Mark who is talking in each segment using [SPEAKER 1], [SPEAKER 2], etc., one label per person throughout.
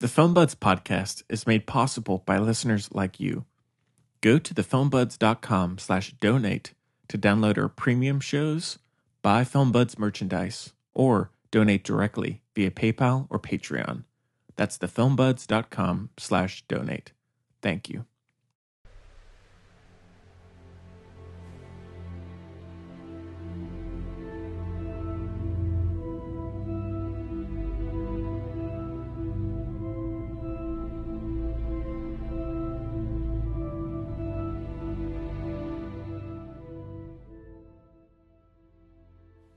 [SPEAKER 1] The PhoneBuds podcast is made possible by listeners like you. Go to thephonebuds.com slash donate to download our premium shows, buy PhoneBuds merchandise, or donate directly via PayPal or Patreon. That's thephonebuds.com slash donate. Thank you.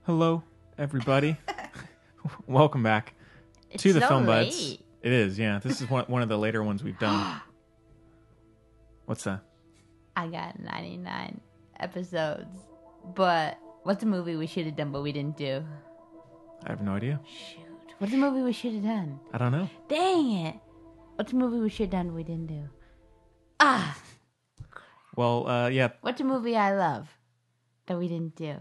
[SPEAKER 1] Hello, everybody. Welcome back
[SPEAKER 2] It's
[SPEAKER 1] to the
[SPEAKER 2] so
[SPEAKER 1] Film Buds.
[SPEAKER 2] late.
[SPEAKER 1] It is, yeah. This is one, one of the later ones we've done. What's that?
[SPEAKER 2] I got 99 episodes. But what's a movie we should have done but we didn't do?
[SPEAKER 1] I have no idea.
[SPEAKER 2] Shoot. What's a movie we should have done?
[SPEAKER 1] I don't know.
[SPEAKER 2] Dang it. What's a movie we should have done we didn't do? Ah.
[SPEAKER 1] Well, uh, yeah,
[SPEAKER 2] What's a movie I love that we didn't do?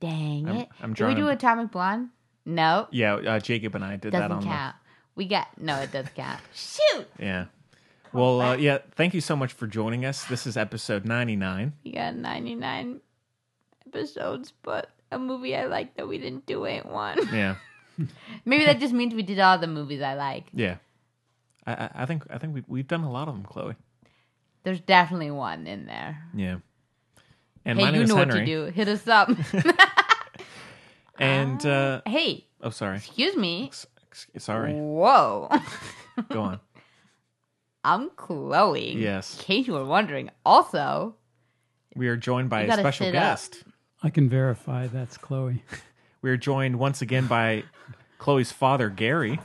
[SPEAKER 2] Dang
[SPEAKER 1] I'm-
[SPEAKER 2] it.
[SPEAKER 1] I'm
[SPEAKER 2] Did we
[SPEAKER 1] drawing
[SPEAKER 2] do
[SPEAKER 1] a-
[SPEAKER 2] Atomic Blonde? No.
[SPEAKER 1] Yeah, uh, Jacob and I did that
[SPEAKER 2] Doesn't
[SPEAKER 1] on
[SPEAKER 2] count. We got no, it does count. Shoot.
[SPEAKER 1] the yeah. Well, uh, yeah. Thank you so much for joining us. This is episode ninety nine.
[SPEAKER 2] We got 99 episodes, but a movie I like that we didn't do ain't one.
[SPEAKER 1] Yeah,
[SPEAKER 2] Maybe that just means we did all the movies I like.
[SPEAKER 1] yeah. I, I, I think I think we we've done a lot of them, Chloe.
[SPEAKER 2] There's definitely one in there.
[SPEAKER 1] Yeah. And my
[SPEAKER 2] hey,
[SPEAKER 1] name
[SPEAKER 2] you
[SPEAKER 1] is
[SPEAKER 2] know
[SPEAKER 1] Henry.
[SPEAKER 2] what to do. Hit us up.
[SPEAKER 1] And uh,
[SPEAKER 2] hey,
[SPEAKER 1] oh, sorry.
[SPEAKER 2] excuse me.
[SPEAKER 1] S- ex- Sorry.
[SPEAKER 2] Whoa.
[SPEAKER 1] Go on.
[SPEAKER 2] I'm Chloe.
[SPEAKER 1] Yes.
[SPEAKER 2] In case you were wondering. Also,
[SPEAKER 1] We are joined by
[SPEAKER 2] You
[SPEAKER 1] a
[SPEAKER 2] gotta
[SPEAKER 1] special
[SPEAKER 2] sit up.
[SPEAKER 1] guest.
[SPEAKER 3] I can verify that's Chloe.
[SPEAKER 1] We are joined once again by Chloe's father, Gary.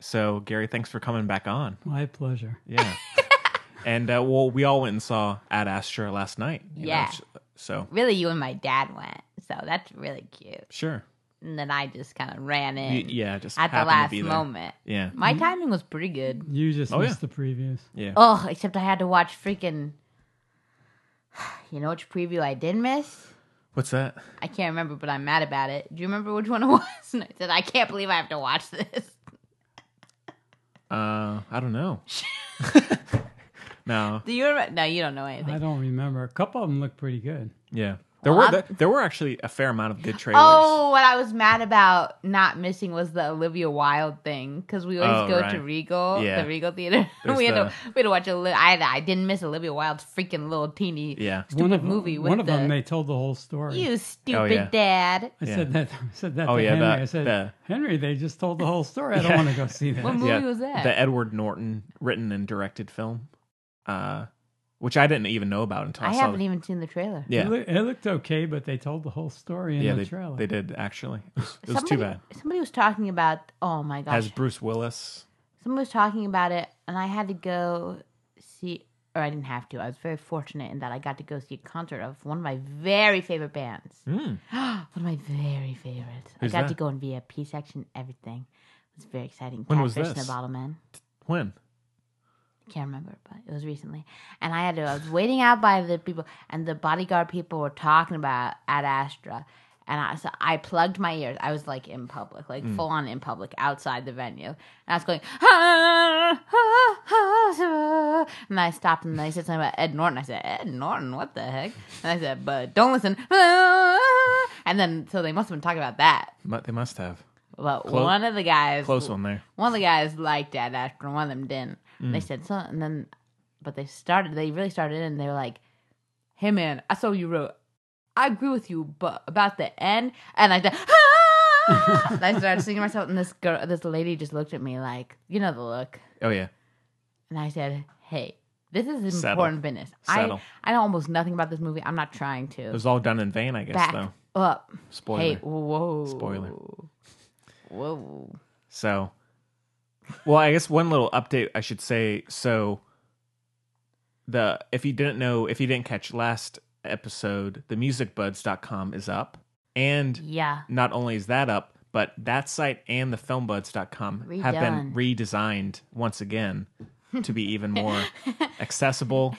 [SPEAKER 1] So, Gary, thanks for coming back on.
[SPEAKER 3] My pleasure.
[SPEAKER 1] Yeah. and uh, well, we all went and saw Ad Astra last night. you know,
[SPEAKER 2] Yeah.
[SPEAKER 1] so
[SPEAKER 2] really you and my dad went. So that's really cute.
[SPEAKER 1] sure.
[SPEAKER 2] And then I just kind of ran
[SPEAKER 1] Y-
[SPEAKER 2] in
[SPEAKER 1] yeah, just
[SPEAKER 2] at the
[SPEAKER 1] happened
[SPEAKER 2] last
[SPEAKER 1] to be there. Mm-hmm.
[SPEAKER 2] moment.
[SPEAKER 1] Yeah,
[SPEAKER 2] My timing was pretty good.
[SPEAKER 3] You just
[SPEAKER 1] Oh,
[SPEAKER 3] missed the previews.
[SPEAKER 1] yeah.
[SPEAKER 2] Oh, except I had to watch freaking. You know which preview I did miss?
[SPEAKER 1] What's that?
[SPEAKER 2] I can't remember, but I'm mad about it. Do you remember which one it was? And I said, I can't believe I have to watch this.
[SPEAKER 1] Uh, I don't know. no,
[SPEAKER 2] Do you remember? No, you don't know
[SPEAKER 3] I
[SPEAKER 2] anything.
[SPEAKER 3] don't remember. A couple of them look pretty good.
[SPEAKER 1] yeah. There
[SPEAKER 2] Well,
[SPEAKER 1] were
[SPEAKER 2] I'm-
[SPEAKER 1] there, there were actually a fair amount of good trailers.
[SPEAKER 2] Oh, what I was mad about not missing was the Olivia Wilde thing because we always
[SPEAKER 1] Oh,
[SPEAKER 2] go to
[SPEAKER 1] right.
[SPEAKER 2] Regal,
[SPEAKER 1] Yeah.
[SPEAKER 2] the Regal Theater.
[SPEAKER 1] There's
[SPEAKER 2] we had
[SPEAKER 1] the-
[SPEAKER 2] to we had to watch a little. I had, I didn't miss Olivia Wilde's freaking little teeny
[SPEAKER 1] Yeah, Oh,
[SPEAKER 3] one of
[SPEAKER 2] movie with
[SPEAKER 3] one of them,
[SPEAKER 2] the-
[SPEAKER 3] they told the whole story.
[SPEAKER 2] you stupid
[SPEAKER 1] yeah.
[SPEAKER 2] dad.
[SPEAKER 3] I
[SPEAKER 1] Yeah.
[SPEAKER 3] said that. I said that
[SPEAKER 1] Oh,
[SPEAKER 3] to
[SPEAKER 1] yeah,
[SPEAKER 3] Henry.
[SPEAKER 1] that-
[SPEAKER 3] I said,
[SPEAKER 1] the-
[SPEAKER 3] Henry, they just told the whole story. I don't
[SPEAKER 1] Yeah.
[SPEAKER 3] want to go see
[SPEAKER 2] What
[SPEAKER 3] that.
[SPEAKER 2] movie
[SPEAKER 1] yeah.
[SPEAKER 2] was that?
[SPEAKER 1] The Edward Norton written and directed film, uh, which I didn't even know about until I,
[SPEAKER 2] I
[SPEAKER 1] saw.
[SPEAKER 2] haven't
[SPEAKER 1] the-
[SPEAKER 2] even seen the trailer.
[SPEAKER 3] It,
[SPEAKER 1] yeah,
[SPEAKER 3] loo- it looked okay, but they told the whole story in
[SPEAKER 1] yeah,
[SPEAKER 3] the
[SPEAKER 1] they,
[SPEAKER 3] trailer.
[SPEAKER 1] they did actually. It was, it was
[SPEAKER 2] somebody,
[SPEAKER 1] too bad.
[SPEAKER 2] Somebody was talking about. Oh my gosh.
[SPEAKER 1] Has Bruce Willis?
[SPEAKER 2] someone was talking about it and i had to go see or i didn't have to i was very fortunate in that i got to go see a concert of one of my very favorite bands
[SPEAKER 1] Mm.
[SPEAKER 2] one of my very favorites
[SPEAKER 1] Who's
[SPEAKER 2] i got to
[SPEAKER 1] that?
[SPEAKER 2] go in vip section everything it was very exciting
[SPEAKER 1] When was
[SPEAKER 2] Catfish and
[SPEAKER 1] this?
[SPEAKER 2] the bottle man
[SPEAKER 1] When?
[SPEAKER 2] can't remember, but it was recently. And I had to, I was waiting out by the people, and the bodyguard people were talking about at Astra. And I, so I plugged my ears. I was like in public,
[SPEAKER 1] Mm.
[SPEAKER 2] like full on in public outside the venue. And I was going, "Ah, ah, ah, ah." and I stopped and they said something about Ed Norton. I said, Ed Norton, what the heck? And I said, but don't listen. Ah. And then, so they must have been talking about that.
[SPEAKER 1] Mu- They must have
[SPEAKER 2] But
[SPEAKER 1] Close-
[SPEAKER 2] one of the guys,
[SPEAKER 1] close one there.
[SPEAKER 2] one of the guys liked Ad Astra, and one of them didn't.
[SPEAKER 1] Mm.
[SPEAKER 2] And They said something, and then, but they started, they really started in, and they were like, hey man, I saw you wrote, I agree with you, but about the end, and I said, ah! and I started singing to myself, and this girl, this lady just looked at me like, you know the look.
[SPEAKER 1] Oh yeah,
[SPEAKER 2] And I said, hey, this is important
[SPEAKER 1] Settle.
[SPEAKER 2] business.
[SPEAKER 1] Settle.
[SPEAKER 2] I, I know almost nothing about this movie. I'm not trying to.
[SPEAKER 1] it was all done in vain, I guess.
[SPEAKER 2] Back
[SPEAKER 1] Though
[SPEAKER 2] up.
[SPEAKER 1] spoiler.
[SPEAKER 2] Hey, whoa.
[SPEAKER 1] Spoiler.
[SPEAKER 2] Whoa.
[SPEAKER 1] So, well, I guess one little update I should say. So, the if you didn't know, if you didn't catch last episode, the musicbuds.com is up. And
[SPEAKER 2] Yeah.
[SPEAKER 1] not only is that up, but that site and the filmbuds.com have been
[SPEAKER 2] Redone.
[SPEAKER 1] redesigned once again to be even more accessible,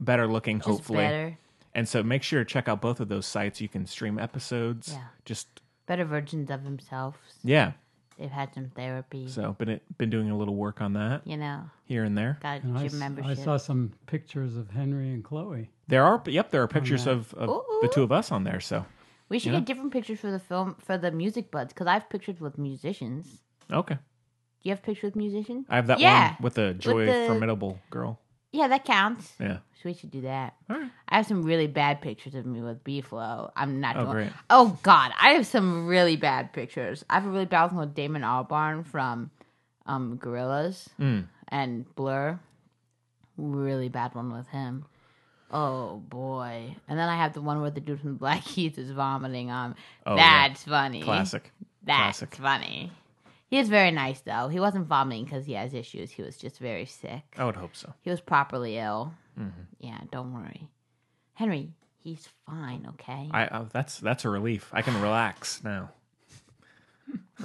[SPEAKER 1] better looking,
[SPEAKER 2] Just
[SPEAKER 1] hopefully.
[SPEAKER 2] better.
[SPEAKER 1] And so make sure to check out both of those sites. You can stream episodes.
[SPEAKER 2] Yeah.
[SPEAKER 1] Just,
[SPEAKER 2] better versions of themselves.
[SPEAKER 1] yeah.
[SPEAKER 2] They've had some therapy.
[SPEAKER 1] So been been doing a little work on that
[SPEAKER 2] you know,
[SPEAKER 1] here and there.
[SPEAKER 2] got
[SPEAKER 3] And I,
[SPEAKER 2] gym
[SPEAKER 3] s- I
[SPEAKER 2] membership.
[SPEAKER 3] saw some pictures of Henry and Chloe.
[SPEAKER 1] There are yep, there are pictures of, of
[SPEAKER 2] Ooh.
[SPEAKER 1] the two of us on there. So
[SPEAKER 2] we should
[SPEAKER 1] yeah.
[SPEAKER 2] get different pictures for the film for the music buds because I've pictures with musicians. Do
[SPEAKER 1] okay,
[SPEAKER 2] you have pictures with musicians?
[SPEAKER 1] I have that
[SPEAKER 2] Yeah.
[SPEAKER 1] one with the joy
[SPEAKER 2] the-
[SPEAKER 1] formidable girl.
[SPEAKER 2] Yeah, that counts.
[SPEAKER 1] Yeah,
[SPEAKER 2] So we should do that.
[SPEAKER 1] all right.
[SPEAKER 2] I have some really bad pictures of me with B Flow. I'm not
[SPEAKER 1] Oh,
[SPEAKER 2] doing.
[SPEAKER 1] great.
[SPEAKER 2] Oh God, I have some really bad pictures. I have a really bad one with Damon Albarn from um, Gorillas
[SPEAKER 1] Mm.
[SPEAKER 2] and Blur. Really bad one with him. Oh boy! And then I have the one where the dude from Black Keys is vomiting on.
[SPEAKER 1] Oh, yeah.
[SPEAKER 2] That's funny.
[SPEAKER 1] Classic.
[SPEAKER 2] That's
[SPEAKER 1] classic.
[SPEAKER 2] funny. He is very nice though. He wasn't vomiting because he has issues. He was just very sick.
[SPEAKER 1] I would hope so.
[SPEAKER 2] He was properly ill. Yeah, don't worry. Henry, he's fine, okay? I,
[SPEAKER 1] I uh, that's that's a relief. I can relax now.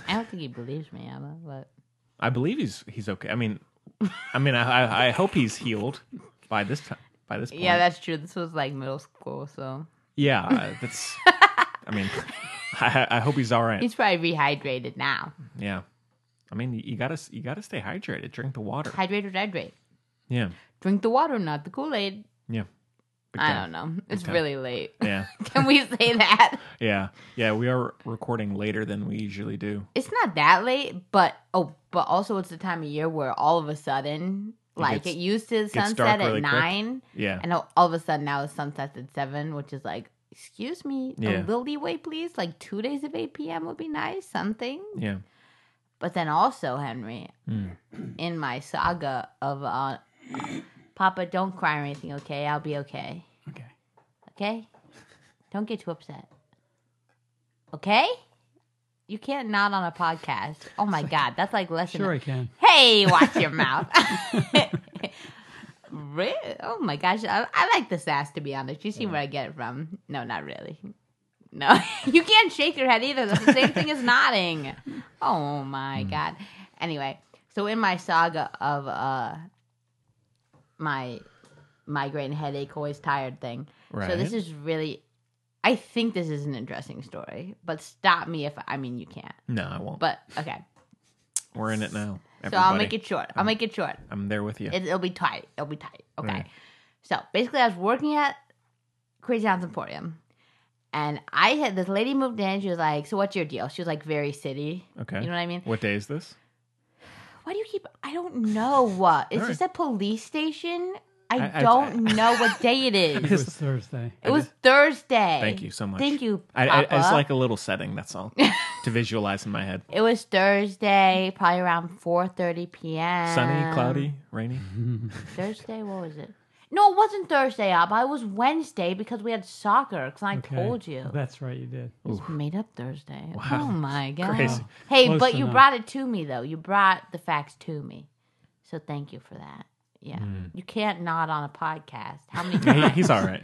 [SPEAKER 2] don't think he believes me, Emma, but
[SPEAKER 1] I believe he's he's okay. I mean, I mean, I I, I hope he's healed by this time. By this point,
[SPEAKER 2] yeah, that's true. This was like middle school, so
[SPEAKER 1] yeah. uh, That's. I mean, I I hope he's all right.
[SPEAKER 2] he's probably rehydrated now.
[SPEAKER 1] Yeah, I mean, you gotta you gotta stay hydrated. Drink the water.
[SPEAKER 2] Hydrate or hydrate.
[SPEAKER 1] Yeah,
[SPEAKER 2] Drink the water, not the Kool Aid.
[SPEAKER 1] yeah. Big
[SPEAKER 2] I
[SPEAKER 1] time.
[SPEAKER 2] don't know. It's
[SPEAKER 1] time.
[SPEAKER 2] really late.
[SPEAKER 1] Yeah,
[SPEAKER 2] Can we say that?
[SPEAKER 1] yeah, yeah. We are recording later than we usually do.
[SPEAKER 2] It's not that late, but oh, but also it's the time of year where all of a sudden, like
[SPEAKER 1] gets-
[SPEAKER 2] it used to
[SPEAKER 1] dark
[SPEAKER 2] sunset at
[SPEAKER 1] really quick.
[SPEAKER 2] nine.
[SPEAKER 1] Yeah,
[SPEAKER 2] And all all of a sudden now it's sunset at seven, which is like, excuse me, a
[SPEAKER 1] Yeah.
[SPEAKER 2] little leeway, please. Like two days of eight PM would be nice, something.
[SPEAKER 1] yeah.
[SPEAKER 2] But then also, Henry,
[SPEAKER 1] Mm.
[SPEAKER 2] in my saga of uh, Papa, don't cry or anything, okay? I'll be okay.
[SPEAKER 3] Okay.
[SPEAKER 2] Okay? Don't get too upset. Okay? You can't nod on a podcast. Oh my god, that's like less than
[SPEAKER 3] Sure, I can.
[SPEAKER 2] Hey, watch your mouth. Re- oh my gosh, I, I like the sass to be honest. You see where I get it from? No, not really. No, you can't shake your head either. That's the same thing as nodding. Oh
[SPEAKER 1] Hmm.
[SPEAKER 2] my god. Anyway, so in my saga of uh my migraine headache always tired thing. So
[SPEAKER 1] Right.
[SPEAKER 2] this is really I think this is an interesting story, but stop me if I mean you can't.
[SPEAKER 1] No, I won't.
[SPEAKER 2] But okay.
[SPEAKER 1] We're in it now. Everybody. Hmm.
[SPEAKER 2] So I'll make it short. I'll make it short.
[SPEAKER 1] I'm there with you.
[SPEAKER 2] It, it'll be tight. It'll be tight. Okay.
[SPEAKER 1] Right.
[SPEAKER 2] So basically, I was working at Crazy Town's Emporium, and I had this lady moved in. She was like, "So what's your deal?" She was like, "Very city."
[SPEAKER 1] okay.
[SPEAKER 2] You know what I mean?
[SPEAKER 1] What day is this?
[SPEAKER 2] Why do you keep? I don't know what. Is
[SPEAKER 1] All
[SPEAKER 2] this a police station? I,
[SPEAKER 1] I- I-
[SPEAKER 2] don't know what day it
[SPEAKER 3] It
[SPEAKER 2] is.
[SPEAKER 3] was Thursday.
[SPEAKER 2] it was Thursday.
[SPEAKER 1] Thank you so much.
[SPEAKER 2] Thank you,
[SPEAKER 1] I,
[SPEAKER 2] Papa.
[SPEAKER 1] I, it's like a little setting. That's all to visualize in my head.
[SPEAKER 2] it was Thursday, probably around four thirty p.m.
[SPEAKER 1] Sunny, cloudy, rainy.
[SPEAKER 2] Thursday? What was it? No, it wasn't Thursday, Abba. It was Wednesday because we had soccer. Because I
[SPEAKER 3] Okay.
[SPEAKER 2] told you.
[SPEAKER 3] That's right, you did.
[SPEAKER 2] It was made up Thursday.
[SPEAKER 1] Wow.
[SPEAKER 2] Oh my god.
[SPEAKER 1] Crazy.
[SPEAKER 2] Hey,
[SPEAKER 3] Close
[SPEAKER 2] but you
[SPEAKER 3] enough.
[SPEAKER 2] brought it to me though. You brought the facts to me. So thank you for that. Yeah. You can't nod on a podcast. How many
[SPEAKER 1] He-
[SPEAKER 2] times?
[SPEAKER 1] he's all right.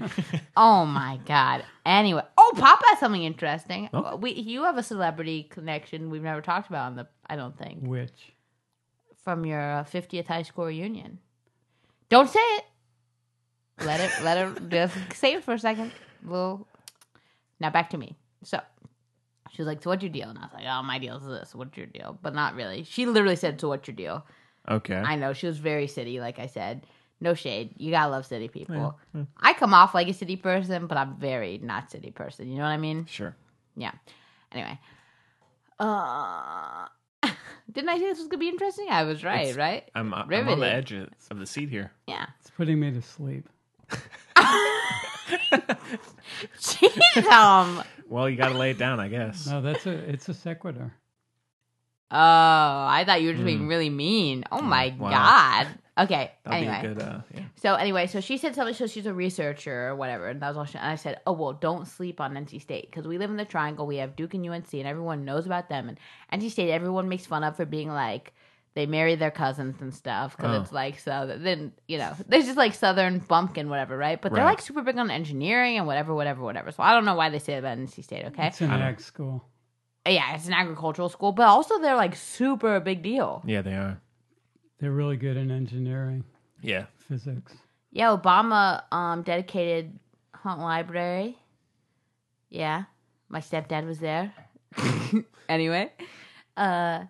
[SPEAKER 2] oh my god. Anyway. Oh, Papa has something interesting.
[SPEAKER 1] Oh.
[SPEAKER 2] We you have a celebrity connection we've never talked about on the I don't think.
[SPEAKER 3] Which?
[SPEAKER 2] From your uh, fiftieth high school reunion. Don't say it. Let it let it just say it for a second. Little now back to me. So she was like, So what's your deal? And I was like, Oh, my deal is this. What's your deal? But not really. She literally said, So what's your deal?
[SPEAKER 1] Okay.
[SPEAKER 2] I know. She was very city, like I said. No shade. You gotta love city people. I come off like a city person, but I'm very not city person. You know what I mean?
[SPEAKER 1] sure.
[SPEAKER 2] Yeah. Anyway. Uh didn't I say this was gonna be interesting? I was right,
[SPEAKER 1] It's-
[SPEAKER 2] right?
[SPEAKER 1] I'm, I'm on
[SPEAKER 2] Riveting.
[SPEAKER 1] the edge of of the seat here.
[SPEAKER 2] Yeah.
[SPEAKER 3] It's putting me to sleep.
[SPEAKER 2] Jeez, um.
[SPEAKER 1] Well, you got to lay it down, I guess.
[SPEAKER 3] No, that's a. It's a sequitur.
[SPEAKER 2] Oh, I thought you were just being really mean. Oh my
[SPEAKER 1] Mm. wow.
[SPEAKER 2] god. Okay.
[SPEAKER 1] That'll
[SPEAKER 2] anyway.
[SPEAKER 1] be a good. Uh, yeah.
[SPEAKER 2] So anyway, so she said something. So she's a researcher or whatever, and that was all. She, and I said, "Oh well, don't sleep on NC State because we live in the Triangle. We have Duke and UNC, and everyone knows about them. And NC State, everyone makes fun of for being like they marry their cousins and stuff because
[SPEAKER 1] Oh.
[SPEAKER 2] it's like so. Then you know, they're just like Southern bumpkin, whatever, right? But they're
[SPEAKER 1] Right.
[SPEAKER 2] like super big on engineering and whatever, whatever, whatever. So I don't know why they say that about NC State. Okay,
[SPEAKER 3] It's an ag school.
[SPEAKER 2] yeah, it's an agricultural school, but also they're like super a big deal.
[SPEAKER 1] yeah, they are.
[SPEAKER 3] They're really good in engineering,
[SPEAKER 1] Yeah.
[SPEAKER 3] physics.
[SPEAKER 2] Yeah, Obama um dedicated Hunt Library. Yeah. My stepdad was there. anyway. Uh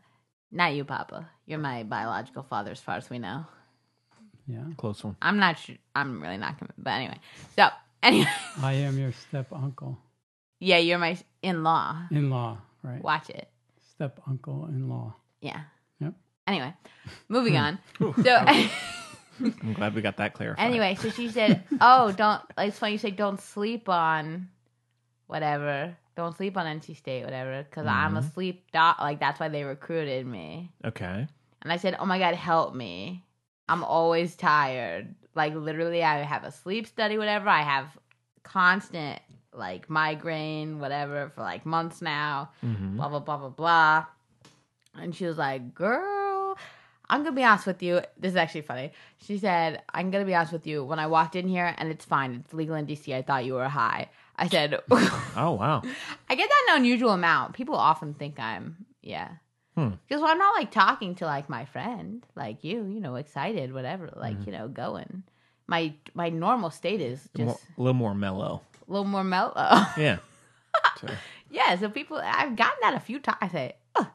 [SPEAKER 2] Not you, Papa. You're my biological father, as far as we know.
[SPEAKER 3] Yeah.
[SPEAKER 1] Close one.
[SPEAKER 2] I'm not sure. I'm really not gonna. But anyway, so anyway,
[SPEAKER 3] I am your step uncle
[SPEAKER 2] yeah, you're my in-law.
[SPEAKER 3] in law, right?
[SPEAKER 2] Watch it.
[SPEAKER 3] Step uncle in law.
[SPEAKER 2] Yeah.
[SPEAKER 3] Yep.
[SPEAKER 2] Anyway, moving on. so.
[SPEAKER 1] I'm glad we got that clarified.
[SPEAKER 2] Anyway, so she said, "Oh, don't like it's funny you say don't sleep on whatever. Don't sleep on NC State whatever because I'm a sleep doc. Like that's why they recruited me."
[SPEAKER 1] Okay.
[SPEAKER 2] And I said, "Oh my god, help me. I'm always tired. Like literally I have a sleep study whatever. I have constant like migraine whatever for like months now.
[SPEAKER 1] Mm-hmm.
[SPEAKER 2] Blah blah blah blah blah." And she was like, Girl, I'm gonna be honest with you. This is actually funny. She said, I'm gonna be honest with you. When I walked in here, and it's fine, it's legal in DC, I thought you were high. I said, I
[SPEAKER 1] Oh wow.
[SPEAKER 2] get that an unusual amount. People often think I'm, yeah.
[SPEAKER 1] Hmm.
[SPEAKER 2] Because I'm not like talking to like my friend, like you, you know, excited, whatever, like,
[SPEAKER 1] Hmm.
[SPEAKER 2] you know, going. My my normal state is just
[SPEAKER 1] More- a little more mellow.
[SPEAKER 2] a little more mellow.
[SPEAKER 1] Yeah. So,
[SPEAKER 2] Yeah, so people, I've gotten that a few times. I say, Ugh.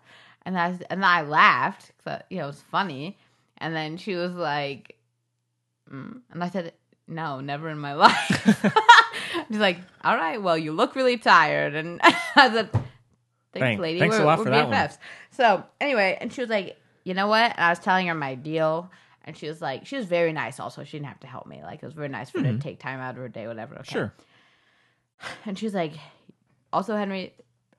[SPEAKER 2] and I and I laughed, but you know, it was funny. And then she was like, mm. and I said, no, never in my life. She's like, all right, well, you look really tired, and I said, thanks,
[SPEAKER 1] Thank-
[SPEAKER 2] lady.
[SPEAKER 1] thanks a
[SPEAKER 2] we're,
[SPEAKER 1] lot
[SPEAKER 2] we're
[SPEAKER 1] for that one."
[SPEAKER 2] BFFs. So anyway, and she was like, you know what? And I was telling her my deal. And she was like, she was very nice. Also, she didn't have to help me. Like it was very nice for her to take time out of her day, whatever. Okay.
[SPEAKER 1] Mm-hmm. sure.
[SPEAKER 2] And she's like, also, Henry,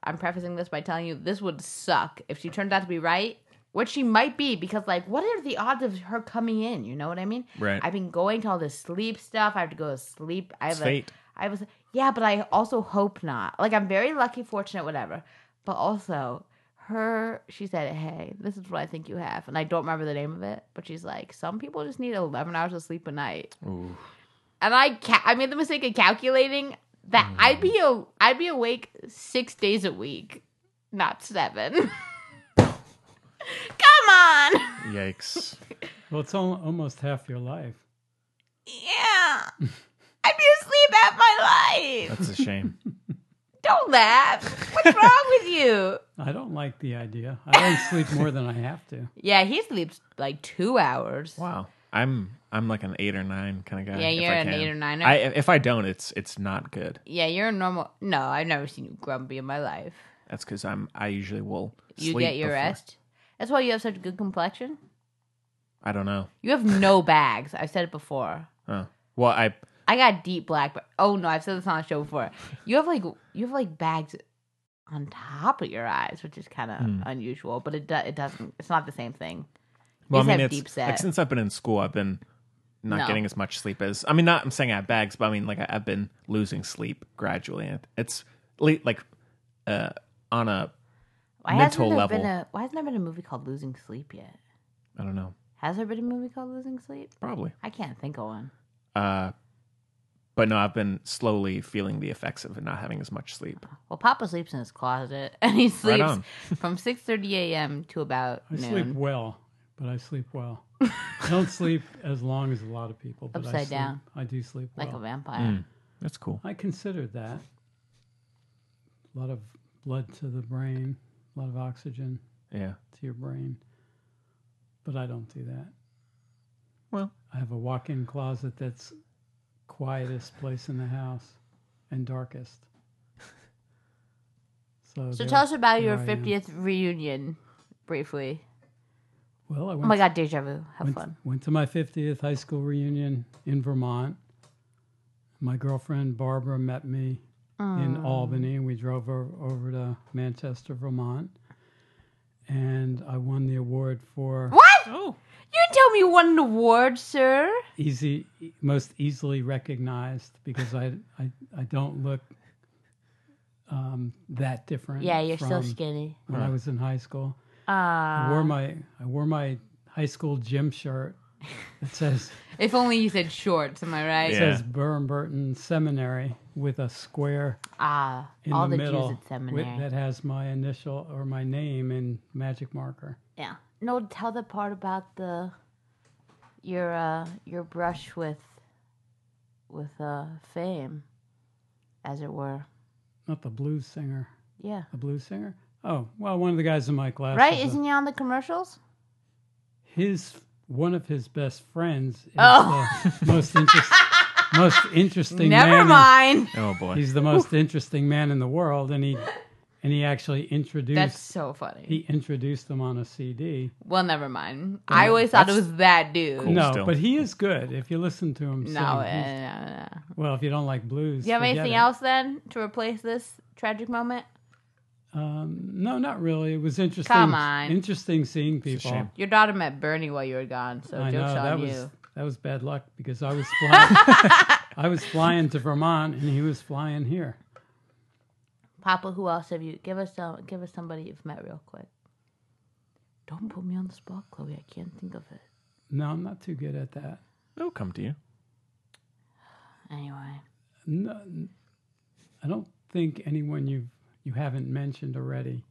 [SPEAKER 2] I'm prefacing this by telling you this would suck if she turned out to be right, which she might be, because, like, what are the odds of her coming in? You know what I mean?
[SPEAKER 1] Right.
[SPEAKER 2] I've been going to all this sleep stuff. I have to go to sleep. I have
[SPEAKER 1] It's
[SPEAKER 2] a-
[SPEAKER 1] fate.
[SPEAKER 2] I was, yeah, but I also hope not. Like, I'm very lucky, fortunate, whatever. But also, her, she said, hey, this is what I think you have. And I don't remember the name of it, but she's like, some people just need 11 hours of sleep a night
[SPEAKER 1] Ooh.
[SPEAKER 2] and I ca- I made the mistake of calculating that
[SPEAKER 1] Hmm.
[SPEAKER 2] I'd be a I'd be awake six days a week, not seven. Come on,
[SPEAKER 1] Yikes.
[SPEAKER 3] Well, it's al- almost half your life.
[SPEAKER 2] yeah, I'd be asleep half my life.
[SPEAKER 1] That's a shame.
[SPEAKER 2] Don't laugh. What's wrong with you?
[SPEAKER 3] I don't like the idea. I don't sleep more than I have to.
[SPEAKER 2] Yeah, he sleeps like two hours.
[SPEAKER 1] Wow. I'm I'm like an eight or nine kind of guy.
[SPEAKER 2] Yeah,
[SPEAKER 1] if
[SPEAKER 2] you're
[SPEAKER 1] I
[SPEAKER 2] an
[SPEAKER 1] can.
[SPEAKER 2] eight or niner.
[SPEAKER 1] I if I don't, it's it's not good.
[SPEAKER 2] Yeah, you're a normal. No, I've never seen you grumpy in my life.
[SPEAKER 1] That's because I'm I usually will.
[SPEAKER 2] You
[SPEAKER 1] sleep
[SPEAKER 2] get your
[SPEAKER 1] before-
[SPEAKER 2] rest. That's why you have such a good complexion.
[SPEAKER 1] I don't know.
[SPEAKER 2] You have no bags. I've said it before.
[SPEAKER 1] Huh. Well, I
[SPEAKER 2] I got deep black. But oh no, I've said this on the show before. You have like you have like bags on top of your eyes, which is kind of unusual. But it do, it doesn't. It's not the same thing.
[SPEAKER 1] well, I
[SPEAKER 2] just
[SPEAKER 1] mean,
[SPEAKER 2] have
[SPEAKER 1] it's
[SPEAKER 2] deep set.
[SPEAKER 1] like since I've been in school, I've been not
[SPEAKER 2] No.
[SPEAKER 1] getting as much sleep as I mean, not I'm saying I have bags, but I mean like I, I've been losing sleep gradually. It- It's le- like uh on a
[SPEAKER 2] Why
[SPEAKER 1] Mental
[SPEAKER 2] hasn't there
[SPEAKER 1] level.
[SPEAKER 2] been a Why hasn't there been a movie called Losing Sleep yet?
[SPEAKER 1] I don't know
[SPEAKER 2] Has there been a movie called Losing Sleep?
[SPEAKER 1] probably,
[SPEAKER 2] I can't think of one.
[SPEAKER 1] uh, but no, I've been slowly feeling the effects of not having as much sleep.
[SPEAKER 2] Well, Papa sleeps in his closet, and he sleeps
[SPEAKER 1] on.
[SPEAKER 2] from six thirty a.m. to about
[SPEAKER 3] I sleep
[SPEAKER 2] noon.
[SPEAKER 3] well, but I sleep well. I don't sleep as long as a lot of people. But I
[SPEAKER 2] Upside
[SPEAKER 3] sleep,
[SPEAKER 2] down.
[SPEAKER 3] I do sleep well.
[SPEAKER 2] Like a vampire.
[SPEAKER 1] That's cool.
[SPEAKER 3] I considered that. A lot of blood to the brain, a lot of oxygen
[SPEAKER 1] Yeah.
[SPEAKER 3] to your brain. But I don't do that.
[SPEAKER 1] Well,
[SPEAKER 3] I have a walk in closet that's quietest place in the house and darkest. So,
[SPEAKER 2] So
[SPEAKER 3] there-
[SPEAKER 2] tell us about
[SPEAKER 3] there
[SPEAKER 2] your
[SPEAKER 3] I am.
[SPEAKER 2] fiftieth reunion, briefly.
[SPEAKER 3] Well, I went
[SPEAKER 2] Oh my God, deja vu. Have
[SPEAKER 3] went,
[SPEAKER 2] fun.
[SPEAKER 3] Went to my 50th high school reunion in Vermont. My girlfriend Barbara met me in Albany, and we drove over, over to Manchester, Vermont. And I won the award for
[SPEAKER 2] What?
[SPEAKER 1] oh,
[SPEAKER 2] You didn't tell me you won an award, sir.
[SPEAKER 3] easy, e, most easily recognized because I I, I don't look um, that different.
[SPEAKER 2] Yeah, you're
[SPEAKER 3] from
[SPEAKER 2] still skinny.
[SPEAKER 3] When I was in high school, I
[SPEAKER 2] Ah.
[SPEAKER 3] wore my I wore my high school gym shirt that says
[SPEAKER 2] If only you said shorts, am I right?
[SPEAKER 1] Yeah.
[SPEAKER 3] says Burn Burton Seminary with a square
[SPEAKER 2] Ah,
[SPEAKER 3] in
[SPEAKER 2] all
[SPEAKER 3] the,
[SPEAKER 2] the,
[SPEAKER 3] middle
[SPEAKER 2] Jews at
[SPEAKER 3] with-
[SPEAKER 2] seminary.
[SPEAKER 3] that has my initial or my name in magic marker.
[SPEAKER 2] yeah. No, tell the part about the your uh your brush with with uh fame, as it were.
[SPEAKER 3] Not the blues singer.
[SPEAKER 2] Yeah.
[SPEAKER 3] The blues singer? Oh, well, one of the guys in my class.
[SPEAKER 2] right?
[SPEAKER 3] is a-
[SPEAKER 2] Isn't he on the commercials?
[SPEAKER 3] his one of his best friends is
[SPEAKER 2] Oh.
[SPEAKER 3] the most interest, most interesting man.
[SPEAKER 2] Never
[SPEAKER 3] in-
[SPEAKER 2] mind.
[SPEAKER 1] Oh boy.
[SPEAKER 3] he's the most interesting man in the world, and he and he actually introduced
[SPEAKER 2] That's so funny.
[SPEAKER 3] he introduced them on a CD.
[SPEAKER 2] well, never mind. I always thought it
[SPEAKER 1] that's-
[SPEAKER 2] was that dude.
[SPEAKER 1] Cool.
[SPEAKER 3] no,
[SPEAKER 1] still.
[SPEAKER 3] but he is good if you listen to him.
[SPEAKER 2] No,
[SPEAKER 3] sing,
[SPEAKER 2] uh,
[SPEAKER 3] he's-
[SPEAKER 2] no, no.
[SPEAKER 3] well, if you don't like blues,
[SPEAKER 2] Do you have
[SPEAKER 3] forget
[SPEAKER 2] anything
[SPEAKER 3] it.
[SPEAKER 2] else then to replace this tragic moment?
[SPEAKER 3] Um, no, not really. It was interesting.
[SPEAKER 2] Come on.
[SPEAKER 3] interesting seeing people.
[SPEAKER 1] shame.
[SPEAKER 2] Your daughter met Bernie while you were gone, so
[SPEAKER 3] I know
[SPEAKER 2] joke's
[SPEAKER 3] that
[SPEAKER 2] on
[SPEAKER 3] was
[SPEAKER 2] you.
[SPEAKER 3] that was bad luck because I was flying. I was flying to Vermont, and he was flying here.
[SPEAKER 2] Papa, who else have you? Give us some. Give us somebody you've met real quick. Don't put me on the spot, Chloe. I can't think of it.
[SPEAKER 3] No, I'm not too good at that.
[SPEAKER 1] It'll come to you.
[SPEAKER 2] Anyway,
[SPEAKER 3] No, I don't think anyone you you haven't mentioned already.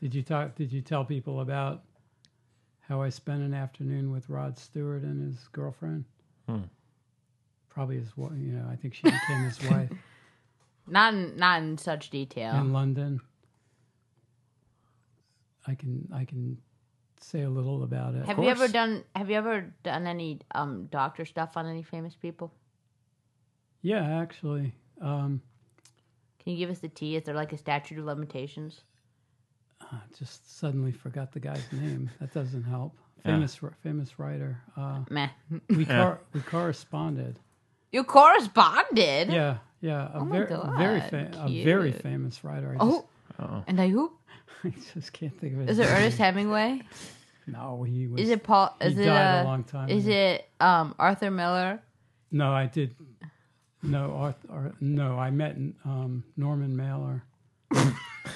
[SPEAKER 3] Did you talk? Did you tell people about how I spent an afternoon with Rod Stewart and his girlfriend?
[SPEAKER 1] Hmm.
[SPEAKER 3] Probably his wife. You know, I think she became his wife
[SPEAKER 2] not in, not in such
[SPEAKER 1] Oh.
[SPEAKER 2] detail.
[SPEAKER 3] in London. I can I can say a little about it.
[SPEAKER 2] have you ever
[SPEAKER 1] course.
[SPEAKER 2] done? Have you ever done any um doctor stuff on any famous people?
[SPEAKER 3] yeah, actually. Um,
[SPEAKER 2] Can you give us the tea? Is there like a statute of limitations?
[SPEAKER 3] I just suddenly forgot the guy's name. That doesn't help.
[SPEAKER 1] Yeah.
[SPEAKER 3] Famous famous writer. Uh,
[SPEAKER 2] Meh.
[SPEAKER 3] we cor- we corresponded.
[SPEAKER 2] You corresponded.
[SPEAKER 3] Yeah, yeah. A
[SPEAKER 2] Oh my
[SPEAKER 3] very,
[SPEAKER 2] God,
[SPEAKER 3] very fa- a very
[SPEAKER 2] cute.
[SPEAKER 3] famous writer. I
[SPEAKER 2] Oh,
[SPEAKER 1] Oh.
[SPEAKER 2] and I who?
[SPEAKER 3] just, I just can't think of his
[SPEAKER 2] Is it
[SPEAKER 3] name.
[SPEAKER 2] Ernest Hemingway?
[SPEAKER 3] No, he was.
[SPEAKER 2] Is it Paul?
[SPEAKER 3] He
[SPEAKER 2] Is it
[SPEAKER 3] died a
[SPEAKER 2] uh,
[SPEAKER 3] long time.
[SPEAKER 2] Is
[SPEAKER 3] ago.
[SPEAKER 2] it um Arthur Miller?
[SPEAKER 3] No, I did. No, Arth- Ar- no. I met um, Norman Mailer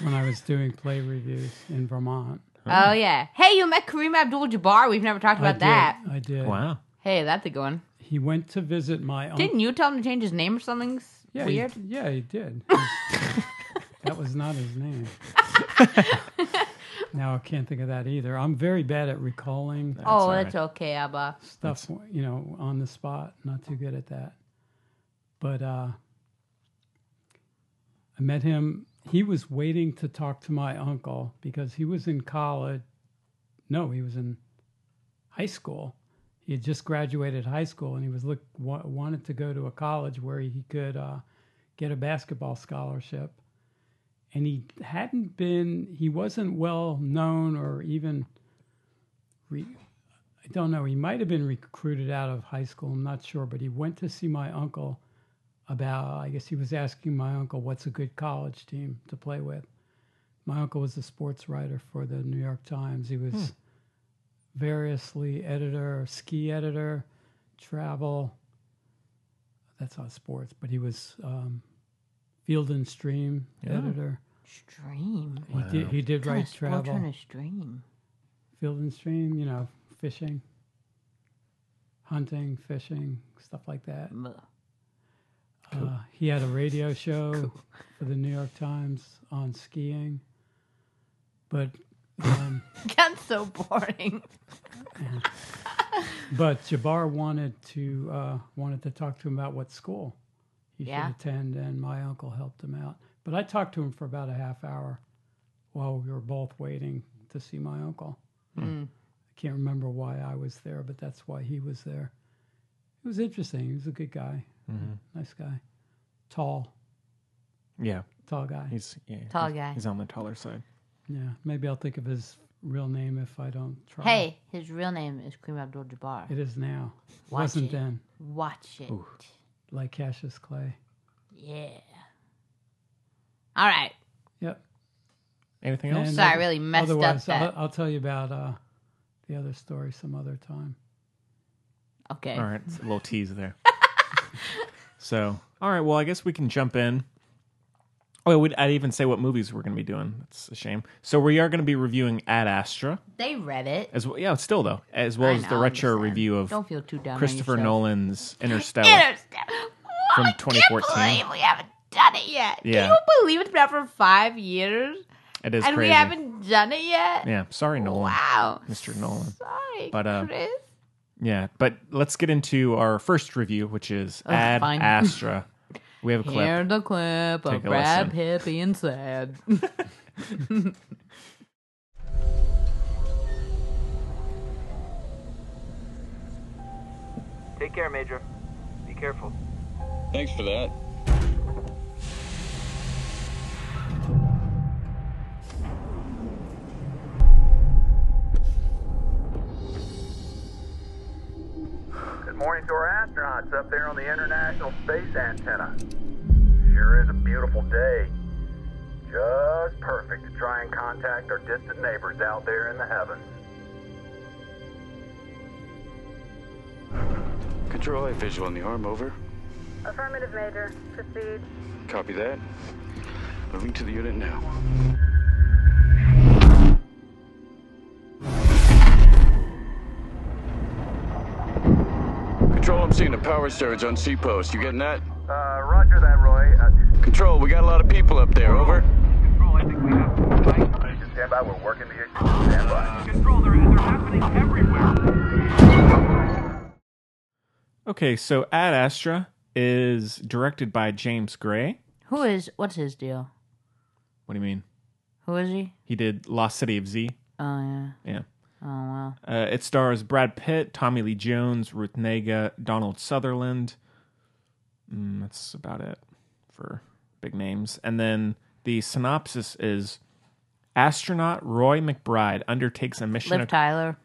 [SPEAKER 3] when I was doing play reviews in Vermont.
[SPEAKER 2] Oh yeah. Hey, you met Kareem Abdul-Jabbar. We've never talked
[SPEAKER 3] I
[SPEAKER 2] about
[SPEAKER 3] did,
[SPEAKER 2] that.
[SPEAKER 3] I did.
[SPEAKER 1] Wow.
[SPEAKER 2] Hey, that's a good one.
[SPEAKER 3] He went to visit my uncle.
[SPEAKER 2] Didn't you tell him to change his name or something s-
[SPEAKER 3] Yeah, he-
[SPEAKER 2] weird?
[SPEAKER 3] yeah, he did. He's- that was not his name. now I can't think of that either. I'm very bad at recalling.
[SPEAKER 2] oh,
[SPEAKER 1] all
[SPEAKER 2] that's okay, Abba.
[SPEAKER 3] stuff you know on the spot not too good at that but uh i met him he was waiting to talk to my uncle because he was in college no he was in high school he had just graduated high school and he was look wa- wanted to go to a college where he could uh get a basketball scholarship and he hadn't been he wasn't well known or even re, I don't know. He might have been recruited out of high school. I'm not sure, but he went to see my uncle about. I guess he was asking my uncle what's a good college team to play with. My uncle was a sports writer for the New York Times. He was variously editor, ski editor, travel. That's not sports, but he was um, field and stream editor.
[SPEAKER 2] Stream.
[SPEAKER 3] He did. He did
[SPEAKER 2] Kind
[SPEAKER 3] write
[SPEAKER 2] of sport
[SPEAKER 3] travel
[SPEAKER 2] on a stream.
[SPEAKER 3] field and stream, you know, fishing, hunting, fishing, stuff like that.
[SPEAKER 2] Ugh.
[SPEAKER 3] Uh, he had a radio show for the New York Times on skiing, but um,
[SPEAKER 2] That's so boring.
[SPEAKER 3] but Jabbar wanted to uh, wanted to talk to him about what school he
[SPEAKER 2] Yeah.
[SPEAKER 3] should attend, and my uncle helped him out. But I talked to him for about a half hour while we were both waiting to see my uncle.
[SPEAKER 2] Hmm.
[SPEAKER 3] I can't remember why I was there, but that's why he was there. It was interesting. He was a good guy, nice guy, tall,
[SPEAKER 1] Yeah.
[SPEAKER 3] tall guy.
[SPEAKER 1] He's yeah.
[SPEAKER 2] Tall
[SPEAKER 1] he's-
[SPEAKER 2] guy.
[SPEAKER 1] He's on the taller side.
[SPEAKER 3] Yeah, maybe I'll think of his real name if I don't try.
[SPEAKER 2] Hey, his real name is Kareem Abdul-Jabbar.
[SPEAKER 3] it is now.
[SPEAKER 2] Watch
[SPEAKER 3] Wasn't
[SPEAKER 2] it.
[SPEAKER 3] then
[SPEAKER 2] Watch it.
[SPEAKER 3] like Cassius Clay.
[SPEAKER 2] Yeah. All right.
[SPEAKER 3] Yep.
[SPEAKER 1] Anything else?
[SPEAKER 3] And
[SPEAKER 2] So I
[SPEAKER 3] other-
[SPEAKER 2] really messed
[SPEAKER 3] Otherwise,
[SPEAKER 2] up that.
[SPEAKER 3] I'll, I'll tell you about uh, the other story some other time. uh,
[SPEAKER 2] Okay.
[SPEAKER 1] All right, it's a little tease there. so, all right. Well, I guess we can jump in. Oh, I would. I'd even say what movies we're going to be doing. That's a shame. So we are going to be reviewing Ad Astra
[SPEAKER 2] They read it.
[SPEAKER 1] as well. Yeah, still though, as well
[SPEAKER 2] I
[SPEAKER 1] as
[SPEAKER 2] know,
[SPEAKER 1] the
[SPEAKER 2] I'm
[SPEAKER 1] retro
[SPEAKER 2] just saying.
[SPEAKER 1] review of
[SPEAKER 2] Don't feel too down on
[SPEAKER 1] Christopher
[SPEAKER 2] yourself.
[SPEAKER 1] Nolan's Interstellar.
[SPEAKER 2] Interstellar.
[SPEAKER 1] From
[SPEAKER 2] I can't
[SPEAKER 1] 2014.
[SPEAKER 2] believe we haven't done it yet.
[SPEAKER 1] Yeah.
[SPEAKER 2] Can you believe it's been out for five years
[SPEAKER 1] it is
[SPEAKER 2] and
[SPEAKER 1] crazy.
[SPEAKER 2] we haven't done it yet?
[SPEAKER 1] yeah, sorry, Nolan,
[SPEAKER 2] Wow.
[SPEAKER 1] Mr. Nolan.
[SPEAKER 2] Sorry,
[SPEAKER 1] But, uh,
[SPEAKER 2] Chris.
[SPEAKER 1] Yeah, but let's get into our first review, which is Ad
[SPEAKER 2] fine.
[SPEAKER 1] Astra. We have a clip.
[SPEAKER 2] Here's the clip
[SPEAKER 1] Take
[SPEAKER 2] of
[SPEAKER 1] a
[SPEAKER 2] Brad
[SPEAKER 1] listen.
[SPEAKER 2] Pitt being sad.
[SPEAKER 4] Take care, Major. Be careful.
[SPEAKER 5] Thanks for that.
[SPEAKER 6] Good morning to our astronauts up there on the International Space Antenna. Sure is a beautiful day. Just perfect to try and contact our distant neighbors out there in the heavens.
[SPEAKER 5] Control, I have visual on the arm, over.
[SPEAKER 7] Affirmative, Major. Proceed.
[SPEAKER 5] Copy that. Moving to the unit now. Control, I'm seeing a power surge on C post. You getting that?
[SPEAKER 6] Uh, roger that, Roy. Uh,
[SPEAKER 5] Control, we got a lot of people up there, over.
[SPEAKER 4] Control, I think we have to fight.
[SPEAKER 6] just stand by, we're working the issue. Stand by.
[SPEAKER 4] Control, they're, they're happening everywhere.
[SPEAKER 1] Okay, so Ad Astra is directed by James Gray.
[SPEAKER 2] Who is what's his deal?
[SPEAKER 1] What do you mean?
[SPEAKER 2] Who is he?
[SPEAKER 1] He did Lost City of Z.
[SPEAKER 2] Oh yeah.
[SPEAKER 1] Yeah.
[SPEAKER 2] Oh wow.
[SPEAKER 1] Uh, it stars Brad Pitt, Tommy Lee Jones, Ruth Nega, Donald Sutherland. Mm, that's about it for big names. And then the synopsis is astronaut Roy McBride undertakes a mission.
[SPEAKER 2] Liv Tyler.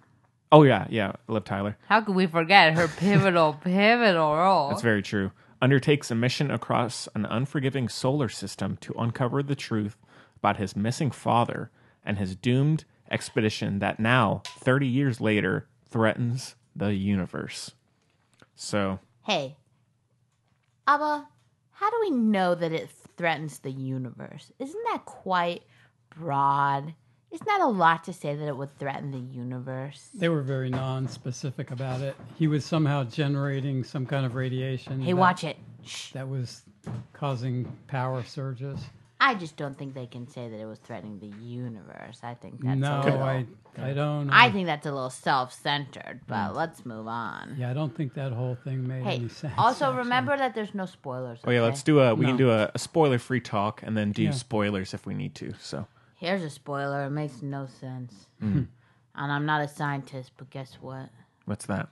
[SPEAKER 1] oh, yeah, yeah, Liv Tyler.
[SPEAKER 2] How could we forget her pivotal, pivotal role?
[SPEAKER 1] That's very true. Undertakes a mission across an unforgiving solar system to uncover the truth about his missing father and his doomed expedition that now, 30 years later, threatens the universe. So,
[SPEAKER 2] hey, Abba, how do we know that it threatens the universe? Isn't that quite broad? Isn't that a lot to say that it would threaten the universe?
[SPEAKER 3] They were very non-specific about it. He was somehow generating some kind of radiation.
[SPEAKER 2] Hey,
[SPEAKER 3] that-
[SPEAKER 2] watch it. Shh.
[SPEAKER 3] That was causing power surges.
[SPEAKER 2] I just don't think they can say that it was threatening the universe. I think that's
[SPEAKER 3] no,
[SPEAKER 2] a little,
[SPEAKER 3] I, I don't. know.
[SPEAKER 2] I think that's a little self-centered. But let's move on.
[SPEAKER 3] Mm. yeah, I don't think that whole thing made
[SPEAKER 2] Hey,
[SPEAKER 3] any sense.
[SPEAKER 2] also
[SPEAKER 3] actually.
[SPEAKER 2] remember that there's no spoilers.
[SPEAKER 1] oh yeah,
[SPEAKER 2] okay?
[SPEAKER 1] let's do a we can
[SPEAKER 3] No.
[SPEAKER 1] do a, a spoiler free talk and then do
[SPEAKER 3] Yeah.
[SPEAKER 1] spoilers if we need to. So,
[SPEAKER 2] Here's a spoiler. It makes no sense.
[SPEAKER 1] Mm-hmm.
[SPEAKER 2] And I'm not a scientist, but guess what?
[SPEAKER 1] what's that?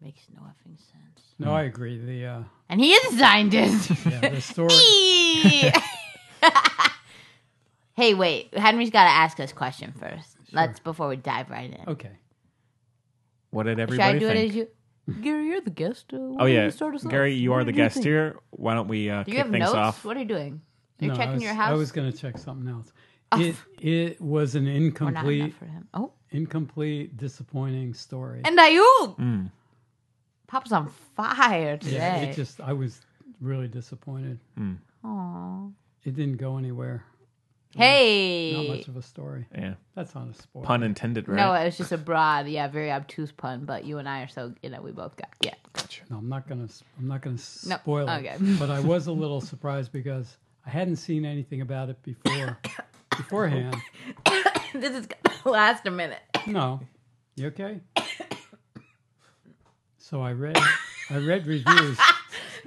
[SPEAKER 2] makes no effing sense.
[SPEAKER 3] No, I agree. The uh,
[SPEAKER 2] And he is a scientist.
[SPEAKER 3] yeah, the story.
[SPEAKER 2] Eee! hey, wait. Henry's got to ask us question first. Let's before we dive right in.
[SPEAKER 3] okay,
[SPEAKER 1] What did
[SPEAKER 2] Should I
[SPEAKER 1] everybody
[SPEAKER 2] do it
[SPEAKER 1] think?
[SPEAKER 2] as you? Gary, you're the guest. Uh, why
[SPEAKER 1] oh
[SPEAKER 2] don't you
[SPEAKER 1] yeah,
[SPEAKER 2] start us off?
[SPEAKER 1] Gary, you
[SPEAKER 2] What
[SPEAKER 1] are
[SPEAKER 2] did
[SPEAKER 1] the guest
[SPEAKER 2] think?
[SPEAKER 1] here. Why don't we uh,
[SPEAKER 2] Do
[SPEAKER 1] kick
[SPEAKER 2] you have
[SPEAKER 1] things
[SPEAKER 2] notes?
[SPEAKER 1] off?
[SPEAKER 2] What are you doing? You're
[SPEAKER 3] No, I
[SPEAKER 2] checking
[SPEAKER 3] was-
[SPEAKER 2] your house.
[SPEAKER 3] I was going to check something else. It it was an
[SPEAKER 2] Or not
[SPEAKER 3] incomplete,
[SPEAKER 2] enough for him. Oh,
[SPEAKER 3] incomplete, disappointing story.
[SPEAKER 2] and Ayuk.
[SPEAKER 1] Mm.
[SPEAKER 2] Pop's on fire today.
[SPEAKER 3] yeah, it just I was really disappointed.
[SPEAKER 2] Aw.
[SPEAKER 1] Mm.
[SPEAKER 3] It didn't go anywhere.
[SPEAKER 2] Hey.
[SPEAKER 3] Not much of a story.
[SPEAKER 1] Yeah,
[SPEAKER 3] That's not a spoiler.
[SPEAKER 1] pun intended, right?
[SPEAKER 2] No, it was just a broad, yeah, very obtuse pun. But you and I are so, you know, we both got, yeah.
[SPEAKER 3] No, I'm not gonna. I'm not gonna
[SPEAKER 2] No,
[SPEAKER 3] spoil
[SPEAKER 2] okay.
[SPEAKER 3] it. But I was a little surprised because I hadn't seen anything about it before. beforehand,
[SPEAKER 2] this is gonna last a minute.
[SPEAKER 3] no. You okay? So I read. I read reviews.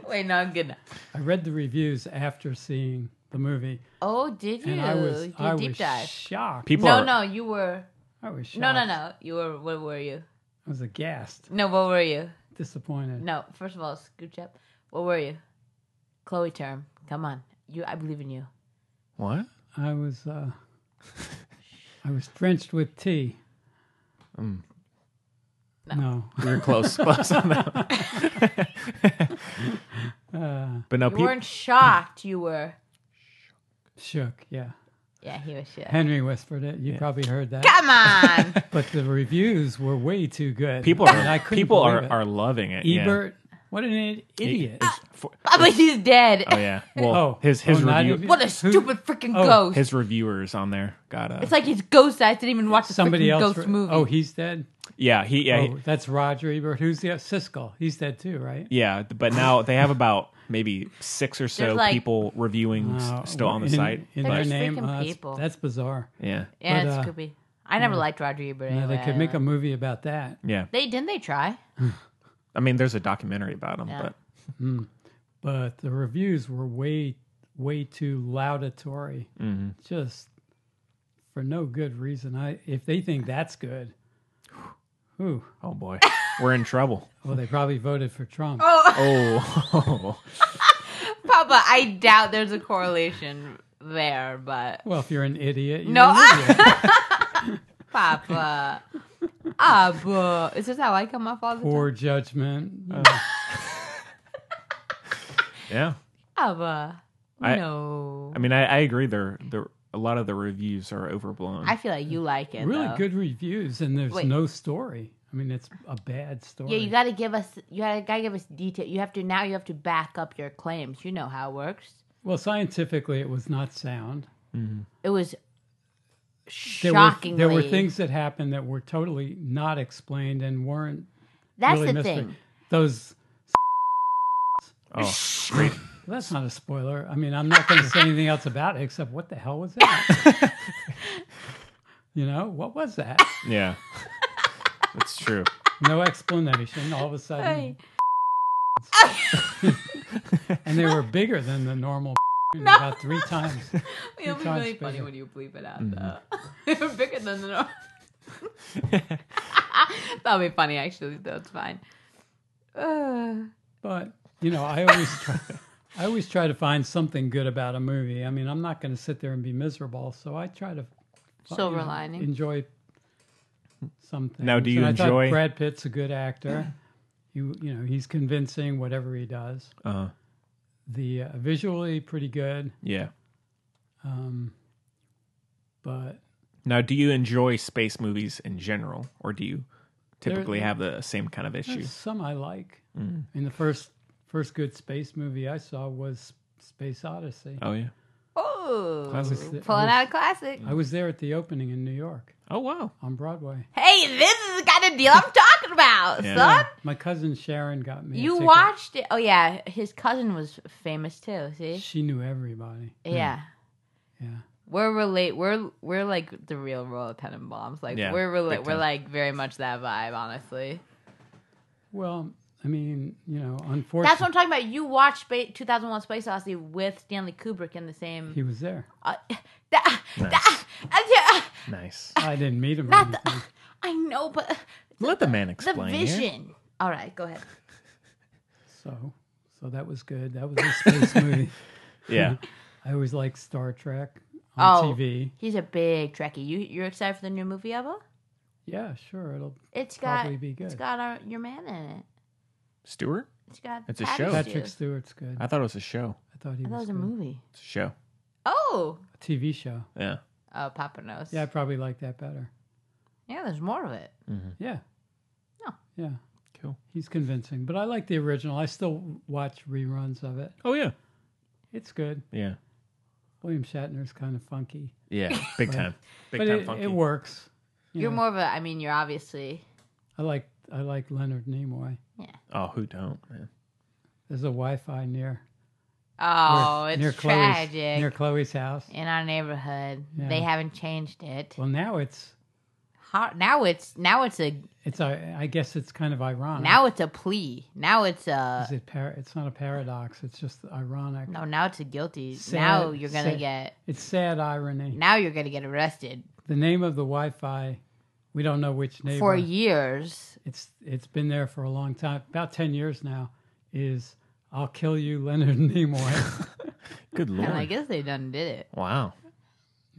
[SPEAKER 2] Wait, no, I'm good. Now.
[SPEAKER 3] I read the reviews after seeing the movie,
[SPEAKER 2] Oh, did you?
[SPEAKER 3] and I was
[SPEAKER 2] you
[SPEAKER 3] I
[SPEAKER 2] deep
[SPEAKER 3] was
[SPEAKER 2] dive.
[SPEAKER 3] shocked.
[SPEAKER 1] People
[SPEAKER 2] no,
[SPEAKER 1] are
[SPEAKER 2] no, you were.
[SPEAKER 3] I was shocked.
[SPEAKER 2] No, no, no. You were. What were you?
[SPEAKER 3] I was aghast,
[SPEAKER 2] No, what were you?
[SPEAKER 3] disappointed.
[SPEAKER 2] No, first of all, scooch up. What were you? Chloe term. Come on, you. I believe in you.
[SPEAKER 1] what?
[SPEAKER 3] I was. Uh, I was drenched with tea.
[SPEAKER 1] Mm.
[SPEAKER 3] no.
[SPEAKER 1] We were close, close on that. one. but no,
[SPEAKER 2] You
[SPEAKER 1] people.
[SPEAKER 2] weren't shocked. You were.
[SPEAKER 3] shook. Yeah.
[SPEAKER 2] Yeah, he was shit.
[SPEAKER 3] Henry whispered it. You probably heard that.
[SPEAKER 2] Come on.
[SPEAKER 3] But the reviews were way too good.
[SPEAKER 1] People
[SPEAKER 3] And
[SPEAKER 1] are
[SPEAKER 3] I couldn't
[SPEAKER 1] people
[SPEAKER 3] believe
[SPEAKER 1] are,
[SPEAKER 3] it.
[SPEAKER 1] are loving it. yeah.
[SPEAKER 3] Ebert. What an i- idiot!
[SPEAKER 1] It's for-
[SPEAKER 2] but he's dead.
[SPEAKER 1] oh yeah. Well,
[SPEAKER 3] Oh,
[SPEAKER 1] his his
[SPEAKER 3] oh, not
[SPEAKER 1] review
[SPEAKER 3] even-
[SPEAKER 2] What a
[SPEAKER 3] Who-
[SPEAKER 2] stupid freaking
[SPEAKER 3] oh,
[SPEAKER 2] ghost.
[SPEAKER 1] his reviewers on there got uh, a
[SPEAKER 2] It's like he's ghost. I didn't even watch the
[SPEAKER 3] Somebody
[SPEAKER 2] freaking
[SPEAKER 3] else.
[SPEAKER 2] ghost
[SPEAKER 3] re-
[SPEAKER 2] movie.
[SPEAKER 3] Oh, he's dead.
[SPEAKER 1] yeah he yeah he-
[SPEAKER 3] Oh, that's Roger Ebert. Who's the Siskel? He's dead too, right?
[SPEAKER 1] yeah. But now they have about maybe six or so
[SPEAKER 2] There's, like-
[SPEAKER 1] people reviewing s-
[SPEAKER 3] Uh,
[SPEAKER 1] still on the
[SPEAKER 3] in-
[SPEAKER 1] site.
[SPEAKER 3] In
[SPEAKER 2] They're
[SPEAKER 3] their
[SPEAKER 2] just
[SPEAKER 3] name,
[SPEAKER 2] freaking
[SPEAKER 3] Uh, that's-
[SPEAKER 2] people.
[SPEAKER 3] That's bizarre.
[SPEAKER 1] yeah,
[SPEAKER 2] yeah,
[SPEAKER 3] but,
[SPEAKER 2] it's
[SPEAKER 3] uh,
[SPEAKER 2] Scooby. I never liked Roger Ebert.
[SPEAKER 3] Yeah,
[SPEAKER 2] anyway.
[SPEAKER 3] they could
[SPEAKER 2] I
[SPEAKER 3] make a
[SPEAKER 2] like-
[SPEAKER 3] movie about that.
[SPEAKER 1] yeah.
[SPEAKER 2] They didn't. They try.
[SPEAKER 1] I mean, there's a documentary about him,
[SPEAKER 2] Yeah.
[SPEAKER 1] but
[SPEAKER 3] But the reviews were way, way too laudatory,
[SPEAKER 1] Mm-hmm.
[SPEAKER 3] just for no good reason. I if they think that's good, Ooh.
[SPEAKER 1] Oh boy, we're in trouble.
[SPEAKER 3] Well, they probably voted for Trump.
[SPEAKER 1] Oh,
[SPEAKER 2] Papa, I doubt there's a correlation there, but
[SPEAKER 3] Well, if you're an idiot, you're
[SPEAKER 2] No.
[SPEAKER 3] an idiot.
[SPEAKER 2] Papa. Ah, boo. Is this how I come off all the time?
[SPEAKER 3] poor judgment.
[SPEAKER 1] Oh, yeah.
[SPEAKER 2] Papa.
[SPEAKER 1] I-
[SPEAKER 2] no.
[SPEAKER 1] I mean, I, I agree. There, there, a lot of the reviews are overblown.
[SPEAKER 2] I feel like you like it.
[SPEAKER 3] really
[SPEAKER 2] though.
[SPEAKER 3] good reviews, and there's
[SPEAKER 2] Wait.
[SPEAKER 3] no story. I mean, it's a bad story.
[SPEAKER 2] Yeah, you got to give us. You gotta, gotta give us detail. You have to now. You have to back up your claims. You know how it works.
[SPEAKER 3] well, scientifically, it was not sound.
[SPEAKER 2] It was
[SPEAKER 3] There
[SPEAKER 2] shockingly.
[SPEAKER 3] were there were things that happened that were totally not explained and weren't
[SPEAKER 2] That's
[SPEAKER 3] really
[SPEAKER 2] the
[SPEAKER 3] mystery.
[SPEAKER 2] thing.
[SPEAKER 3] Those
[SPEAKER 1] oh, great.
[SPEAKER 3] that's not a spoiler. I mean, I'm not going to say anything else about it except what the hell was that? you know, what was that?
[SPEAKER 1] Yeah, that's true.
[SPEAKER 3] No explanation. All of a sudden, and they were bigger than the normal. About three times.
[SPEAKER 2] It'll be
[SPEAKER 3] times
[SPEAKER 2] really funny
[SPEAKER 3] bigger.
[SPEAKER 2] when you bleep it out,
[SPEAKER 3] Mm-hmm.
[SPEAKER 2] though. they were bigger than the normal. That'll be funny, actually. Though it's fine. Uh,
[SPEAKER 3] But you know, I always try. I always try to find something good about a movie. I mean, I'm not going to sit there and be miserable, so I try to
[SPEAKER 2] silver
[SPEAKER 3] you know,
[SPEAKER 2] lining.
[SPEAKER 3] Enjoy something.
[SPEAKER 1] Now, do you
[SPEAKER 3] and I thought
[SPEAKER 1] enjoy-
[SPEAKER 3] Brad Pitt's a good actor. you you know he's convincing whatever he does.
[SPEAKER 1] Uh,
[SPEAKER 3] The uh, visually pretty good,
[SPEAKER 1] yeah.
[SPEAKER 3] um, but
[SPEAKER 1] Now, do you enjoy space movies in general, or do you typically have the same kind of
[SPEAKER 3] there's
[SPEAKER 1] issue?
[SPEAKER 3] some I like.
[SPEAKER 1] Mm.
[SPEAKER 3] And the first first good space movie I saw was Space Odyssey.
[SPEAKER 1] Oh yeah.
[SPEAKER 2] oh,
[SPEAKER 1] Classic.
[SPEAKER 2] pulling out a classic.
[SPEAKER 3] I was there at the opening in New York
[SPEAKER 1] Oh wow.
[SPEAKER 3] on Broadway.
[SPEAKER 2] Hey, this is the kind of deal I'm talking about,
[SPEAKER 1] Yeah.
[SPEAKER 2] son.
[SPEAKER 3] My cousin Sharon got me. a
[SPEAKER 2] You
[SPEAKER 3] ticket.
[SPEAKER 2] watched it. Oh yeah, his cousin was famous too. See,
[SPEAKER 3] She knew everybody.
[SPEAKER 2] yeah.
[SPEAKER 3] Yeah.
[SPEAKER 2] We're relate. We're we're like the real royal tenenbaums. Like
[SPEAKER 1] Yeah,
[SPEAKER 2] we're
[SPEAKER 1] big
[SPEAKER 2] rela- we're
[SPEAKER 1] time.
[SPEAKER 2] like very much that vibe. Honestly,
[SPEAKER 3] Well, I mean, you know, unfortunately,
[SPEAKER 2] that's what I'm talking about. You watched Spa- 2001: Space Odyssey with Stanley Kubrick in the same.
[SPEAKER 3] he was there.
[SPEAKER 2] Uh, that,
[SPEAKER 1] Nice.
[SPEAKER 2] that- that's-
[SPEAKER 1] Nice.
[SPEAKER 3] I didn't meet him. Or
[SPEAKER 2] Not the-
[SPEAKER 3] anything.
[SPEAKER 2] I know, but
[SPEAKER 1] Let the man
[SPEAKER 2] the
[SPEAKER 1] explain. here.
[SPEAKER 2] vision. All right, go ahead.
[SPEAKER 3] So, so that was good. That was a space movie.
[SPEAKER 1] Yeah.
[SPEAKER 3] I always like Star Trek on
[SPEAKER 2] Oh.
[SPEAKER 3] TV.
[SPEAKER 2] He's a big Trekkie. You you're excited for the new movie Eva?
[SPEAKER 3] Yeah, sure. It'll.
[SPEAKER 2] It's got
[SPEAKER 3] Probably be good.
[SPEAKER 2] it's got our, your man in it.
[SPEAKER 1] Stewart.
[SPEAKER 2] It's got
[SPEAKER 1] It's a
[SPEAKER 2] Patrick
[SPEAKER 1] show.
[SPEAKER 3] Patrick
[SPEAKER 2] Stewart.
[SPEAKER 3] Stewart's good.
[SPEAKER 1] I thought it was a show.
[SPEAKER 3] I thought he
[SPEAKER 2] I thought it Oh, was a
[SPEAKER 3] good.
[SPEAKER 2] movie.
[SPEAKER 1] It's a show.
[SPEAKER 2] Oh,
[SPEAKER 3] A TV show.
[SPEAKER 1] Yeah.
[SPEAKER 2] oh, Papa knows.
[SPEAKER 3] Yeah, I probably like that better.
[SPEAKER 2] yeah. There's more of it.
[SPEAKER 3] Yeah.
[SPEAKER 2] No.
[SPEAKER 3] Yeah.
[SPEAKER 1] Cool.
[SPEAKER 3] He's convincing, but I like the original. I still watch reruns of it.
[SPEAKER 1] Oh yeah.
[SPEAKER 3] It's good.
[SPEAKER 1] Yeah.
[SPEAKER 3] William Shatner's kind of funky,
[SPEAKER 1] Yeah. Big time. Big
[SPEAKER 3] but
[SPEAKER 1] time
[SPEAKER 3] it,
[SPEAKER 1] funky.
[SPEAKER 3] it works. you
[SPEAKER 2] You're
[SPEAKER 3] know.
[SPEAKER 2] more of a. I mean, you're obviously.
[SPEAKER 3] I like I like Leonard Nimoy.
[SPEAKER 1] Oh, who don't? Man.
[SPEAKER 3] There's a Wi-Fi near
[SPEAKER 2] Oh,
[SPEAKER 3] near,
[SPEAKER 2] it's
[SPEAKER 3] near
[SPEAKER 2] tragic.
[SPEAKER 3] Chloe's, near Chloe's house.
[SPEAKER 2] In our neighborhood,
[SPEAKER 3] Yeah.
[SPEAKER 2] they haven't changed it.
[SPEAKER 3] Well, now it's
[SPEAKER 2] How, now it's now it's a
[SPEAKER 3] it's I, I guess it's kind of ironic.
[SPEAKER 2] now it's a plea. Now it's a
[SPEAKER 3] is it par- it's not a paradox. It's just ironic.
[SPEAKER 2] no. Now it's a guilty.
[SPEAKER 3] Sad-
[SPEAKER 2] now you're gonna
[SPEAKER 3] sad-
[SPEAKER 2] get.
[SPEAKER 3] It's sad irony.
[SPEAKER 2] Now you're gonna get arrested
[SPEAKER 3] The name of the Wi-Fi, we don't know which neighbor.
[SPEAKER 2] for years.
[SPEAKER 3] It's it's been there for a long time, about ten years now. Is I'll kill you, Leonard Nimoy.
[SPEAKER 1] Good lord.
[SPEAKER 2] And I guess they done did it.
[SPEAKER 1] Wow.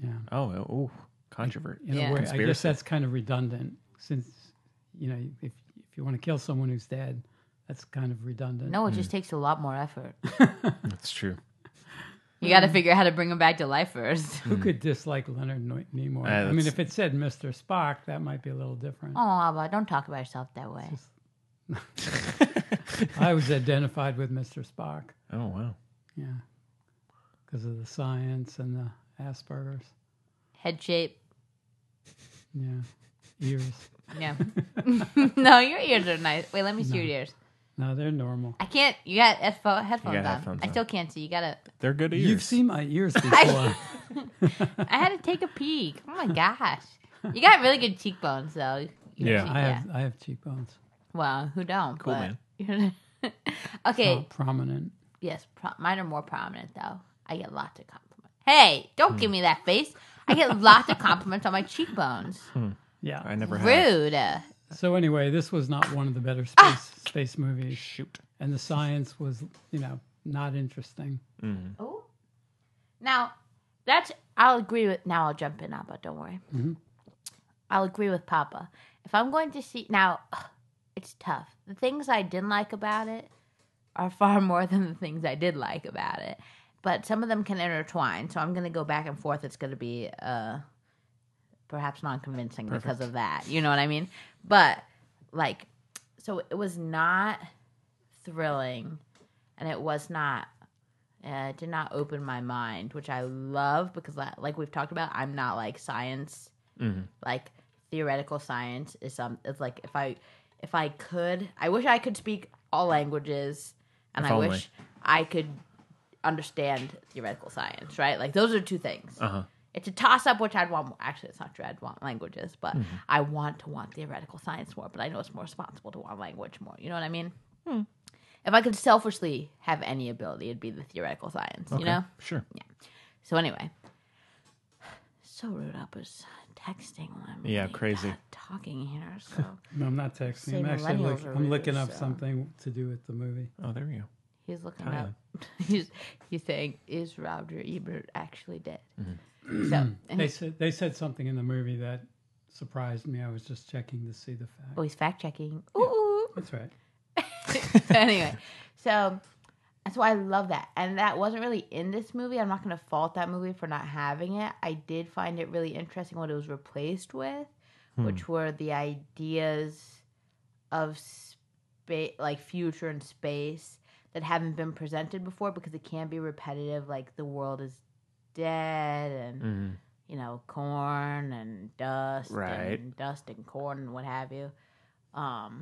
[SPEAKER 3] Yeah.
[SPEAKER 1] Oh. Oh. Controvert.
[SPEAKER 3] In
[SPEAKER 2] Yeah.
[SPEAKER 3] a way, I guess
[SPEAKER 1] Conspiracy.
[SPEAKER 3] that's kind of redundant since you know if if you want to kill someone who's dead, that's kind of redundant.
[SPEAKER 2] No, it just takes a lot more effort.
[SPEAKER 1] That's true.
[SPEAKER 2] You got to figure out how to bring him back to life first.
[SPEAKER 3] Who could dislike Leonard Nimoy? Nimoy? I
[SPEAKER 1] Hmm. Uh, that's-
[SPEAKER 3] mean, if it said Mr. Spock, that might be a little different.
[SPEAKER 2] Oh, Abba, don't talk about yourself that way.
[SPEAKER 3] I was identified with Mr. Spock,
[SPEAKER 1] Oh wow.
[SPEAKER 3] yeah, because of the science and the Asperger's,
[SPEAKER 2] Head shape.
[SPEAKER 3] yeah, ears.
[SPEAKER 2] Yeah. no, your ears are nice. Wait, let me see your ears.
[SPEAKER 3] No, they're normal.
[SPEAKER 2] I can't. You got headphones, headphones on.
[SPEAKER 1] headphones
[SPEAKER 2] I
[SPEAKER 1] on.
[SPEAKER 2] still can't see. You gotta.
[SPEAKER 1] They're good ears.
[SPEAKER 3] You've seen my ears before.
[SPEAKER 2] I had to take a peek. Oh my gosh. You got really good cheekbones though. You
[SPEAKER 1] Yeah.
[SPEAKER 2] see-
[SPEAKER 3] I have I have cheekbones,
[SPEAKER 2] Well, who don't?
[SPEAKER 1] Cool,
[SPEAKER 2] man. okay.
[SPEAKER 3] Pro- prominent.
[SPEAKER 2] Yes, pro- mine are more prominent though. I get lots of compliments. Hey, don't give me that face. I get lots of compliments on my cheekbones.
[SPEAKER 3] Yeah,
[SPEAKER 1] I never have.
[SPEAKER 2] Rude.
[SPEAKER 3] So anyway, this was not one of the better
[SPEAKER 2] Ah!
[SPEAKER 3] space space movies,
[SPEAKER 1] Shoot.
[SPEAKER 3] and the science was, you know, not interesting.
[SPEAKER 2] Oh. Now, that's, I'll agree with, now I'll jump in, Abba, don't worry. I'll agree with Papa. If I'm going to see, now, it's tough. The things I didn't like about it are far more than the things I did like about it. But some of them can intertwine, so I'm going to go back and forth. It's going to be uh, perhaps non convincing because of that. You know what I mean? But, like, so it was not thrilling and it was not uh, did not open my mind, which I love because, li- like we've talked about, I'm not like science.
[SPEAKER 1] Mm-hmm.
[SPEAKER 2] Like theoretical science is um, it's like if I, if I could, I wish I could speak all languages, and
[SPEAKER 1] If
[SPEAKER 2] I
[SPEAKER 1] only.
[SPEAKER 2] wish I could understand theoretical science. Right, like those are two things.
[SPEAKER 1] Uh huh.
[SPEAKER 2] It's a toss up, which I'd want. More. Actually, it's not true. I'd want languages, but
[SPEAKER 1] Hmm.
[SPEAKER 2] I want to want theoretical science more. But I know it's more responsible to want language more. You know what I mean?
[SPEAKER 1] Hmm.
[SPEAKER 2] If I could selfishly have any ability, it'd be the theoretical science. You know.
[SPEAKER 1] Sure.
[SPEAKER 2] So anyway, so rude. I was texting when we
[SPEAKER 1] Yeah, crazy.
[SPEAKER 2] got Talking here, so
[SPEAKER 3] No, I'm not texting.
[SPEAKER 2] Say
[SPEAKER 3] I'm actually
[SPEAKER 2] millennials
[SPEAKER 3] look,
[SPEAKER 2] are
[SPEAKER 3] I'm looking
[SPEAKER 2] rude,
[SPEAKER 3] up
[SPEAKER 2] so.
[SPEAKER 3] something to do with the movie.
[SPEAKER 1] Oh, there you go.
[SPEAKER 2] he's looking
[SPEAKER 1] Kinda.
[SPEAKER 2] up. he's he's saying, "Is Roger Ebert actually dead?"
[SPEAKER 1] Mm-hmm.
[SPEAKER 2] So and
[SPEAKER 3] They
[SPEAKER 2] he's,
[SPEAKER 3] said they said something in the movie that surprised me. I was just checking to see the fact.
[SPEAKER 2] oh, he's fact checking. Ooh.
[SPEAKER 3] That's right.
[SPEAKER 2] anyway, so so I love that, and that wasn't really in this movie. I'm not going to fault that movie for not having it. I did find it really interesting what it was replaced with, which were the ideas of space, like future and space, that haven't been presented before because it can be repetitive. Like the world is dead, and
[SPEAKER 1] Mm.
[SPEAKER 2] you know, corn and dust
[SPEAKER 1] Right.
[SPEAKER 2] and dust and corn and what have you. Um,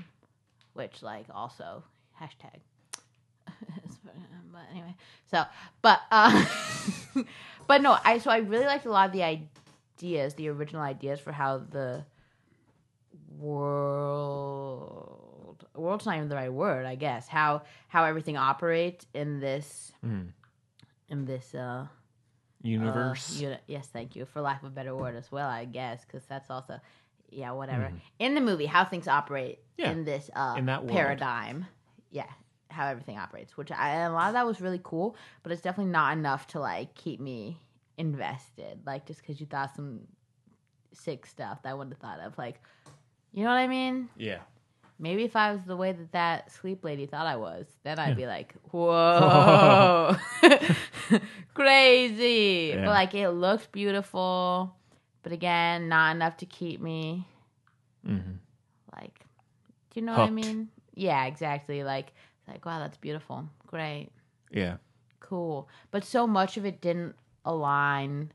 [SPEAKER 2] which like also hashtag. but anyway, so but uh, but no, I so I really liked a lot of the ideas, the original ideas for how the world world's not even the right word, I guess. How how everything operates in this
[SPEAKER 1] Mm.
[SPEAKER 2] in this uh uh,
[SPEAKER 1] Universe.
[SPEAKER 2] uni- yes, thank you. For lack of a better word as well, I guess, because that's also, yeah, whatever. In the movie, how things operate
[SPEAKER 1] Mm-hmm. Yeah.
[SPEAKER 2] in this uh,
[SPEAKER 1] In that world.
[SPEAKER 2] paradigm. Yeah, how everything operates, which I, and a lot of that was really cool, but it's definitely not enough to like keep me invested. Like, just because you thought some sick stuff that I wouldn't have thought of. Like, you know what I mean?
[SPEAKER 1] Yeah.
[SPEAKER 2] Maybe if I was the way that that sleep lady thought I was, then I'd be like, whoa, crazy.
[SPEAKER 1] Yeah.
[SPEAKER 2] But like, it looked beautiful, but again, not enough to keep me
[SPEAKER 1] Mm-hmm.
[SPEAKER 2] like, do you know
[SPEAKER 1] Hooked.
[SPEAKER 2] what I mean? Yeah, exactly. Like, like wow, that's beautiful, great,
[SPEAKER 1] Yeah.
[SPEAKER 2] cool. But so much of it didn't align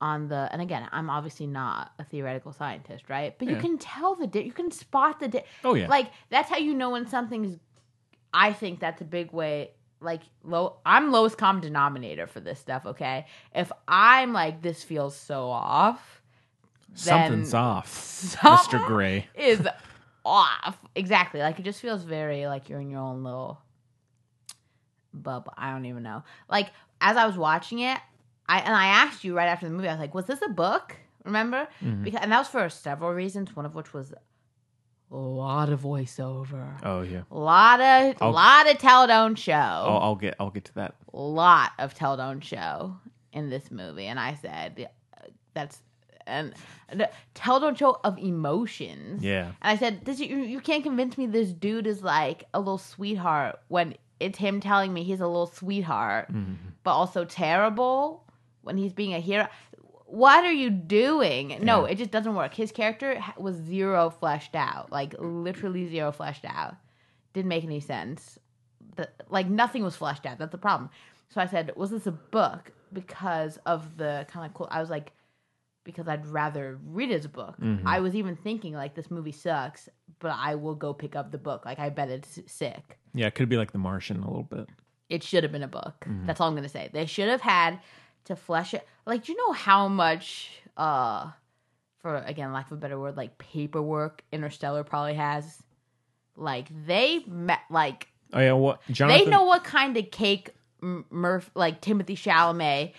[SPEAKER 2] on the and again i'm obviously not a theoretical scientist right but you
[SPEAKER 1] Yeah.
[SPEAKER 2] can tell the di- you can spot the di-
[SPEAKER 1] Oh yeah.
[SPEAKER 2] like that's how you know when something's. I think that's a big way. Like low, I'm lowest common denominator for this stuff. Okay, if I'm like this feels so off,
[SPEAKER 1] Something's off,
[SPEAKER 2] Something
[SPEAKER 1] Mr. Gray.
[SPEAKER 2] is off. Exactly. Like it just feels very like you're in your own little bubble. I don't even know. Like as I was watching it, I and I asked you right after the movie. I was like, "Was this a book?" Remember? Because and that was for several reasons. One of which was a lot of voiceover,
[SPEAKER 1] Oh yeah.
[SPEAKER 2] a lot of
[SPEAKER 1] I'll-
[SPEAKER 2] lot of Teldone show,
[SPEAKER 1] I'll, I'll get. I'll get to that.
[SPEAKER 2] lot of Teldone show in this movie, and I said, "That's." And the Teldone show of emotions.
[SPEAKER 1] Yeah.
[SPEAKER 2] And I said, "This you, you can't convince me this dude is like a little sweetheart when it's him telling me he's a little sweetheart, but also terrible when he's being a hero. What are you doing? No, it just doesn't work. His character ha- was zero fleshed out, like literally zero fleshed out. Didn't make any sense. The, like nothing was fleshed out. That's the problem. So I said, was this a book? Because of the kind of cool. I was like, because I'd rather read his book.
[SPEAKER 1] Mm-hmm.
[SPEAKER 2] I was even thinking like this movie sucks, but I will go pick up the book. Like I bet it's sick.
[SPEAKER 1] Yeah. It could be like The Martian a little bit.
[SPEAKER 2] It should have been a book.
[SPEAKER 1] Mm-hmm.
[SPEAKER 2] That's all I'm gonna say. They should have had to flesh it. Like, do you know how much, uh, for again, lack of a better word, like paperwork Interstellar probably has. Like they met, like
[SPEAKER 1] Oh yeah. What Jonathan?
[SPEAKER 2] they know what kind of cake M- Murph, like Timothy Chalamet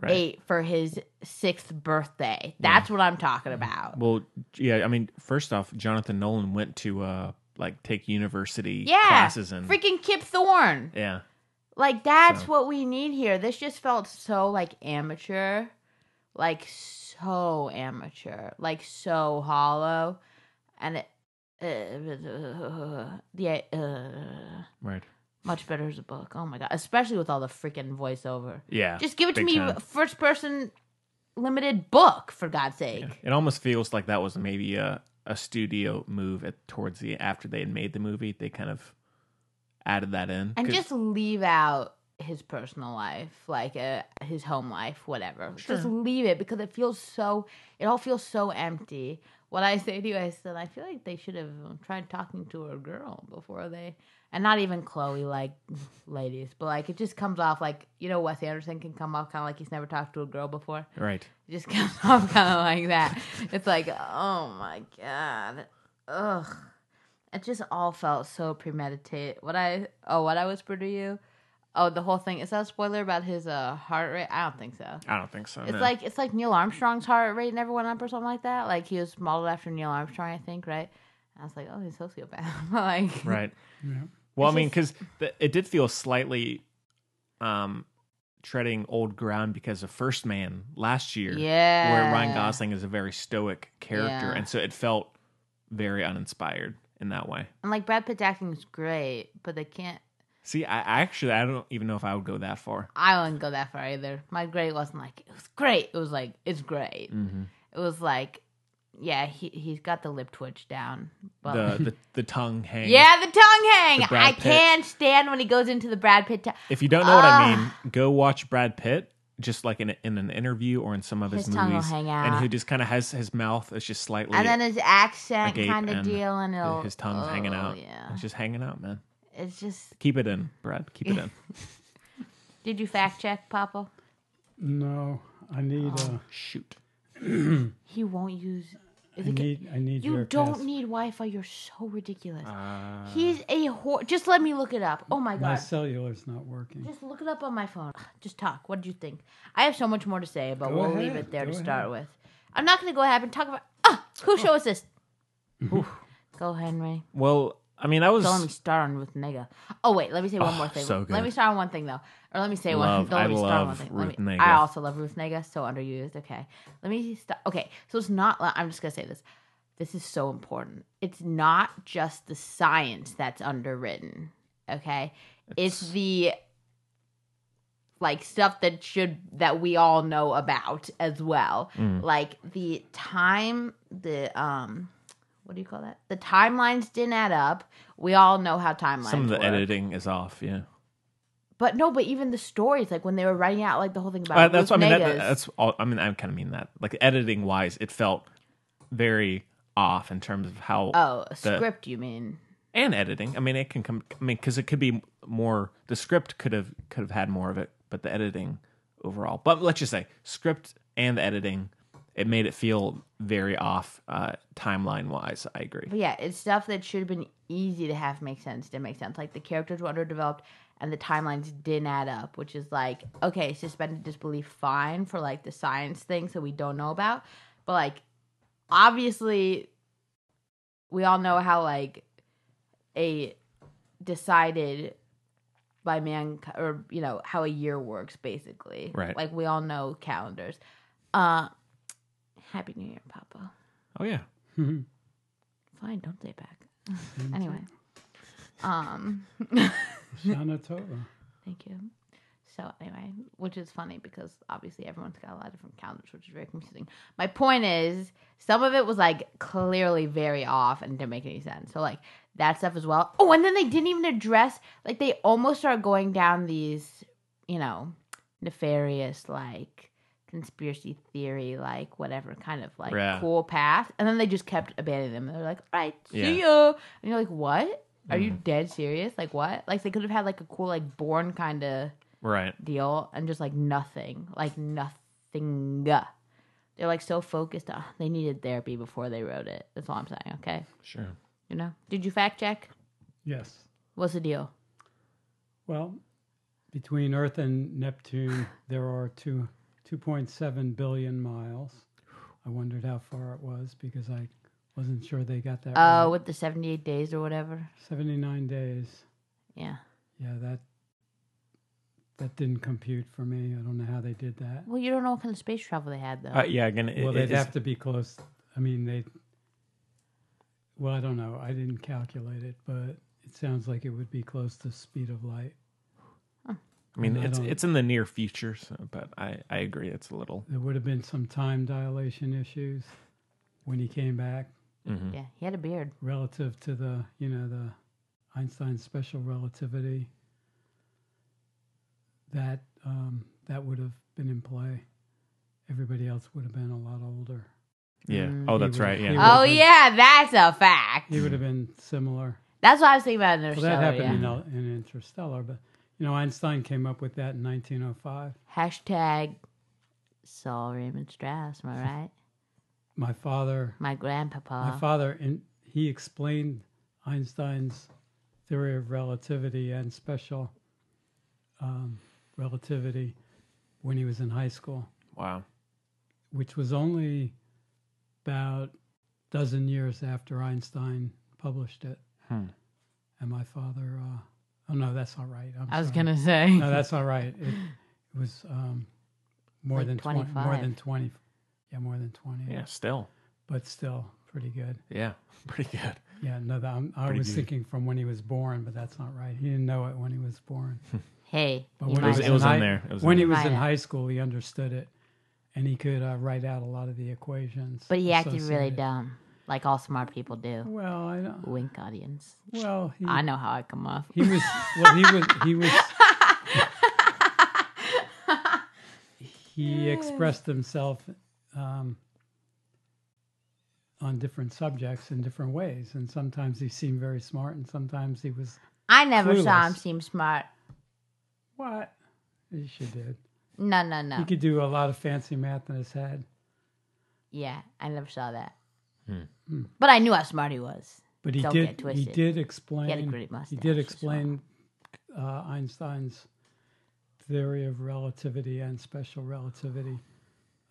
[SPEAKER 1] Right.
[SPEAKER 2] ate for his sixth birthday. That's what I'm talking about.
[SPEAKER 1] Well, yeah. I mean, first off, Jonathan Nolan went to uh like take university
[SPEAKER 2] Yeah,
[SPEAKER 1] classes and
[SPEAKER 2] freaking Kip Thorne.
[SPEAKER 1] yeah.
[SPEAKER 2] Like that's
[SPEAKER 1] So-
[SPEAKER 2] what we need here. This just felt so like amateur, like so amateur, like so hollow, and it. Uh, yeah, uh,
[SPEAKER 1] Right.
[SPEAKER 2] much better as a book. Oh my god, especially with all the freaking voiceover.
[SPEAKER 1] Yeah.
[SPEAKER 2] Just give it to
[SPEAKER 1] big
[SPEAKER 2] me,
[SPEAKER 1] time.
[SPEAKER 2] first person, limited book for God's sake.
[SPEAKER 1] Yeah. It almost feels like that was maybe a a studio move at towards the after they had made the movie. They kind of added that in
[SPEAKER 2] and
[SPEAKER 1] Mm-hmm. 'Cause-
[SPEAKER 2] just leave out his personal life like uh, his home life whatever just leave it because it feels so it all feels so empty what i say to you i said i feel like they should have tried talking to a girl before they and not even chloe like ladies but like it just comes off like you know wes anderson can come off kind of like he's never talked to a girl before
[SPEAKER 1] right.
[SPEAKER 2] it just comes off kind of like that. It's like, oh my god, ugh. It just all felt so premeditated. What I oh, what I whispered to you. Oh, the whole thing is that a spoiler about his uh heart rate? I don't think so.
[SPEAKER 1] I don't think so.
[SPEAKER 2] It's
[SPEAKER 1] no.
[SPEAKER 2] like it's like Neil Armstrong's heart rate never went up or something like that. Like he was modeled after Neil Armstrong, I think, right? And I was like, oh, he's a sociopath. like,
[SPEAKER 1] right.
[SPEAKER 3] Yeah.
[SPEAKER 1] Well, I
[SPEAKER 2] It's
[SPEAKER 1] mean, because it did feel slightly um treading old ground because of First Man last year, where Ryan
[SPEAKER 2] Yeah.
[SPEAKER 1] Gosling is a very stoic character,
[SPEAKER 2] Yeah.
[SPEAKER 1] and so it felt very uninspired in that way.
[SPEAKER 2] and like Brad Pitt's acting is great, but they can't.
[SPEAKER 1] See, I I actually I don't even know if I would go that far.
[SPEAKER 2] I wouldn't go that far either. My grade wasn't like it was great. It was like it's great.
[SPEAKER 1] Mm-hmm.
[SPEAKER 2] it was like, yeah, he he's got the lip twitch down. But
[SPEAKER 1] The, the the tongue hang.
[SPEAKER 2] yeah, the tongue hang.
[SPEAKER 1] The Brad
[SPEAKER 2] I
[SPEAKER 1] Pitt.
[SPEAKER 2] can't stand when he goes into the Brad Pitt. T-
[SPEAKER 1] If you don't know what I
[SPEAKER 2] Ah.
[SPEAKER 1] mean, go watch Brad Pitt just like in, a, in an interview or in some of his,
[SPEAKER 2] His tongue will
[SPEAKER 1] movies,
[SPEAKER 2] hang
[SPEAKER 1] and
[SPEAKER 2] out.
[SPEAKER 1] who just kind of has his mouth is just slightly
[SPEAKER 2] and then his accent
[SPEAKER 1] agape
[SPEAKER 2] kind of
[SPEAKER 1] and
[SPEAKER 2] deal, and it'll,
[SPEAKER 1] his tongue's hanging
[SPEAKER 2] oh,
[SPEAKER 1] out.
[SPEAKER 2] Yeah,
[SPEAKER 1] It's just hanging out, man.
[SPEAKER 2] it's just.
[SPEAKER 1] Keep it in, Brad. Keep it in.
[SPEAKER 2] Did you fact check, Papa?
[SPEAKER 3] No, I need uh,
[SPEAKER 1] Shoot.
[SPEAKER 2] He won't use. Is
[SPEAKER 3] I
[SPEAKER 2] it,
[SPEAKER 3] need I need
[SPEAKER 2] you
[SPEAKER 3] your
[SPEAKER 2] don't
[SPEAKER 3] pass-
[SPEAKER 2] need Wi-Fi. You're so ridiculous.
[SPEAKER 1] Uh,
[SPEAKER 2] He's a whore. Just let me look it up. Oh my
[SPEAKER 3] my
[SPEAKER 2] god.
[SPEAKER 3] cellular's not working.
[SPEAKER 2] Just look it up on my phone. Just talk. What do you think? I have so much more to say, but
[SPEAKER 3] Go
[SPEAKER 2] we'll leave
[SPEAKER 3] ahead.
[SPEAKER 2] it there
[SPEAKER 3] Go
[SPEAKER 2] to start with. I'm not going to go ahead and talk about. Ah, whose
[SPEAKER 1] Oh.
[SPEAKER 2] show is this? go, Henry.
[SPEAKER 1] Well, I mean, that was
[SPEAKER 2] Don't let me start on with nigga. Oh wait, let me say one
[SPEAKER 1] Oh,
[SPEAKER 2] more thing.
[SPEAKER 1] so
[SPEAKER 2] Let me
[SPEAKER 1] good.
[SPEAKER 2] start on one thing though, or let me say one.
[SPEAKER 1] Love-
[SPEAKER 2] Don't let
[SPEAKER 1] I
[SPEAKER 2] me start on one
[SPEAKER 1] love
[SPEAKER 2] thing.
[SPEAKER 1] Ruth
[SPEAKER 2] let me,
[SPEAKER 1] Negga.
[SPEAKER 2] I also love Ruth Nega. So underused. Okay, let me stop. Okay, so it's not. I'm just gonna say this. This is so important. It's not just the science that's underwritten. Okay, it's the like stuff that should that we all know about as well
[SPEAKER 1] Mm.
[SPEAKER 2] like the time the um what do you call that the timelines didn't add up we all know how timelines
[SPEAKER 1] some of the
[SPEAKER 2] work.
[SPEAKER 1] editing is off. Yeah,
[SPEAKER 2] but no but even the stories like when they were writing out like the whole thing about
[SPEAKER 1] Uh, that's. I
[SPEAKER 2] Ruth
[SPEAKER 1] mean, that,
[SPEAKER 2] Negga's-
[SPEAKER 1] that's all. I mean, I kind of mean that. Like editing wise, it felt very off in terms of how
[SPEAKER 2] oh a
[SPEAKER 1] the-
[SPEAKER 2] script you mean
[SPEAKER 1] and editing. I mean, it can come. I mean, because it could be more. The script could have could have had more of it, but the editing overall. But let's just say script and the editing, it made it feel very off uh, timeline wise. I agree.
[SPEAKER 2] But yeah, it's stuff that should have been easy to have make sense didn't make sense. Like the characters were underdeveloped and the timelines didn't add up, which is like, okay, suspended disbelief fine for like the science things that we don't know about. But like obviously we all know how like a decided by man or you know how a year works basically
[SPEAKER 1] Right.
[SPEAKER 2] like we all know calendars uh happy new year papa
[SPEAKER 1] Oh yeah.
[SPEAKER 2] Fine, don't say it back. anyway. Um
[SPEAKER 3] Shana Tova.
[SPEAKER 2] thank you. So anyway, which is funny because obviously everyone's got a lot of different calendars, which is very confusing. My point is some of it was like clearly very off and didn't make any sense. So like that stuff as well. Oh, and then they didn't even address like they almost are going down these, you know, nefarious like conspiracy theory, like whatever kind of like
[SPEAKER 1] Yeah.
[SPEAKER 2] cool path. And then they just kept abandoning them. They're like, All right,
[SPEAKER 1] Yeah.
[SPEAKER 2] see you. And you're like, What? Are you
[SPEAKER 3] Mm.
[SPEAKER 2] dead serious? Like what? Like they could have had like a cool like born kind of
[SPEAKER 1] Right.
[SPEAKER 2] deal and just like nothing, like nothing. They're like so focused on they needed therapy before they wrote it. That's all I'm saying. Okay,
[SPEAKER 1] Sure.
[SPEAKER 2] you know. Did you fact check?
[SPEAKER 3] Yes.
[SPEAKER 2] What's the deal?
[SPEAKER 3] Well, between Earth and Neptune, there are two 2.7 billion miles. I wondered how far it was because I wasn't sure they got that
[SPEAKER 2] Oh,
[SPEAKER 3] right.
[SPEAKER 2] with the 78 days or whatever.
[SPEAKER 3] 79 days.
[SPEAKER 2] Yeah.
[SPEAKER 3] Yeah, that that didn't compute for me. I don't know how they did that.
[SPEAKER 2] Well, you don't know what kind of space travel they had, though.
[SPEAKER 1] Uh, yeah, again, it,
[SPEAKER 3] Well,
[SPEAKER 1] it-
[SPEAKER 3] they'd
[SPEAKER 1] it's-
[SPEAKER 3] have to be close. I mean, they. Well, I don't know. I didn't calculate it, but it sounds like it would be close to speed of light.
[SPEAKER 1] I mean,
[SPEAKER 3] I
[SPEAKER 1] it's
[SPEAKER 3] don't-
[SPEAKER 1] it's in the near future, so, but I I agree, it's a little.
[SPEAKER 3] There would have been some time dilation issues when he came back
[SPEAKER 2] yeah, he had a beard.
[SPEAKER 3] relative to the, you know, the Einstein special relativity. That um, that would have been in play. Everybody else would have been a lot older.
[SPEAKER 1] Yeah. oh, that's
[SPEAKER 3] would-
[SPEAKER 1] right.
[SPEAKER 3] he
[SPEAKER 1] Yeah.
[SPEAKER 3] would-
[SPEAKER 2] Oh,
[SPEAKER 3] was-
[SPEAKER 2] yeah, that's a fact.
[SPEAKER 3] He would have been similar.
[SPEAKER 2] That's what I was thinking about
[SPEAKER 3] Well,
[SPEAKER 2] Interstellar.
[SPEAKER 3] that happened
[SPEAKER 2] yeah.
[SPEAKER 3] in, El- in Interstellar, but you know Einstein came up with that in 1905.
[SPEAKER 2] Hashtag Saul Raymond Strauss, am I right?
[SPEAKER 3] My father,
[SPEAKER 2] My grandpapa.
[SPEAKER 3] my father, in, he explained Einstein's theory of relativity and special um, relativity when he was in high school,
[SPEAKER 1] Wow.
[SPEAKER 3] which was only about dozen years after Einstein published it.
[SPEAKER 2] Hmm.
[SPEAKER 3] And my father, uh, oh no, that's not right. I'm
[SPEAKER 2] I was
[SPEAKER 3] sorry.
[SPEAKER 2] going to say.
[SPEAKER 3] No, that's all right. It, it was um, more
[SPEAKER 2] Like
[SPEAKER 3] than 20, more
[SPEAKER 2] 25.
[SPEAKER 3] than 20. Yeah, more than 20.
[SPEAKER 1] Yeah. Still.
[SPEAKER 3] But still pretty good.
[SPEAKER 1] Yeah. Pretty good.
[SPEAKER 3] Yeah, no, that, I'm, I
[SPEAKER 1] Pretty
[SPEAKER 3] was
[SPEAKER 1] good.
[SPEAKER 3] thinking from when he was born, but that's not right. He didn't know it when he was born.
[SPEAKER 2] hey.
[SPEAKER 3] But
[SPEAKER 2] you
[SPEAKER 3] when
[SPEAKER 2] might-
[SPEAKER 3] he
[SPEAKER 1] was- it was
[SPEAKER 3] in
[SPEAKER 1] in
[SPEAKER 3] high-
[SPEAKER 1] there. It was
[SPEAKER 3] when
[SPEAKER 1] in
[SPEAKER 3] he
[SPEAKER 2] there.
[SPEAKER 3] was in
[SPEAKER 2] Right.
[SPEAKER 3] high school, he understood it and he could uh, write out a lot of the equations.
[SPEAKER 2] but he acted really
[SPEAKER 3] associated.
[SPEAKER 2] dumb, like all smart people do.
[SPEAKER 3] Well, I don't.
[SPEAKER 2] Wink audience.
[SPEAKER 3] Well, he,
[SPEAKER 2] I know how I come off.
[SPEAKER 3] he was. Well, he was. He was. he expressed himself um, on different subjects in different ways, and sometimes he seemed very smart, and sometimes he was
[SPEAKER 2] I never saw
[SPEAKER 3] clueless.
[SPEAKER 2] him seem smart.
[SPEAKER 3] what? He sure did.
[SPEAKER 2] No, no, no.
[SPEAKER 3] He could do a lot of fancy math in his head,
[SPEAKER 2] Yeah, I never saw that.
[SPEAKER 3] Hmm.
[SPEAKER 2] But I knew how smart he was.
[SPEAKER 3] but he
[SPEAKER 2] Don't get
[SPEAKER 3] did. He
[SPEAKER 2] twisted.
[SPEAKER 3] did explain.
[SPEAKER 2] He had a great mustache
[SPEAKER 3] he
[SPEAKER 2] as
[SPEAKER 3] did
[SPEAKER 2] well.
[SPEAKER 3] explain uh, Einstein's theory of relativity and special relativity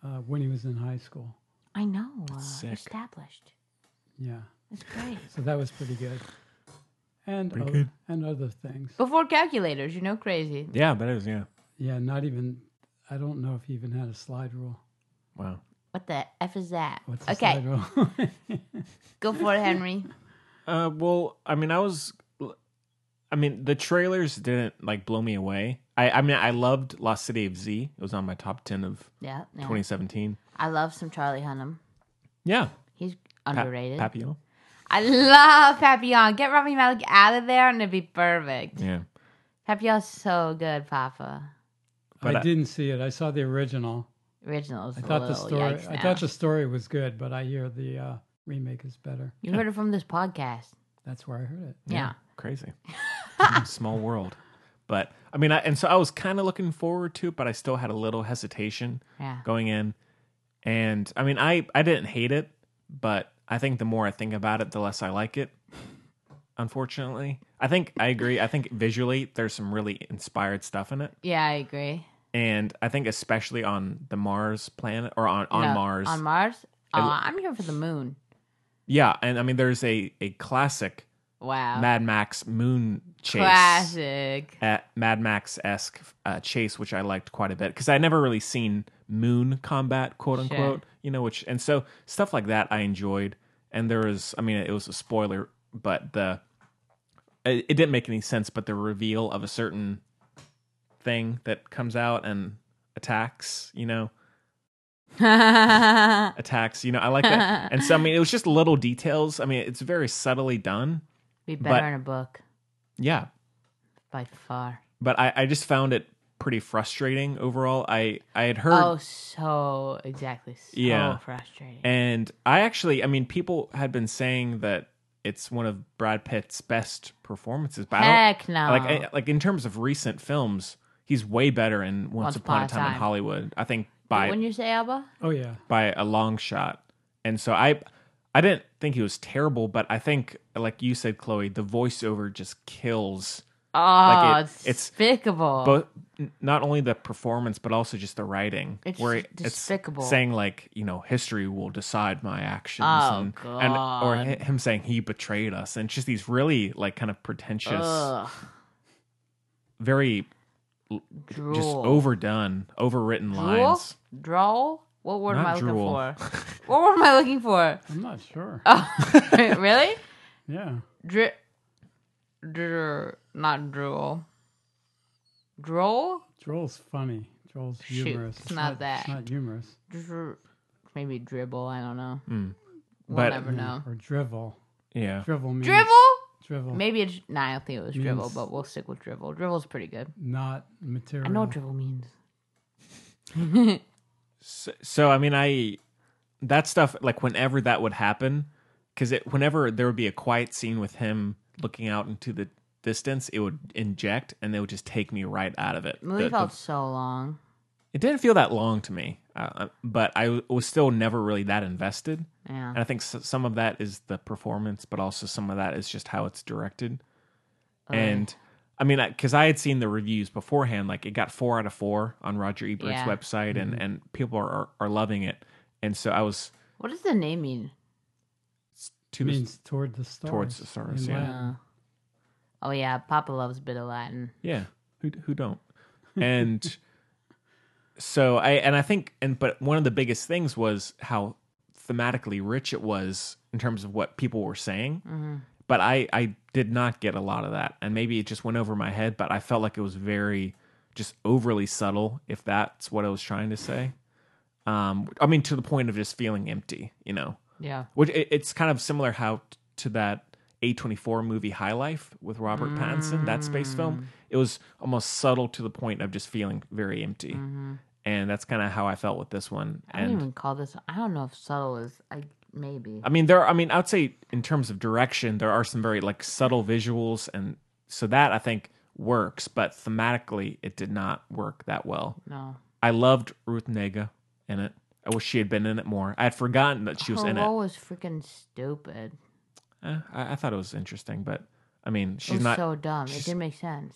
[SPEAKER 3] uh, when he was in high school.
[SPEAKER 2] I know. Uh,
[SPEAKER 1] sick.
[SPEAKER 2] Established.
[SPEAKER 3] Yeah.
[SPEAKER 2] That's great.
[SPEAKER 3] So that was pretty good. And o-
[SPEAKER 1] good.
[SPEAKER 3] and other things.
[SPEAKER 2] Before calculators, you know, crazy.
[SPEAKER 1] Yeah, but it was yeah.
[SPEAKER 3] Yeah, not even I don't know if he even had a slide rule.
[SPEAKER 1] Wow.
[SPEAKER 2] What the F is that?
[SPEAKER 3] What's a
[SPEAKER 2] okay,
[SPEAKER 3] slide rule?
[SPEAKER 2] go for it, Henry.
[SPEAKER 1] Uh, well, I mean, I was, I mean, the trailers didn't like blow me away. I, I mean, I loved Lost City of Z. It was on my top ten of
[SPEAKER 2] Yeah. yeah.
[SPEAKER 1] 2017.
[SPEAKER 2] I love some Charlie Hunnam.
[SPEAKER 1] Yeah.
[SPEAKER 2] He's
[SPEAKER 1] Pa-
[SPEAKER 2] underrated.
[SPEAKER 1] Papillon.
[SPEAKER 2] I love Papillon. Get Rami Malek out of there and it'd be perfect.
[SPEAKER 1] Yeah.
[SPEAKER 2] Papillon's so good, Papa.
[SPEAKER 1] But
[SPEAKER 3] I
[SPEAKER 1] I-
[SPEAKER 3] didn't see it. I saw the original.
[SPEAKER 2] Original is
[SPEAKER 3] I thought
[SPEAKER 2] a
[SPEAKER 3] the
[SPEAKER 2] little
[SPEAKER 3] story
[SPEAKER 2] Oh, yikes
[SPEAKER 3] I
[SPEAKER 2] now.
[SPEAKER 3] thought the story was good, but I hear the uh, remake is better.
[SPEAKER 2] You heard it from this podcast.
[SPEAKER 3] That's where I heard it.
[SPEAKER 2] Yeah.
[SPEAKER 1] Crazy. Mm, Small world. But I mean, I, and so I was kind of looking forward to it, but I still had a little hesitation
[SPEAKER 2] Yeah.
[SPEAKER 1] going in. And I mean, I, I didn't hate it, but I think the more I think about it, the less I like it. Unfortunately, I think I agree. I think visually, there's some really inspired stuff in it,
[SPEAKER 2] Yeah, I agree.
[SPEAKER 1] and I think especially on the Mars planet or on on
[SPEAKER 2] No,
[SPEAKER 1] Mars,
[SPEAKER 2] On Mars? Oh, I'm here for the moon.
[SPEAKER 1] yeah. And I mean, there's a a classic
[SPEAKER 2] Wow.
[SPEAKER 1] Mad Max moon chase.
[SPEAKER 2] Classic.
[SPEAKER 1] at Mad Max esque uh, chase, which I liked quite a bit because I never really seen moon combat, quote unquote. You know, which and so stuff like that I enjoyed. And there was, I mean, it was a spoiler, but the it, it didn't make any sense. But the reveal of a certain thing that comes out and attacks, you know, attacks. You know, I like that. and so I mean, it was just little details. I mean, it's very subtly done.
[SPEAKER 2] be better
[SPEAKER 1] But-
[SPEAKER 2] in a book
[SPEAKER 1] Yeah,
[SPEAKER 2] by far.
[SPEAKER 1] but I, I just found it pretty frustrating overall. I I had heard
[SPEAKER 2] Oh, so exactly. So
[SPEAKER 1] Yeah.
[SPEAKER 2] frustrating.
[SPEAKER 1] And I actually, I mean, people had been saying that it's one of Brad Pitt's best performances. But
[SPEAKER 2] Heck
[SPEAKER 1] I
[SPEAKER 2] no.
[SPEAKER 1] don't, Like, I, like in terms of recent films, he's way better in Once, Upon a Time, in Hollywood. I think by
[SPEAKER 2] when you say Abba,
[SPEAKER 3] Oh yeah.
[SPEAKER 1] by a long shot. And so I, I didn't think he was terrible, but I think, like you said, Chloe, the voiceover just kills.
[SPEAKER 2] oh,
[SPEAKER 1] Like, it-
[SPEAKER 2] it's,
[SPEAKER 1] it's
[SPEAKER 2] despicable.
[SPEAKER 1] Both n- not only the performance but also just the writing
[SPEAKER 2] Oh. It's
[SPEAKER 1] where
[SPEAKER 2] just despicable.
[SPEAKER 1] saying like you know history will decide my actions
[SPEAKER 2] Oh,
[SPEAKER 1] and, and or hi- him saying he betrayed us and just these really like kind of pretentious
[SPEAKER 2] Ugh,
[SPEAKER 1] very
[SPEAKER 2] drool.
[SPEAKER 1] just overdone overwritten
[SPEAKER 2] drool?
[SPEAKER 1] lines
[SPEAKER 2] Droll? What word am
[SPEAKER 1] Not
[SPEAKER 2] I looking
[SPEAKER 1] drool.
[SPEAKER 2] for? what word am I looking for?
[SPEAKER 3] I'm not sure.
[SPEAKER 2] Oh, really?
[SPEAKER 3] Yeah.
[SPEAKER 2] Dri- dr- not drool. Droll?
[SPEAKER 3] Droll's funny. Droll's
[SPEAKER 2] Shoot,
[SPEAKER 3] humorous.
[SPEAKER 2] it's not that.
[SPEAKER 3] It's not humorous.
[SPEAKER 2] Dr- maybe dribble. I don't know. We'll
[SPEAKER 1] Hmm. But-
[SPEAKER 2] never
[SPEAKER 3] Yeah,
[SPEAKER 2] know.
[SPEAKER 3] Or drivel.
[SPEAKER 1] yeah
[SPEAKER 3] Drivel means
[SPEAKER 2] Dribble?
[SPEAKER 3] drivel,
[SPEAKER 2] Maybe it's. Nah, I don't think it was dribble,
[SPEAKER 3] Means-
[SPEAKER 2] but we'll stick with dribble. Dribble's pretty good.
[SPEAKER 3] not material.
[SPEAKER 2] I know what dribble means.
[SPEAKER 1] So, so I mean, I that stuff like whenever that would happen, because it whenever there would be a quiet scene with him looking out into the distance, it would inject and they would just take me right out of it.
[SPEAKER 2] The movie
[SPEAKER 1] The- the-
[SPEAKER 2] felt so long.
[SPEAKER 1] it didn't feel that long to me, uh, but I w- was still never really that invested.
[SPEAKER 2] Yeah.
[SPEAKER 1] And I think s- some of that is the performance, but also some of that is just how it's directed. And I mean, because I, had seen the reviews beforehand, like it got four out of four on Roger Ebert's
[SPEAKER 2] Yeah.
[SPEAKER 1] website, and and people are, are are loving it. And so I was
[SPEAKER 2] What does the name mean?
[SPEAKER 1] too
[SPEAKER 3] means toward the stars.
[SPEAKER 1] Towards the stars,
[SPEAKER 3] in
[SPEAKER 1] yeah.
[SPEAKER 3] Latin.
[SPEAKER 2] Oh yeah, Papa loves a bit of Latin.
[SPEAKER 1] yeah who who don't and so I and I think and but one of the biggest things was how thematically rich it was in terms of what people were saying. But I I did not get a lot of that, and maybe it just went over my head. But I felt like it was very just overly subtle, if that's what I was trying to say. Um, I mean, to the point of just feeling empty, you know.
[SPEAKER 2] Yeah.
[SPEAKER 1] Which it, it's kind of similar how t- to that A24 movie High Life with Robert Pattinson, that space
[SPEAKER 2] Mm.
[SPEAKER 1] film. It was almost subtle to the point of just feeling very empty. And that's kind of how I felt with this one.
[SPEAKER 2] Mm-hmm. I don't
[SPEAKER 1] and
[SPEAKER 2] even call this. I don't know if subtle is. I maybe.
[SPEAKER 1] I mean, there. I mean, I would say in terms of direction, there are some very like subtle visuals, and so that I think works. But thematically, it did not work that well.
[SPEAKER 2] No.
[SPEAKER 1] I loved Ruth Nega in it. I wish she had been in it more. I had forgotten that she was
[SPEAKER 2] Her
[SPEAKER 1] in it.
[SPEAKER 2] role was freaking stupid.
[SPEAKER 1] Eh, I, I thought it was interesting, but I mean,
[SPEAKER 2] it
[SPEAKER 1] she's
[SPEAKER 2] was
[SPEAKER 1] not.
[SPEAKER 2] so dumb. It
[SPEAKER 1] she's-
[SPEAKER 2] didn't make sense.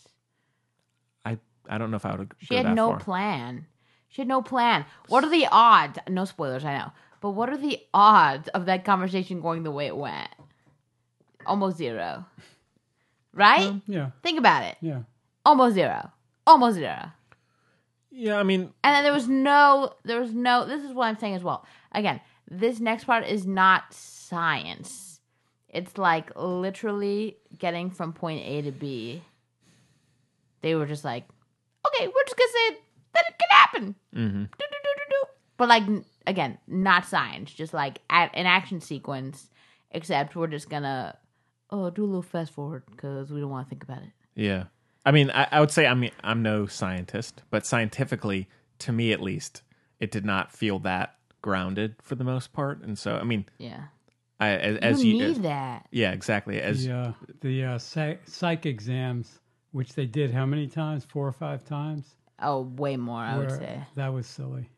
[SPEAKER 1] I I don't know if I would.
[SPEAKER 2] She had no plan. She had no plan. What are the odds? No spoilers, I know. But what are the odds of that conversation going the way it went? Almost zero. Right?
[SPEAKER 1] Hmm.
[SPEAKER 3] Yeah.
[SPEAKER 2] Think about it.
[SPEAKER 3] Yeah.
[SPEAKER 2] Almost zero. Almost zero.
[SPEAKER 1] Yeah, I mean,
[SPEAKER 2] And then there was no, there was no, this is what I'm saying as well. Again, this next part is not science. It's like literally getting from point A to B. They were just like, okay, we're just going to say that it can happen.
[SPEAKER 1] Mm-hmm.
[SPEAKER 2] Do-do-do-do-do. But like, n- again, not science, just like at an action sequence, except we're just going to, oh, do a little fast forward because we don't want to think about it.
[SPEAKER 1] yeah, I mean, I, I would say I'm I'm no scientist, but scientifically, to me at least, it did not feel that grounded for the most part. And so, I mean,
[SPEAKER 2] Yeah.
[SPEAKER 1] I as,
[SPEAKER 2] You
[SPEAKER 1] as
[SPEAKER 2] need
[SPEAKER 1] as-
[SPEAKER 2] that.
[SPEAKER 1] yeah, exactly. As
[SPEAKER 3] The uh, the uh, psych, psych exams, which they did how many times? Four or five times.
[SPEAKER 2] Oh, way more, I would
[SPEAKER 3] Where-
[SPEAKER 2] say.
[SPEAKER 3] That was silly.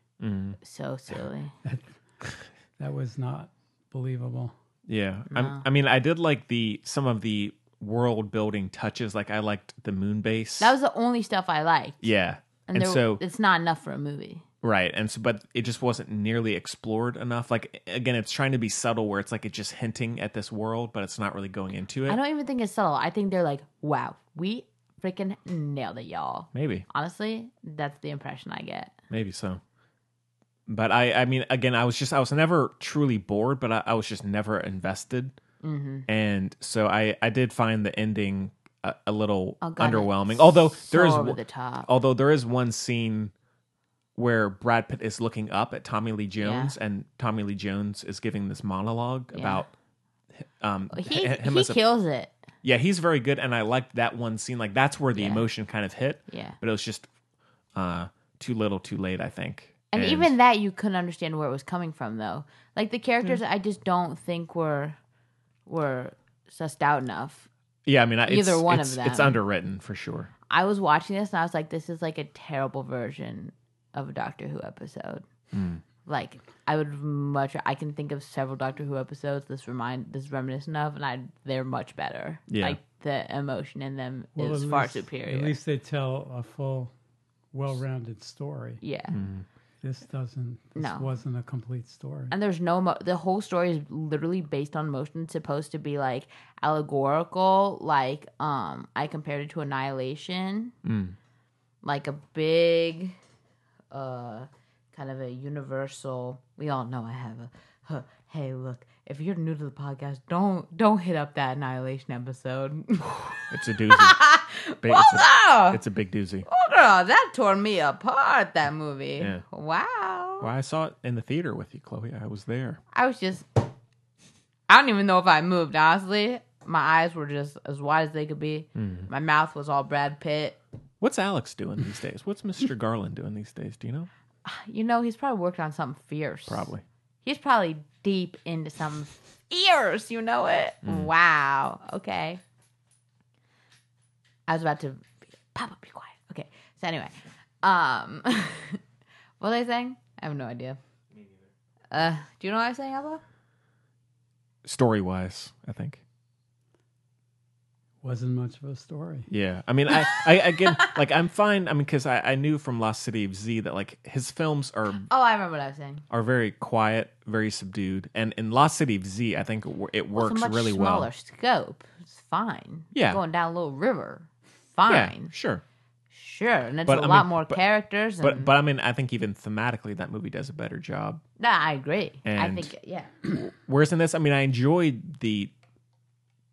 [SPEAKER 2] So silly.
[SPEAKER 3] That was not believable.
[SPEAKER 1] yeah, I'm, I mean, I did like the some of the world building touches. Like I liked the moon base.
[SPEAKER 2] That was the only stuff I liked.
[SPEAKER 1] yeah, and,
[SPEAKER 2] there-
[SPEAKER 1] so
[SPEAKER 2] it's not enough for a movie.
[SPEAKER 1] Right. And so, but it just wasn't nearly explored enough. Like, again, it's trying to be subtle where it's like it's just hinting at this world, but it's not really going into it.
[SPEAKER 2] I don't even think it's subtle. I think they're like, wow, we freaking nailed it, y'all.
[SPEAKER 1] maybe,
[SPEAKER 2] Honestly, that's the impression I get.
[SPEAKER 1] maybe so. But I, I mean, again, I was just, I was never truly bored, but I, I was just never invested.
[SPEAKER 2] Mm-hmm.
[SPEAKER 1] And so I, I did find the ending a, a little
[SPEAKER 2] Oh, God,
[SPEAKER 1] underwhelming.
[SPEAKER 2] it's
[SPEAKER 1] Although there
[SPEAKER 2] so
[SPEAKER 1] is, oh,
[SPEAKER 2] over
[SPEAKER 1] one-
[SPEAKER 2] the top.
[SPEAKER 1] although there is one scene where Brad Pitt is looking up at Tommy Lee Jones and Tommy Lee Jones is giving this monologue about um
[SPEAKER 2] He
[SPEAKER 1] h- him
[SPEAKER 2] he
[SPEAKER 1] as a-
[SPEAKER 2] kills it.
[SPEAKER 1] yeah he's very good and I liked that one scene like that's where the
[SPEAKER 2] Yeah.
[SPEAKER 1] emotion kind of hit
[SPEAKER 2] Yeah.
[SPEAKER 1] but it was just uh too little too late I think
[SPEAKER 2] And, even that you couldn't understand where it was coming from though. Like the
[SPEAKER 1] Hmm.
[SPEAKER 2] characters I just don't think were were sussed out enough.
[SPEAKER 1] yeah I mean I- it's,
[SPEAKER 2] either one
[SPEAKER 1] it's,
[SPEAKER 2] of
[SPEAKER 1] it's
[SPEAKER 2] them.
[SPEAKER 1] underwritten for sure
[SPEAKER 2] I was watching this and I was like, this is like a terrible version of a Doctor Who episode. Like, I would much. I can think of several Doctor Who episodes this remind this is reminiscent of, and I they're much better.
[SPEAKER 1] Yeah.
[SPEAKER 2] Like the emotion in them
[SPEAKER 3] Well,
[SPEAKER 2] is
[SPEAKER 3] at
[SPEAKER 2] far
[SPEAKER 3] least-
[SPEAKER 2] superior.
[SPEAKER 3] At least they tell a full well-rounded story.
[SPEAKER 2] Yeah.
[SPEAKER 3] This doesn't. This
[SPEAKER 2] No.
[SPEAKER 3] wasn't a complete story.
[SPEAKER 2] and there's no mo- the whole story is literally based on motion it's supposed to be like allegorical like um i compared it to annihilation
[SPEAKER 1] Mm.
[SPEAKER 2] like a big uh kind of a universal we all know i have a huh, hey look if you're new to the podcast don't don't hit up that annihilation episode
[SPEAKER 1] It's a doozy. Big- it's, a,
[SPEAKER 2] Wow.
[SPEAKER 1] it's a big doozy.
[SPEAKER 2] oh girl that tore me apart that movie
[SPEAKER 1] Yeah.
[SPEAKER 2] wow
[SPEAKER 1] Well, I saw it in the theater with you, Chloe. I was there.
[SPEAKER 2] I was just I don't even know if I moved, honestly. My eyes were just as wide as they could be. My mouth was all Brad Pitt.
[SPEAKER 1] What's Alex doing these days? What's Mr. Garland doing these days? Do you know?
[SPEAKER 2] You know, he's probably working on something fierce.
[SPEAKER 1] Probably.
[SPEAKER 2] He's probably deep into some fierce, you know it? Wow. Okay. I was about to Papa be quiet. Okay. So anyway. Um what was I saying? I have no idea. Uh do you know what I was saying, Alba?
[SPEAKER 1] Story wise, I think.
[SPEAKER 3] wasn't much of a story.
[SPEAKER 1] Yeah, I mean, I, I again, like I'm fine. I mean, because I, I knew from Lost City of Z that like his films are
[SPEAKER 2] Oh, I remember what I was saying.
[SPEAKER 1] are very quiet, very subdued, and in Lost City of Z, I think it, wor- it works
[SPEAKER 2] it's a much
[SPEAKER 1] really
[SPEAKER 2] smaller
[SPEAKER 1] well.
[SPEAKER 2] scope. It's fine.
[SPEAKER 1] Yeah.
[SPEAKER 2] going down a little river,
[SPEAKER 1] Yeah,
[SPEAKER 2] fine,
[SPEAKER 1] sure.
[SPEAKER 2] sure, and it's
[SPEAKER 1] But,
[SPEAKER 2] a
[SPEAKER 1] I
[SPEAKER 2] lot
[SPEAKER 1] mean,
[SPEAKER 2] more
[SPEAKER 1] but-
[SPEAKER 2] characters.
[SPEAKER 1] But
[SPEAKER 2] and-
[SPEAKER 1] but I mean, I think even thematically, that movie does a better job.
[SPEAKER 2] no, I agree. I
[SPEAKER 1] And-
[SPEAKER 2] think yeah,
[SPEAKER 1] Whereas in this, I mean, I enjoyed the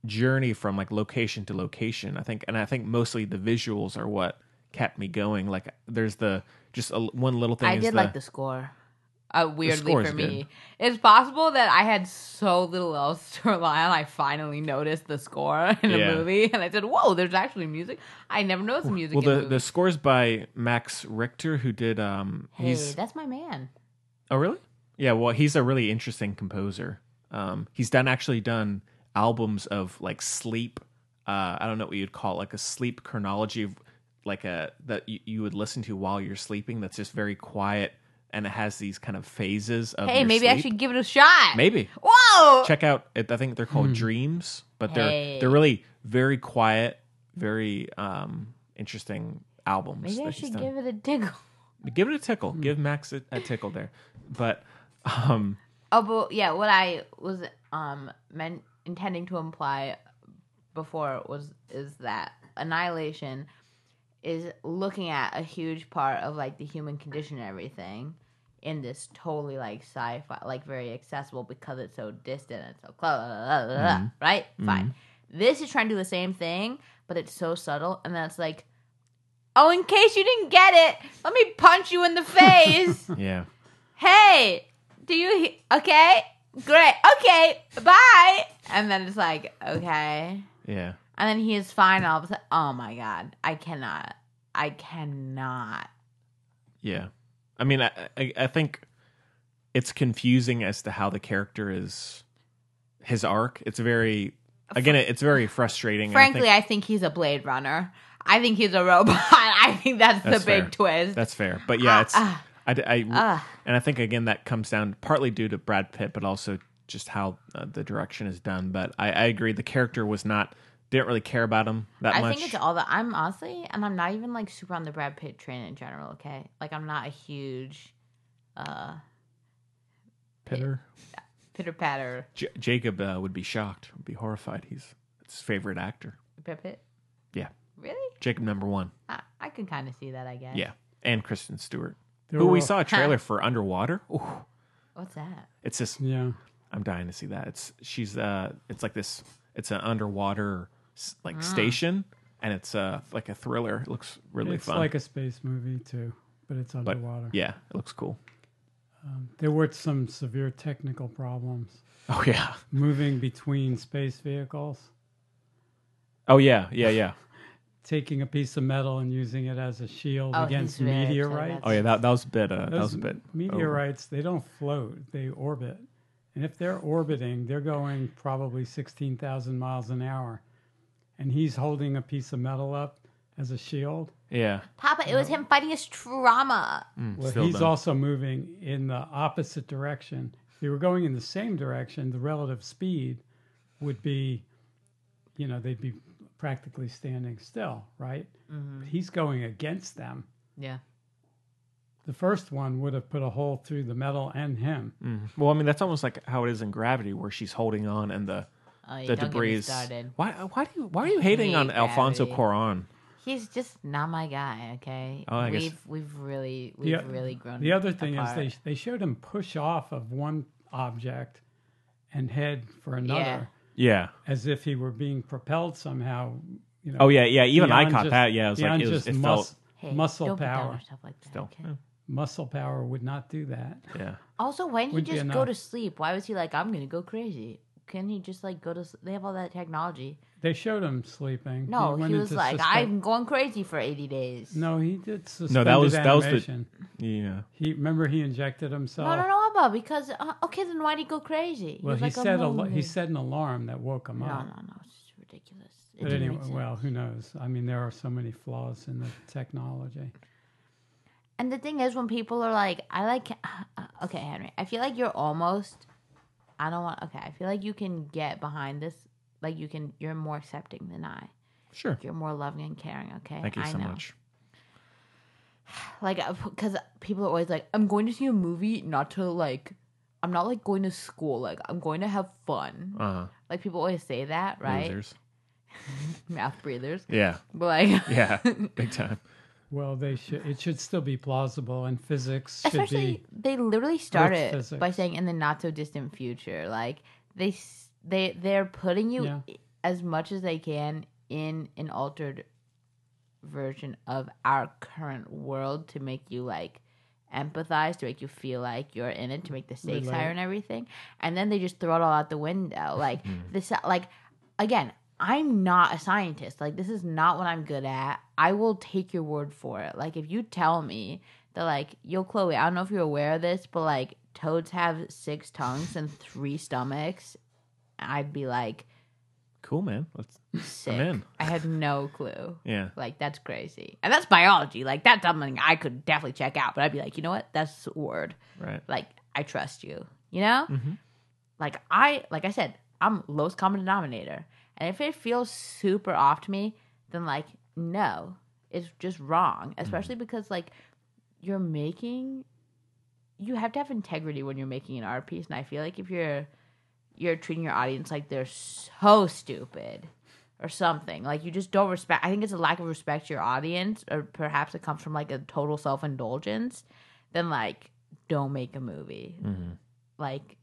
[SPEAKER 1] journey from like location to location. I think, and I think mostly the visuals are what kept me going. Like, there's the just a, one little thing.
[SPEAKER 2] I
[SPEAKER 1] is
[SPEAKER 2] did
[SPEAKER 1] the,
[SPEAKER 2] like the score. Uh, weirdly
[SPEAKER 1] score is
[SPEAKER 2] for me, it's possible that I had so little else to rely on. I finally noticed the score in
[SPEAKER 1] Yeah.
[SPEAKER 2] a movie, and I said, "Whoa, there's actually music." I never noticed music.
[SPEAKER 1] Well,
[SPEAKER 2] in a
[SPEAKER 1] the
[SPEAKER 2] movie.
[SPEAKER 1] the scores by Max Richter, who did um,
[SPEAKER 2] hey,
[SPEAKER 1] he's
[SPEAKER 2] that's my man.
[SPEAKER 1] oh really? Yeah, well, he's a really interesting composer. Um, he's done actually done albums of like sleep. Uh, I don't know what you'd call it, like a sleep chronology, of, like a that you, you would listen to while you're sleeping. That's just very quiet and it has these kind of phases of.
[SPEAKER 2] Hey,
[SPEAKER 1] your
[SPEAKER 2] maybe I
[SPEAKER 1] sleep.
[SPEAKER 2] should give it a shot.
[SPEAKER 1] maybe
[SPEAKER 2] Whoa,
[SPEAKER 1] check out it- i think they're called dreams but
[SPEAKER 2] Hey.
[SPEAKER 1] they're they're really very quiet very um interesting albums
[SPEAKER 2] maybe I
[SPEAKER 1] that he's
[SPEAKER 2] should
[SPEAKER 1] done.
[SPEAKER 2] give it a tickle.
[SPEAKER 1] give it a tickle give max a, a tickle there but um
[SPEAKER 2] Oh, but yeah, what I was um meant intending to imply before was is that annihilation is looking at a huge part of like the human condition and everything in this totally like sci-fi like very accessible because it's so distant and so close right fine this is trying to do the same thing but it's so subtle and that's like oh in case you didn't get it let me punch you in the face
[SPEAKER 1] yeah
[SPEAKER 2] hey, do you he- okay? Great. Okay. Bye. And then it's like, okay.
[SPEAKER 1] yeah
[SPEAKER 2] And then he is fine all of a sudden. Oh my god. I cannot. I cannot.
[SPEAKER 1] yeah i mean i i, I think it's confusing as to how the character is his arc it's very again it's very frustrating and I think-
[SPEAKER 2] Frankly, I think, he's a Blade Runner. I think he's a robot. I think that's,
[SPEAKER 1] That's
[SPEAKER 2] the big
[SPEAKER 1] fair.
[SPEAKER 2] twist.
[SPEAKER 1] That's fair, but yeah, it's
[SPEAKER 2] ah.
[SPEAKER 1] I, I-
[SPEAKER 2] Ah.
[SPEAKER 1] and I think again that comes down partly due to Brad Pitt, but also just how uh, the direction is done. But I, I agree, the character was not didn't really care about him that
[SPEAKER 2] I
[SPEAKER 1] much.
[SPEAKER 2] think it's all that I'm honestly, and I'm not even like super on the Brad Pitt train in general. Okay, like I'm not a huge uh
[SPEAKER 1] Pitter.
[SPEAKER 2] pitter patter
[SPEAKER 1] J- Jacob uh, would be shocked, would be horrified. He's his favorite actor.
[SPEAKER 2] Brad Pitt.
[SPEAKER 1] Yeah,
[SPEAKER 2] Really?
[SPEAKER 1] Jacob number one.
[SPEAKER 2] I, I can kind of see that. I guess.
[SPEAKER 1] Yeah, and Kristen Stewart,
[SPEAKER 3] There
[SPEAKER 1] who we
[SPEAKER 3] were-
[SPEAKER 1] saw a trailer for Underwater. Ooh,
[SPEAKER 2] What's that?
[SPEAKER 1] it's this
[SPEAKER 3] Yeah.
[SPEAKER 1] I'm dying to see that. It's she's uh it's like this it's an underwater s-
[SPEAKER 2] Mm.
[SPEAKER 1] like station and it's uh like a thriller. It looks really
[SPEAKER 3] it's
[SPEAKER 1] fun.
[SPEAKER 3] like a space movie too, but it's
[SPEAKER 1] but
[SPEAKER 3] underwater.
[SPEAKER 1] yeah, it looks cool.
[SPEAKER 3] There were some severe technical problems
[SPEAKER 1] Oh yeah.
[SPEAKER 3] moving between space vehicles,
[SPEAKER 1] Oh yeah, yeah, yeah.
[SPEAKER 3] taking a piece of metal and using it as a shield
[SPEAKER 2] Oh,
[SPEAKER 3] against
[SPEAKER 2] he's very upset
[SPEAKER 3] meteorites.
[SPEAKER 2] about
[SPEAKER 1] Oh yeah, that that was a bit uh that was
[SPEAKER 3] Those
[SPEAKER 1] a bit over.
[SPEAKER 3] meteorites, they don't float; they orbit. And if they're orbiting, they're going probably sixteen thousand miles an hour. And he's holding a piece of metal up as a shield.
[SPEAKER 1] Yeah.
[SPEAKER 2] Papa, it was him fighting his trauma.
[SPEAKER 3] Well,
[SPEAKER 1] Hmm, still
[SPEAKER 3] he's
[SPEAKER 1] done.
[SPEAKER 3] also moving in the opposite direction. If they were going in the same direction, the relative speed would be,
[SPEAKER 2] Mm-hmm.
[SPEAKER 3] you know, they'd be practically standing still, right? But he's going against them.
[SPEAKER 8] Yeah.
[SPEAKER 3] The first one would have put a hole through the metal and him.
[SPEAKER 1] Well, I mean, that's almost like how it is in Gravity, where she's holding on and the
[SPEAKER 2] Oh, yeah,
[SPEAKER 1] the
[SPEAKER 2] don't
[SPEAKER 1] debris.
[SPEAKER 2] Get me started.
[SPEAKER 1] Why? Why do you? Why are you hating
[SPEAKER 2] hate
[SPEAKER 1] on Alfonso
[SPEAKER 2] Gravity.
[SPEAKER 1] Cuarón?
[SPEAKER 2] He's just not my guy. Okay.
[SPEAKER 1] Oh, I guess-
[SPEAKER 2] we've we've really we've
[SPEAKER 3] Yeah.
[SPEAKER 2] really grown.
[SPEAKER 3] The other thing
[SPEAKER 2] apart.
[SPEAKER 3] is they they showed him push off of one object and head for another
[SPEAKER 1] Yeah.
[SPEAKER 2] Yeah.
[SPEAKER 3] as if he were being propelled somehow. You know,
[SPEAKER 1] Oh yeah. Yeah. Even I
[SPEAKER 3] beyond
[SPEAKER 1] caught
[SPEAKER 3] just-
[SPEAKER 1] that. Yeah. It was like
[SPEAKER 3] beyond
[SPEAKER 1] it, was,
[SPEAKER 3] just
[SPEAKER 1] it
[SPEAKER 3] mus-
[SPEAKER 1] felt.
[SPEAKER 2] Hey,
[SPEAKER 3] muscle
[SPEAKER 2] don't put down
[SPEAKER 3] power.
[SPEAKER 2] our Stuff like that.
[SPEAKER 1] Still,
[SPEAKER 2] okay?
[SPEAKER 1] yeah.
[SPEAKER 3] Muscle power would not do that.
[SPEAKER 1] Yeah.
[SPEAKER 2] Also, why didn't
[SPEAKER 3] Wouldn't be
[SPEAKER 2] he just go
[SPEAKER 3] enough.
[SPEAKER 2] to sleep? Why was he like, I'm gonna go crazy? Can he just like go to? s- They have all that technology.
[SPEAKER 3] They showed him sleeping.
[SPEAKER 2] No, he,
[SPEAKER 3] went
[SPEAKER 2] was
[SPEAKER 3] into
[SPEAKER 2] like,
[SPEAKER 3] suspe-
[SPEAKER 2] I'm going crazy for 80 days.
[SPEAKER 3] No, he did suspended
[SPEAKER 1] was- that was the-
[SPEAKER 3] animation.
[SPEAKER 1] Yeah.
[SPEAKER 3] He remember he injected himself.
[SPEAKER 2] no, no, no, Abba, because uh, okay, then why'd he go crazy?
[SPEAKER 3] Well,
[SPEAKER 2] was
[SPEAKER 3] he
[SPEAKER 2] like,
[SPEAKER 3] said a
[SPEAKER 2] "I'm
[SPEAKER 3] lo- he
[SPEAKER 2] lonely."
[SPEAKER 3] set an alarm that woke him
[SPEAKER 2] No, no,
[SPEAKER 3] up.
[SPEAKER 2] no, it's just ridiculous. It
[SPEAKER 3] But
[SPEAKER 2] didn't
[SPEAKER 3] anyway,
[SPEAKER 2] make sense.
[SPEAKER 3] well, who knows? I mean, there are so many flaws in the technology.
[SPEAKER 2] And the thing is, when people are like, I like, uh, okay, Henry, I feel like you're almost, I don't want, okay, I feel like you can get behind this. Like, you can, you're more accepting than I.
[SPEAKER 1] Sure.
[SPEAKER 2] You're more loving and caring, okay?
[SPEAKER 1] Thank you
[SPEAKER 2] I
[SPEAKER 1] so
[SPEAKER 2] know.
[SPEAKER 1] much.
[SPEAKER 2] Like, because people are always like, I'm going to see a movie, not to like, I'm not like going to school. Like, I'm going to have fun.
[SPEAKER 1] Uh,
[SPEAKER 2] Like, people always say that, right?
[SPEAKER 1] Losers.
[SPEAKER 2] Mouth breathers.
[SPEAKER 1] Yeah.
[SPEAKER 2] But, like,
[SPEAKER 1] Yeah. Big time.
[SPEAKER 3] Well, they should. It should still be plausible, and physics should
[SPEAKER 2] especially
[SPEAKER 3] be.
[SPEAKER 2] they literally start it by
[SPEAKER 3] physics.
[SPEAKER 2] saying in the not so distant future like they s- they they're putting you
[SPEAKER 3] Yeah.
[SPEAKER 2] as much as they can in an altered version of our current world to make you like empathize to make you feel like you're in it to make the stakes
[SPEAKER 3] Relate.
[SPEAKER 2] higher and everything and then they just throw it all out the window like this like again i'm not a scientist like this is not what i'm good at i will take your word for it like if you tell me that like yo chloe i don't know if you're aware of this but like toads have six tongues and three stomachs i'd be like
[SPEAKER 1] Cool, man. Let's.
[SPEAKER 2] sick
[SPEAKER 1] in.
[SPEAKER 2] i had no clue
[SPEAKER 1] Yeah.
[SPEAKER 2] like that's crazy and that's biology like that's something i could definitely check out but i'd be like you know what that's a word
[SPEAKER 1] Right.
[SPEAKER 2] like I trust you, you know? Like I like I said, I'm lowest common denominator. And if it feels super off to me, then like no, it's just wrong, especially because like you're making you have to have integrity when you're making an art piece and I feel like if you're you're treating your audience like they're so stupid or something. Like you just don't respect. I think it's a lack of respect to your audience, or perhaps it comes from like a total self indulgence. Then like don't make a movie. Like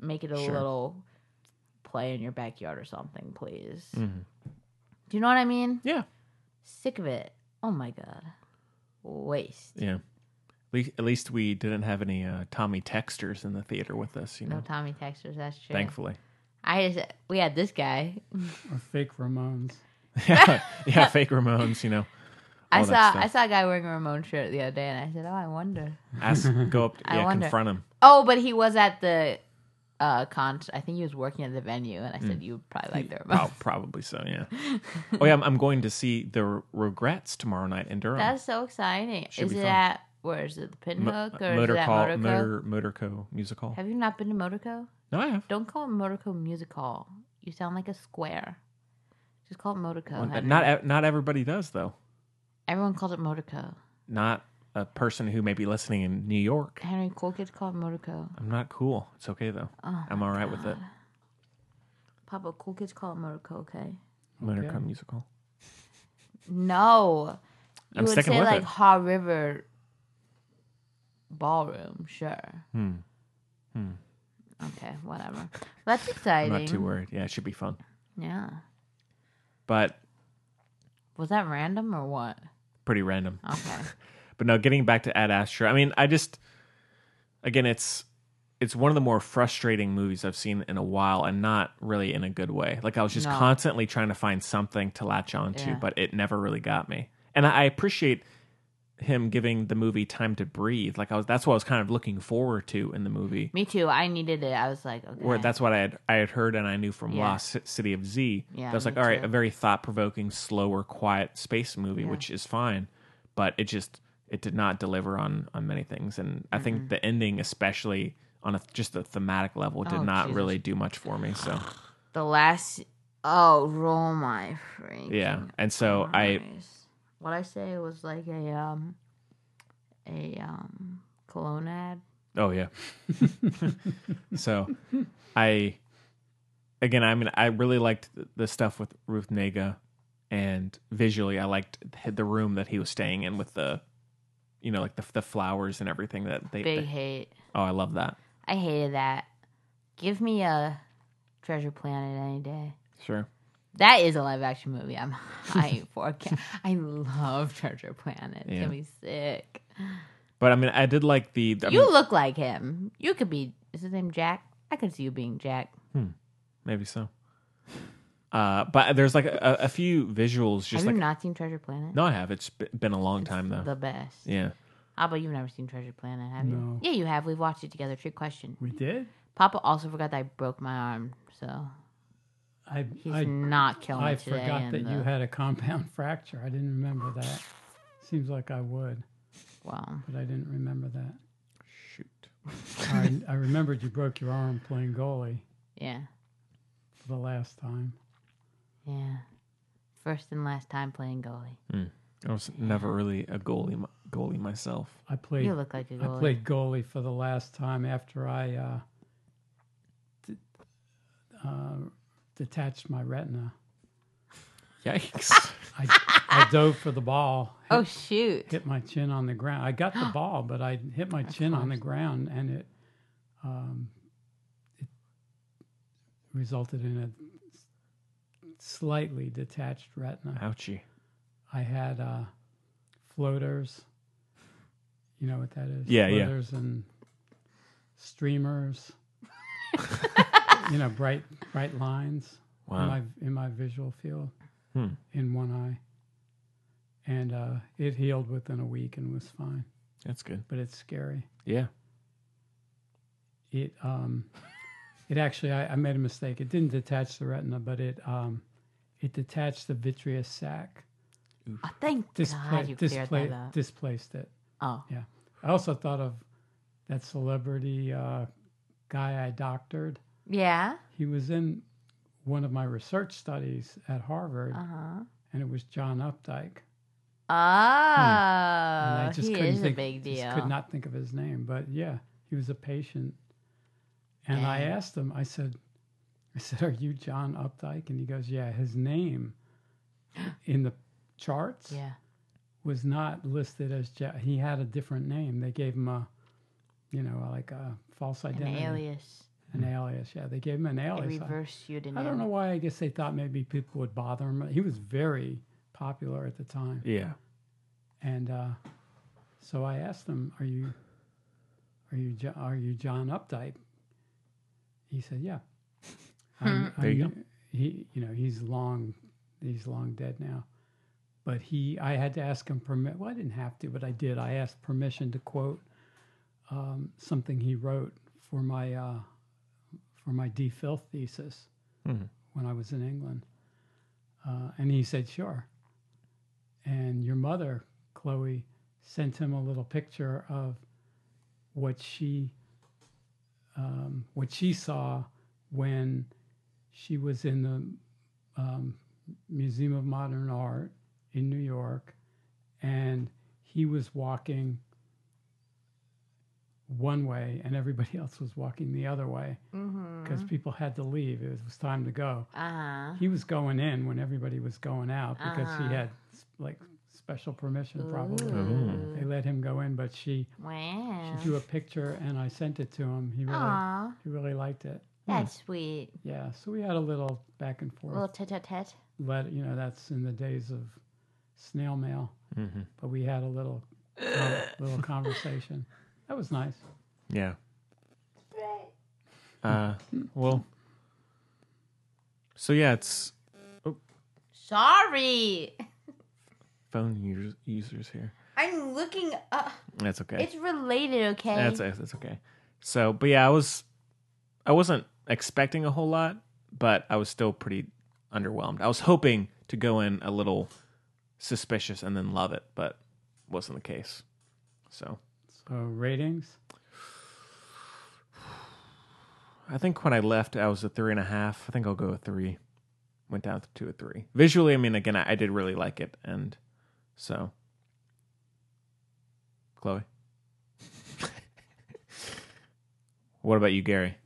[SPEAKER 2] make it a
[SPEAKER 1] Sure.
[SPEAKER 2] little play in your backyard or something, please. Do you know what I mean?
[SPEAKER 1] Yeah.
[SPEAKER 2] Sick of it. Oh my god, waste.
[SPEAKER 1] Yeah. At least, at least we didn't have any uh, Tommy Texters in the theater with us, you know.
[SPEAKER 2] No Tommy Texters. That's true.
[SPEAKER 1] thankfully.
[SPEAKER 2] I just we had this guy.
[SPEAKER 3] Or fake Ramones.
[SPEAKER 1] yeah, yeah, fake Ramones, you know.
[SPEAKER 2] I
[SPEAKER 1] all
[SPEAKER 2] saw
[SPEAKER 1] that
[SPEAKER 2] I
[SPEAKER 1] stuff.
[SPEAKER 2] saw a guy wearing a Ramon shirt the other day, and I said, "Oh, I wonder."
[SPEAKER 1] Ask, go up,
[SPEAKER 2] I
[SPEAKER 1] yeah,
[SPEAKER 2] wonder.
[SPEAKER 1] confront him.
[SPEAKER 2] Oh, but he was at the uh con. I think he was working at the venue, and I
[SPEAKER 1] Mm.
[SPEAKER 2] said you would probably like the remote.
[SPEAKER 1] Oh, probably so, yeah. oh, yeah, I'm, I'm going to see the Regrets tomorrow night in Durham.
[SPEAKER 2] That's so exciting.
[SPEAKER 1] Should
[SPEAKER 2] is
[SPEAKER 1] be
[SPEAKER 2] it
[SPEAKER 1] fun.
[SPEAKER 2] at where is it? The Pinhook or
[SPEAKER 1] Motor
[SPEAKER 2] is it at
[SPEAKER 1] Call,
[SPEAKER 2] Motorco?
[SPEAKER 1] Motor, Motorco Music Hall.
[SPEAKER 2] Have you not been to Motorco?
[SPEAKER 1] no, I have.
[SPEAKER 2] Don't call it Motorco Music Hall. You sound like a square. Just call it Motorco.
[SPEAKER 1] Well,
[SPEAKER 2] Henry.
[SPEAKER 1] not e- not everybody does though.
[SPEAKER 2] everyone calls it Motorco.
[SPEAKER 1] Not a person who may be listening in New York.
[SPEAKER 2] Henry, cool kids call it Motorco.
[SPEAKER 1] I'm not cool. It's okay though.
[SPEAKER 2] Oh,
[SPEAKER 1] I'm all right with it.
[SPEAKER 2] Papa, cool kids call it Motorco. Okay.
[SPEAKER 1] Motorco Music Hall.
[SPEAKER 2] No. You
[SPEAKER 1] I'm
[SPEAKER 2] would
[SPEAKER 1] sticking
[SPEAKER 2] say
[SPEAKER 1] with
[SPEAKER 2] like
[SPEAKER 1] it.
[SPEAKER 2] Haw River Ballroom, sure. Hmm. Hmm. Okay, whatever. That's
[SPEAKER 1] I'm
[SPEAKER 2] exciting.
[SPEAKER 1] not too worried. Yeah, it should be fun.
[SPEAKER 2] Yeah.
[SPEAKER 1] But
[SPEAKER 2] Was that random or what?
[SPEAKER 1] pretty random.
[SPEAKER 2] Okay.
[SPEAKER 1] But no, getting back to Ad Astra, I mean, I just again, it's it's one of the more frustrating movies I've seen in a while, and not really in a good way. Like I was just
[SPEAKER 2] No.
[SPEAKER 1] constantly trying to find something to latch on to,
[SPEAKER 2] Yeah.
[SPEAKER 1] but it never really got me. And I, I appreciate him giving the movie time to breathe. Like I was, that's what I was kind of looking forward to in the movie.
[SPEAKER 2] Me too. I needed it. I was like, okay.
[SPEAKER 1] Where that's what I had I had heard and I knew from
[SPEAKER 2] Yeah.
[SPEAKER 1] Lost Ci- City of Z.
[SPEAKER 2] Yeah,
[SPEAKER 1] I was like,
[SPEAKER 2] me
[SPEAKER 1] all right,
[SPEAKER 2] too.
[SPEAKER 1] a very thought provoking, slower, quiet space movie, which is fine, but it just it did not deliver on on many things, and I
[SPEAKER 2] Mm-hmm.
[SPEAKER 1] think the ending, especially on a, just a thematic level, did
[SPEAKER 2] Oh,
[SPEAKER 1] not
[SPEAKER 2] Jesus.
[SPEAKER 1] really do much for me. So
[SPEAKER 2] the last. Oh, roll my freaking
[SPEAKER 1] yeah, and so Oh, I
[SPEAKER 2] eyes. What I say was like a um. a um, cologne ad.
[SPEAKER 1] Oh yeah. so, I again, I mean, I really liked the, the stuff with Ruth Nega, and visually, I liked th- the room that he was staying in with the, you know, like the the flowers and everything that they.
[SPEAKER 2] Big
[SPEAKER 1] they-
[SPEAKER 2] hate.
[SPEAKER 1] oh, I love that.
[SPEAKER 2] I hated that. Give me a Treasure Planet any day.
[SPEAKER 1] Sure.
[SPEAKER 2] That is a live action movie. I'm high for. Ca- I love Treasure Planet. It's
[SPEAKER 1] Yeah.
[SPEAKER 2] gonna be sick.
[SPEAKER 1] But I mean, I did like the. I
[SPEAKER 2] you
[SPEAKER 1] mean,
[SPEAKER 2] look like him. You could be. Is his name Jack? I could see you being Jack.
[SPEAKER 1] maybe so. Uh, but there's like a, a few visuals, just
[SPEAKER 2] Have
[SPEAKER 1] like
[SPEAKER 2] you not seen Treasure Planet?
[SPEAKER 1] no, I have. It's b- been a long time though.
[SPEAKER 2] The best.
[SPEAKER 1] yeah.
[SPEAKER 2] How about you've never seen Treasure Planet, have you?
[SPEAKER 3] No.
[SPEAKER 2] Yeah, you have. We've watched it together. Trick question.
[SPEAKER 3] We did.
[SPEAKER 2] Papa also forgot that I broke my arm, so
[SPEAKER 3] I
[SPEAKER 2] he's
[SPEAKER 3] I,
[SPEAKER 2] not killing
[SPEAKER 3] I
[SPEAKER 2] me today.
[SPEAKER 3] forgot
[SPEAKER 2] and
[SPEAKER 3] that you
[SPEAKER 2] the-
[SPEAKER 3] had a compound fracture. I didn't remember that. Seems like I would,
[SPEAKER 2] Wow.
[SPEAKER 3] but I didn't remember that.
[SPEAKER 1] Shoot.
[SPEAKER 3] I, I remembered you broke your arm playing goalie
[SPEAKER 2] Yeah.
[SPEAKER 3] the last time.
[SPEAKER 2] Yeah. First and last time playing goalie.
[SPEAKER 1] I was never really a goalie m- goalie myself.
[SPEAKER 3] I played.
[SPEAKER 2] You look like a
[SPEAKER 3] I
[SPEAKER 2] goalie.
[SPEAKER 3] played goalie for the last time after I uh, d- uh, detached my retina.
[SPEAKER 1] Yikes.
[SPEAKER 3] I, I dove for the ball, hit,
[SPEAKER 2] oh shoot.
[SPEAKER 3] hit my chin on the ground. I got the ball, but I hit my chin on the ground, and it, um, it resulted in a slightly detached retina.
[SPEAKER 1] Ouchie.
[SPEAKER 3] I had uh, floaters. You know what that is?
[SPEAKER 1] Yeah, yeah.
[SPEAKER 3] floaters and streamers. you know, bright bright lines
[SPEAKER 1] Wow.
[SPEAKER 3] in my in my visual field
[SPEAKER 1] Hmm.
[SPEAKER 3] in one eye. And uh, it healed within a week and was fine.
[SPEAKER 1] That's good.
[SPEAKER 3] But it's scary.
[SPEAKER 1] Yeah.
[SPEAKER 3] It um, it actually I, I made a mistake. It didn't detach the retina, but it um, it detached the vitreous sac.
[SPEAKER 2] Oh, thank
[SPEAKER 3] Displa-
[SPEAKER 2] God you cleared
[SPEAKER 3] displa-
[SPEAKER 2] that up.
[SPEAKER 3] displaced it.
[SPEAKER 2] oh.
[SPEAKER 3] Yeah. I also thought of that celebrity uh, guy I doctored.
[SPEAKER 2] Yeah.
[SPEAKER 3] He was in one of my research studies at Harvard,
[SPEAKER 2] Uh-huh.
[SPEAKER 3] and it was John Updike. And
[SPEAKER 2] Oh,
[SPEAKER 3] Hmm. I just
[SPEAKER 2] he
[SPEAKER 3] couldn't
[SPEAKER 2] is
[SPEAKER 3] think,
[SPEAKER 2] a big deal.
[SPEAKER 3] Just could not think of his name, but yeah, he was a patient. And I
[SPEAKER 2] Dang.
[SPEAKER 3] asked him. I said, I said, "Are you John Updike?" And he goes, "Yeah." His name in the charts
[SPEAKER 2] Yeah.
[SPEAKER 3] was not listed as Ja He had a different name. They gave him a, you know, like a false
[SPEAKER 2] An
[SPEAKER 3] identity.
[SPEAKER 2] alias.
[SPEAKER 3] An alias, yeah. They gave him an
[SPEAKER 2] A
[SPEAKER 3] alias. Oh, I,
[SPEAKER 2] reverse pseudonym.
[SPEAKER 3] I don't know why. I guess they thought maybe people would bother him. He was very popular at the time.
[SPEAKER 1] Yeah.
[SPEAKER 3] And uh, so I asked him, "Are you, are you, Jo- are you John Updike?" He said, "Yeah." I'm-
[SPEAKER 1] There you
[SPEAKER 3] I'm- He, you know, he's long, he's long dead now. But he, I had to ask him permit. Well, I didn't have to, but I did. I asked permission to quote um, something he wrote for my uh, for my defilth thesis
[SPEAKER 1] Mhm.
[SPEAKER 3] when I was in England, uh, and he said, "Sure." and your mother, Chloe, sent him a little picture of what she um, what she saw when she was in the um, Museum of Modern Art in New York, and he was walking one way, and everybody else was walking the other way
[SPEAKER 2] Mm-hmm.
[SPEAKER 3] because people had to leave. It was time to go
[SPEAKER 2] Uh-huh.
[SPEAKER 3] he was going in when everybody was going out because
[SPEAKER 2] Uh-huh.
[SPEAKER 3] he had like special permission probably
[SPEAKER 1] Ooh.
[SPEAKER 3] they let him go in but she
[SPEAKER 2] Wow.
[SPEAKER 3] she drew a Hmm. picture and i sent it to him he really
[SPEAKER 2] Aw,
[SPEAKER 3] he really liked it
[SPEAKER 2] that's sweet.
[SPEAKER 3] yeah so we had a little back and forth
[SPEAKER 2] little tete-a-tete.
[SPEAKER 3] let you know that's in the days of snail mail
[SPEAKER 1] Mhm.
[SPEAKER 3] but we had a little uh, little conversation that was nice
[SPEAKER 1] Yeah. Uh, well. So yeah, it's
[SPEAKER 2] Sorry.
[SPEAKER 1] phone us- users here.
[SPEAKER 2] I'm looking up.
[SPEAKER 1] That's okay.
[SPEAKER 2] It's related, okay?
[SPEAKER 1] That's that's okay. So, but yeah, I was, I wasn't expecting a whole lot, but I was still pretty underwhelmed. I was hoping to go in a little suspicious and then love it, but wasn't the case. So,
[SPEAKER 3] so ratings
[SPEAKER 1] I think when I left, I was a three and a half. I think I'll go a three. Went down to a three. Visually, I mean, again, I, I did really like it, and so Chloe, What about you, Gary?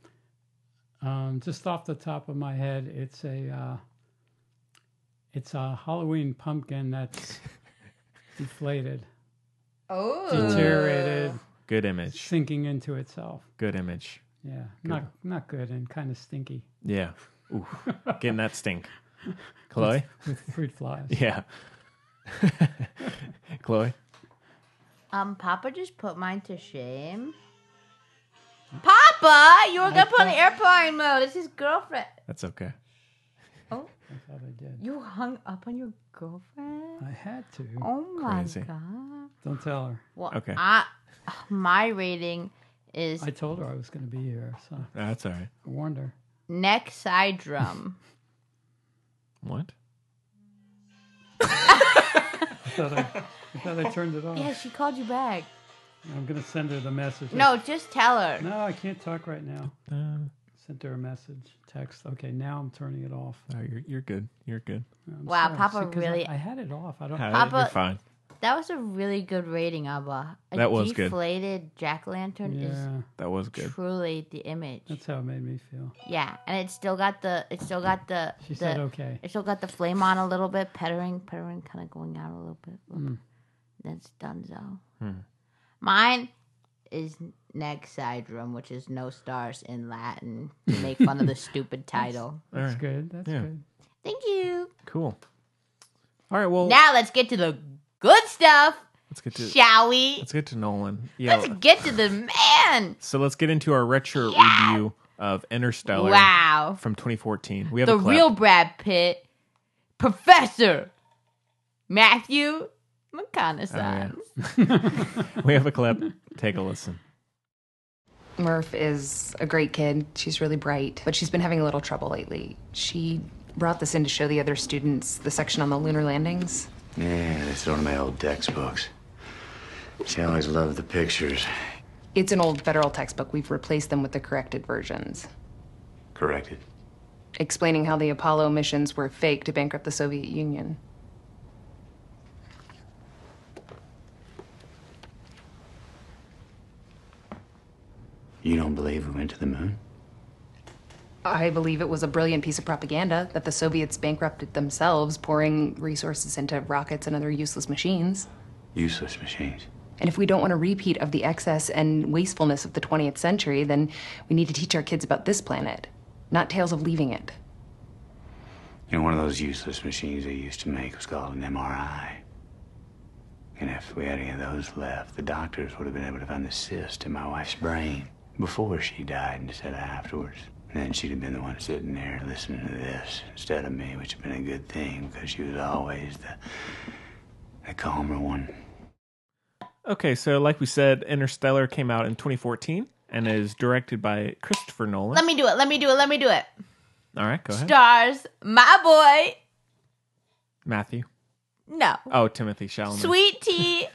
[SPEAKER 3] Um, just off the top of my head, it's a uh, it's a Halloween pumpkin that's deflated,
[SPEAKER 2] Oh.
[SPEAKER 3] deteriorated,
[SPEAKER 1] Good image.
[SPEAKER 3] sinking into itself.
[SPEAKER 1] Good image.
[SPEAKER 3] Yeah, not not good and kind of stinky
[SPEAKER 1] Yeah. Ooh, getting that stink. Chloe?
[SPEAKER 3] with fruit flies.
[SPEAKER 1] Yeah. Chloe?
[SPEAKER 2] Um, Papa just put mine to shame. Papa, you were gonna put on airplane mode. It's his girlfriend.
[SPEAKER 1] That's okay.
[SPEAKER 2] Oh,
[SPEAKER 3] I thought I did.
[SPEAKER 2] you hung up on your girlfriend?
[SPEAKER 3] I had to.
[SPEAKER 2] Oh my
[SPEAKER 1] Crazy.
[SPEAKER 2] god.
[SPEAKER 3] Don't tell her.
[SPEAKER 2] Well,
[SPEAKER 1] Okay.
[SPEAKER 2] I, my rating is
[SPEAKER 3] I told her I was going to be here, so I
[SPEAKER 1] That's all right.
[SPEAKER 3] warned her.
[SPEAKER 2] neck side drum.
[SPEAKER 1] What?
[SPEAKER 3] I thought I, I, thought I turned it off.
[SPEAKER 2] yeah, she called you back.
[SPEAKER 3] I'm going to send her the message.
[SPEAKER 2] No, just tell her.
[SPEAKER 3] no, I can't talk right now.
[SPEAKER 1] Uh,
[SPEAKER 3] Sent her a message, text. Okay, now I'm turning it off.
[SPEAKER 1] no, you're, you're good. You're good.
[SPEAKER 3] I'm
[SPEAKER 2] Wow,
[SPEAKER 3] sorry.
[SPEAKER 2] Papa
[SPEAKER 3] See, 'cause I-
[SPEAKER 2] really-
[SPEAKER 3] I, had it off. I don't.
[SPEAKER 1] Uh, you're
[SPEAKER 2] Papa-
[SPEAKER 1] fine.
[SPEAKER 2] That was a really good rating, Abba. A
[SPEAKER 1] That was good.
[SPEAKER 2] deflated jack lantern
[SPEAKER 3] yeah,
[SPEAKER 1] That was
[SPEAKER 2] is
[SPEAKER 1] good.
[SPEAKER 2] truly the image.
[SPEAKER 3] that's how it made me feel.
[SPEAKER 2] Yeah, and it still got the it still got the
[SPEAKER 3] She
[SPEAKER 2] the,
[SPEAKER 3] said okay.
[SPEAKER 2] it still got the flame on a little bit, pettering, pettering, kind of going out a little bit. That's Dunzo.
[SPEAKER 1] Hmm.
[SPEAKER 2] Mine is neck side room, which is no stars in Latin. to Make fun of the stupid title.
[SPEAKER 3] That's
[SPEAKER 1] right.
[SPEAKER 3] good. That's
[SPEAKER 1] Yeah.
[SPEAKER 3] good.
[SPEAKER 2] Thank you.
[SPEAKER 1] Cool. All right. Well,
[SPEAKER 2] Now let's get to the good stuff,
[SPEAKER 1] let's get to
[SPEAKER 2] shall we?
[SPEAKER 1] let's get to Nolan. Yeah.
[SPEAKER 2] Let's get to the man.
[SPEAKER 1] So let's get into our retro
[SPEAKER 2] Yeah.
[SPEAKER 1] review of Interstellar
[SPEAKER 2] Wow.
[SPEAKER 1] from 2014. We have
[SPEAKER 2] the
[SPEAKER 1] a clip.
[SPEAKER 2] real Brad Pitt, Professor Matthew
[SPEAKER 1] Oh,
[SPEAKER 2] McConaughey.
[SPEAKER 1] we have a clip. Take a listen.
[SPEAKER 8] Murph is a great kid. She's really bright, but she's been having a little trouble lately. She brought this in to show the other students the section on the lunar landings.
[SPEAKER 5] Yeah, that's one of my old textbooks. See, I always loved the pictures.
[SPEAKER 8] It's an old federal textbook. We've replaced them with the corrected versions,
[SPEAKER 5] Corrected.
[SPEAKER 8] explaining how the Apollo missions were fake to bankrupt the Soviet Union.
[SPEAKER 5] You don't believe we went to the moon?
[SPEAKER 8] I believe it was a brilliant piece of propaganda that the Soviets bankrupted themselves, pouring resources into rockets and other useless machines.
[SPEAKER 5] Useless machines.
[SPEAKER 8] And if we don't want a repeat of the excess and wastefulness of the 20th century, then we need to teach our kids about this planet, not tales of leaving it.
[SPEAKER 5] You know, one of those useless machines they used to make was called an MRI. And if we had any of those left, the doctors would have been able to find the cyst in my wife's brain before she died instead of afterwards. And then she'd have been the one sitting there listening to this instead of me, which would have been a good thing because she was always the, the calmer one.
[SPEAKER 1] Okay, so like we said, Interstellar came out in 2014 and is directed by Christopher Nolan.
[SPEAKER 2] Let me do it. Let me do it. Let me do it.
[SPEAKER 1] All right, go ahead.
[SPEAKER 2] Stars, my
[SPEAKER 1] Matthew.
[SPEAKER 2] boy. No.
[SPEAKER 1] Oh, Timothy Chalamet.
[SPEAKER 2] Sweet tea.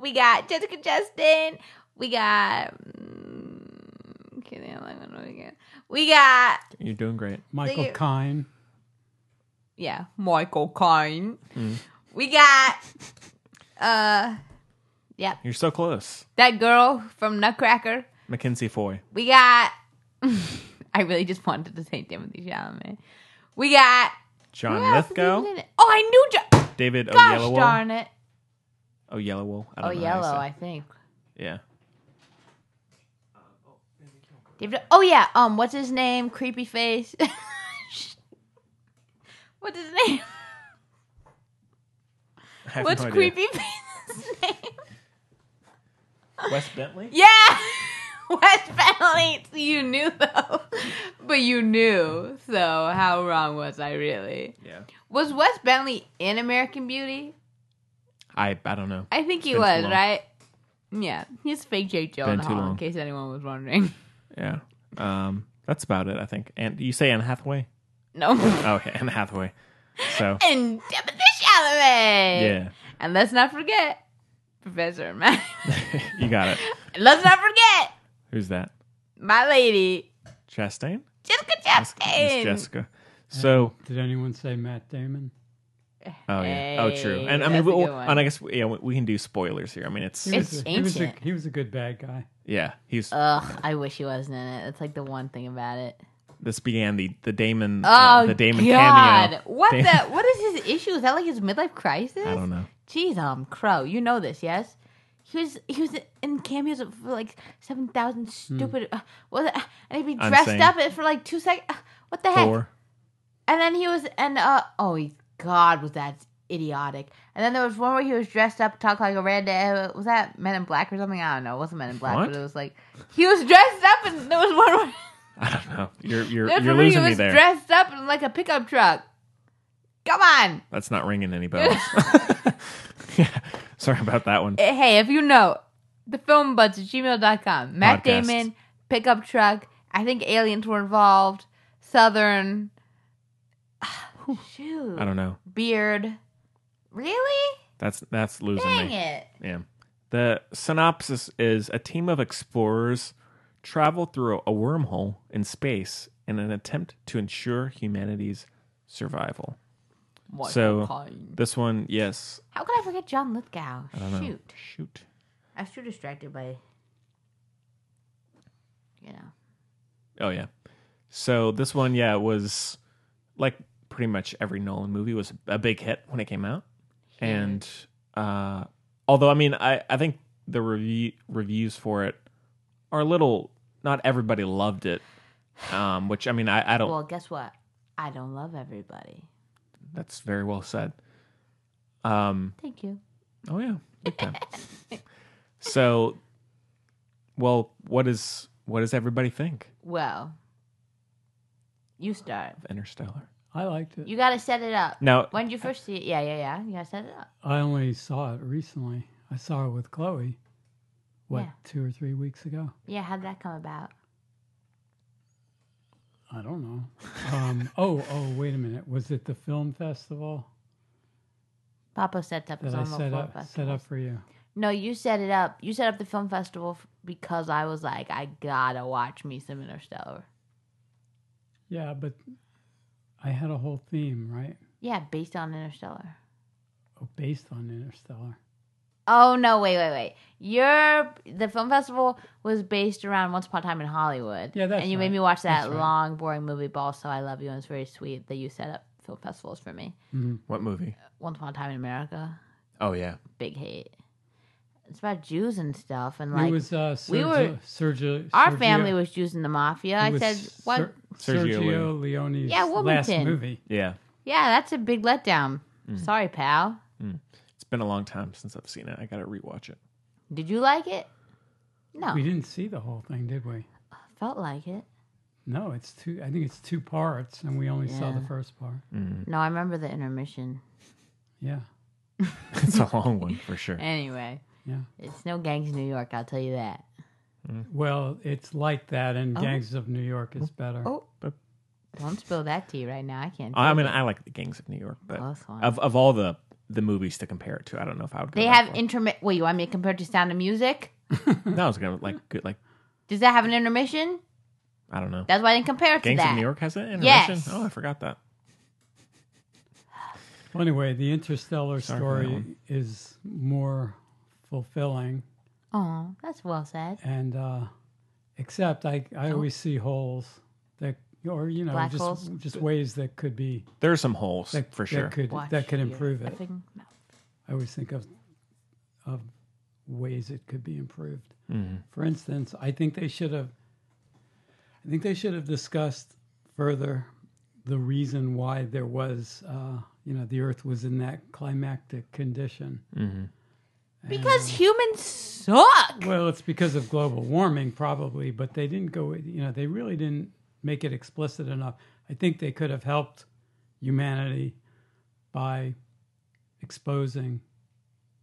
[SPEAKER 2] we got Jessica Justin. We got. mm, Can't think of the other one we got. We got
[SPEAKER 1] You're doing great.
[SPEAKER 3] Michael
[SPEAKER 2] you.
[SPEAKER 3] Kine.
[SPEAKER 2] yeah, Michael Caine.
[SPEAKER 1] Hmm.
[SPEAKER 2] We got uh, yep,
[SPEAKER 1] You're so close.
[SPEAKER 2] that girl from Nutcracker.
[SPEAKER 1] Mackenzie Foy.
[SPEAKER 2] We got. I really just wanted to say Timothy Chalamet. We got.
[SPEAKER 1] John
[SPEAKER 2] who else is
[SPEAKER 1] Lithgow.
[SPEAKER 2] even in it? Oh, I knew. Jo-
[SPEAKER 1] David
[SPEAKER 2] Gosh
[SPEAKER 1] Oyelowo.
[SPEAKER 2] darn it.
[SPEAKER 1] Oyelowo. I
[SPEAKER 2] Oh,
[SPEAKER 1] don't know how you
[SPEAKER 2] yellow,
[SPEAKER 1] say it.
[SPEAKER 2] I think.
[SPEAKER 1] Yeah.
[SPEAKER 2] David. Oh yeah. Um, what's his name? Creepy face. what's his name?
[SPEAKER 1] I have
[SPEAKER 2] What's
[SPEAKER 1] no idea.
[SPEAKER 2] creepy face's name?
[SPEAKER 1] Wes Bentley?
[SPEAKER 2] Yeah, West Valley. You knew though, but you knew. So how wrong was I really?
[SPEAKER 1] Yeah.
[SPEAKER 2] Was Wes Bentley in American Beauty?
[SPEAKER 1] I I don't know.
[SPEAKER 2] I think he
[SPEAKER 1] Been too
[SPEAKER 2] was,
[SPEAKER 1] long.
[SPEAKER 2] right? Yeah, he's fake Jake
[SPEAKER 1] Been too
[SPEAKER 2] Gyllenhaal.
[SPEAKER 1] long.
[SPEAKER 2] In case anyone was wondering.
[SPEAKER 1] Yeah. Um that's about it, I think. And you say Anne Hathaway?
[SPEAKER 2] No,
[SPEAKER 1] Oh, yeah, Anne Hathaway. So
[SPEAKER 2] and Timothy Chalamet.
[SPEAKER 1] yeah.
[SPEAKER 2] and let's not forget Professor Matt.
[SPEAKER 1] you got it.
[SPEAKER 2] let's not forget
[SPEAKER 1] Who's that?
[SPEAKER 2] my lady
[SPEAKER 1] Chastain?
[SPEAKER 2] Jessica
[SPEAKER 1] Miss
[SPEAKER 2] Chastain.
[SPEAKER 1] Jessica. So
[SPEAKER 3] Did anyone say Matt Damon?
[SPEAKER 1] Oh yeah. Oh true.
[SPEAKER 2] Hey,
[SPEAKER 1] And I mean,
[SPEAKER 2] that's a
[SPEAKER 1] we'll,
[SPEAKER 2] good one.
[SPEAKER 1] and I guess yeah, we, we can do spoilers here. I mean, it's,
[SPEAKER 3] He was,
[SPEAKER 2] It's
[SPEAKER 3] a- he, was a,
[SPEAKER 2] ancient.
[SPEAKER 3] he was a good bad guy.
[SPEAKER 1] yeah. He's
[SPEAKER 2] Ugh, I wish he wasn't in it. That's like the one thing about it.
[SPEAKER 1] this began the the Damon
[SPEAKER 2] Oh,
[SPEAKER 1] uh, the Damon
[SPEAKER 2] God.
[SPEAKER 1] cameo.
[SPEAKER 2] What
[SPEAKER 1] Damon-
[SPEAKER 2] the? What is his issue? Is that like his midlife crisis?
[SPEAKER 1] I don't know.
[SPEAKER 2] Jeez, um, Crow, you know this, yes? He was he was in cameos for like seven thousand
[SPEAKER 1] Hmm.
[SPEAKER 2] stupid. Uh, what? the- And he'd be
[SPEAKER 1] I'm
[SPEAKER 2] dressed
[SPEAKER 1] saying-
[SPEAKER 2] up and for like two seconds. What the heck?
[SPEAKER 1] Thor.
[SPEAKER 2] And then he was and uh oh he- God was that idiotic. And then there was one where he was dressed up, talked like a red. Uh, was that Men in Black or something? I don't know. It wasn't Men in Black,
[SPEAKER 1] What?
[SPEAKER 2] but it was like he was dressed up, and there was one where.
[SPEAKER 1] I don't know. You're you're
[SPEAKER 2] That's
[SPEAKER 1] you're
[SPEAKER 2] when
[SPEAKER 1] losing
[SPEAKER 2] he
[SPEAKER 1] me
[SPEAKER 2] was
[SPEAKER 1] there.
[SPEAKER 2] dressed up in like a pickup truck. Come on.
[SPEAKER 1] That's not ringing any bells. yeah. Sorry about that one.
[SPEAKER 2] Eh, Hey, if you know, the film buds at gmail.com. Matt
[SPEAKER 1] Podcast.
[SPEAKER 2] Damon, pickup truck. I think aliens were involved. Southern. Shoot.
[SPEAKER 1] I don't know.
[SPEAKER 2] Beard. Really?
[SPEAKER 1] That's that's losing
[SPEAKER 2] Dang
[SPEAKER 1] me.
[SPEAKER 2] it.
[SPEAKER 1] Yeah. The synopsis is a team of explorers travel through a wormhole in space in an attempt to ensure humanity's survival.
[SPEAKER 2] What
[SPEAKER 1] So-
[SPEAKER 2] kind?
[SPEAKER 1] This one, yes.
[SPEAKER 2] How could I forget John Lithgow?
[SPEAKER 1] I don't know.
[SPEAKER 2] Shoot.
[SPEAKER 1] Shoot.
[SPEAKER 2] I was too distracted by, you know.
[SPEAKER 1] Oh yeah. So this one, yeah, was like pretty much every Nolan movie was a big hit when it came out. And uh although I mean I, I think the review reviews for it are a little not everybody loved it. Um, which I mean I, I don't
[SPEAKER 2] Well, guess what? I don't love everybody.
[SPEAKER 1] that's very well said. Um
[SPEAKER 2] Thank you.
[SPEAKER 1] Oh yeah, big time. so, well, what is what does everybody think
[SPEAKER 2] Well, you start.
[SPEAKER 1] of Interstellar?
[SPEAKER 3] I liked it.
[SPEAKER 2] You got to set it up.
[SPEAKER 1] Now,
[SPEAKER 2] When did you first see it? Yeah, yeah, yeah. You got to set it up.
[SPEAKER 3] I only saw it recently. I saw it with Chloe, what,
[SPEAKER 2] Yeah.
[SPEAKER 3] two or three weeks ago?
[SPEAKER 2] Yeah, how'd that come about?
[SPEAKER 3] I don't know. Um, oh, oh, wait a minute. Was it the film festival
[SPEAKER 2] Papa sets up his
[SPEAKER 3] that I
[SPEAKER 2] own
[SPEAKER 3] set
[SPEAKER 2] little film
[SPEAKER 3] up, set
[SPEAKER 2] festival.
[SPEAKER 3] up for you?
[SPEAKER 2] No, you set it up. You set up the film festival f- because I was like, I gotta watch me some Interstellar.
[SPEAKER 3] Yeah, but I had a whole theme, right?
[SPEAKER 2] Yeah, based on Interstellar.
[SPEAKER 3] Oh, based on Interstellar.
[SPEAKER 2] Oh no! Wait, wait, wait! Your the film festival was based around Once Upon a Time in Hollywood.
[SPEAKER 3] Yeah, that's
[SPEAKER 2] and you made
[SPEAKER 3] right.
[SPEAKER 2] me watch that
[SPEAKER 3] That's right.
[SPEAKER 2] long, boring movie. Ball, so I love you, and it's very sweet that you set up film festivals for me.
[SPEAKER 1] What movie?
[SPEAKER 2] Once Upon a Time in America,
[SPEAKER 1] Oh yeah,
[SPEAKER 2] big hate. It's about Jews and stuff, and like
[SPEAKER 3] it was uh, Sergio,
[SPEAKER 2] we were-
[SPEAKER 3] Sergio,
[SPEAKER 2] our
[SPEAKER 3] Sergio-
[SPEAKER 2] family was Jews and the mafia.
[SPEAKER 3] it
[SPEAKER 2] I
[SPEAKER 3] was
[SPEAKER 2] said, what?
[SPEAKER 3] Ser-
[SPEAKER 1] Sergio
[SPEAKER 3] Sergio, Leone's
[SPEAKER 2] Yeah,
[SPEAKER 3] last
[SPEAKER 2] Wilmington.
[SPEAKER 3] movie.
[SPEAKER 1] yeah.
[SPEAKER 2] yeah, that's a big letdown.
[SPEAKER 3] Mm.
[SPEAKER 2] Sorry, pal.
[SPEAKER 1] It's been a long time since I've seen it. I gotta rewatch it.
[SPEAKER 2] Did you like it? No,
[SPEAKER 3] We didn't see the whole thing, did we?
[SPEAKER 2] felt like it.
[SPEAKER 3] No, it's two. I think it's two parts, and we only saw the
[SPEAKER 2] Yeah.
[SPEAKER 3] first part.
[SPEAKER 2] No, I remember the intermission.
[SPEAKER 3] Yeah,
[SPEAKER 1] It's a long one for sure.
[SPEAKER 2] Anyway,
[SPEAKER 3] yeah.
[SPEAKER 2] it's no gangs in New York. I'll tell you that.
[SPEAKER 3] Well, it's like that, and Gangs of New York is better.
[SPEAKER 2] Oh. Don't spill that tea right now. I can't.
[SPEAKER 1] I
[SPEAKER 2] take
[SPEAKER 1] mean,
[SPEAKER 2] it.
[SPEAKER 1] I like the Gangs of New York, but
[SPEAKER 2] Close one.
[SPEAKER 1] of of all the the movies to compare it to, I don't know if I would. Go
[SPEAKER 2] they
[SPEAKER 1] that
[SPEAKER 2] have
[SPEAKER 1] far.
[SPEAKER 2] intermittent. Wait, you want me to compare it to Sound of Music?
[SPEAKER 1] no, I was gonna like good like
[SPEAKER 2] Does that have an intermission?
[SPEAKER 1] I don't know.
[SPEAKER 2] That's why I didn't compare it to
[SPEAKER 1] Gangs
[SPEAKER 2] that.
[SPEAKER 1] of New York has an intermission.
[SPEAKER 2] Yes.
[SPEAKER 1] Oh, I forgot that.
[SPEAKER 3] Well, anyway, the Interstellar
[SPEAKER 1] Sorry for that
[SPEAKER 3] story is more fulfilling,
[SPEAKER 2] Oh, that's well said.
[SPEAKER 3] and uh, except I, I always see holes that, or you know,
[SPEAKER 2] Oh. Black
[SPEAKER 3] just
[SPEAKER 2] holes?
[SPEAKER 3] just ways that could be
[SPEAKER 1] There are some holes
[SPEAKER 3] that,
[SPEAKER 1] for sure.
[SPEAKER 3] that could
[SPEAKER 2] Watch
[SPEAKER 3] that could
[SPEAKER 2] your
[SPEAKER 3] improve it.
[SPEAKER 2] effing mouth.
[SPEAKER 3] I always think of of ways it could be improved. For instance, I think they should have I think they should have discussed further the reason why there was uh, you know the Earth was in that climactic condition.
[SPEAKER 2] Because humans suck.
[SPEAKER 3] Well, it's because of global warming probably, but they didn't go you know they really didn't make it explicit enough. I think they could have helped humanity by exposing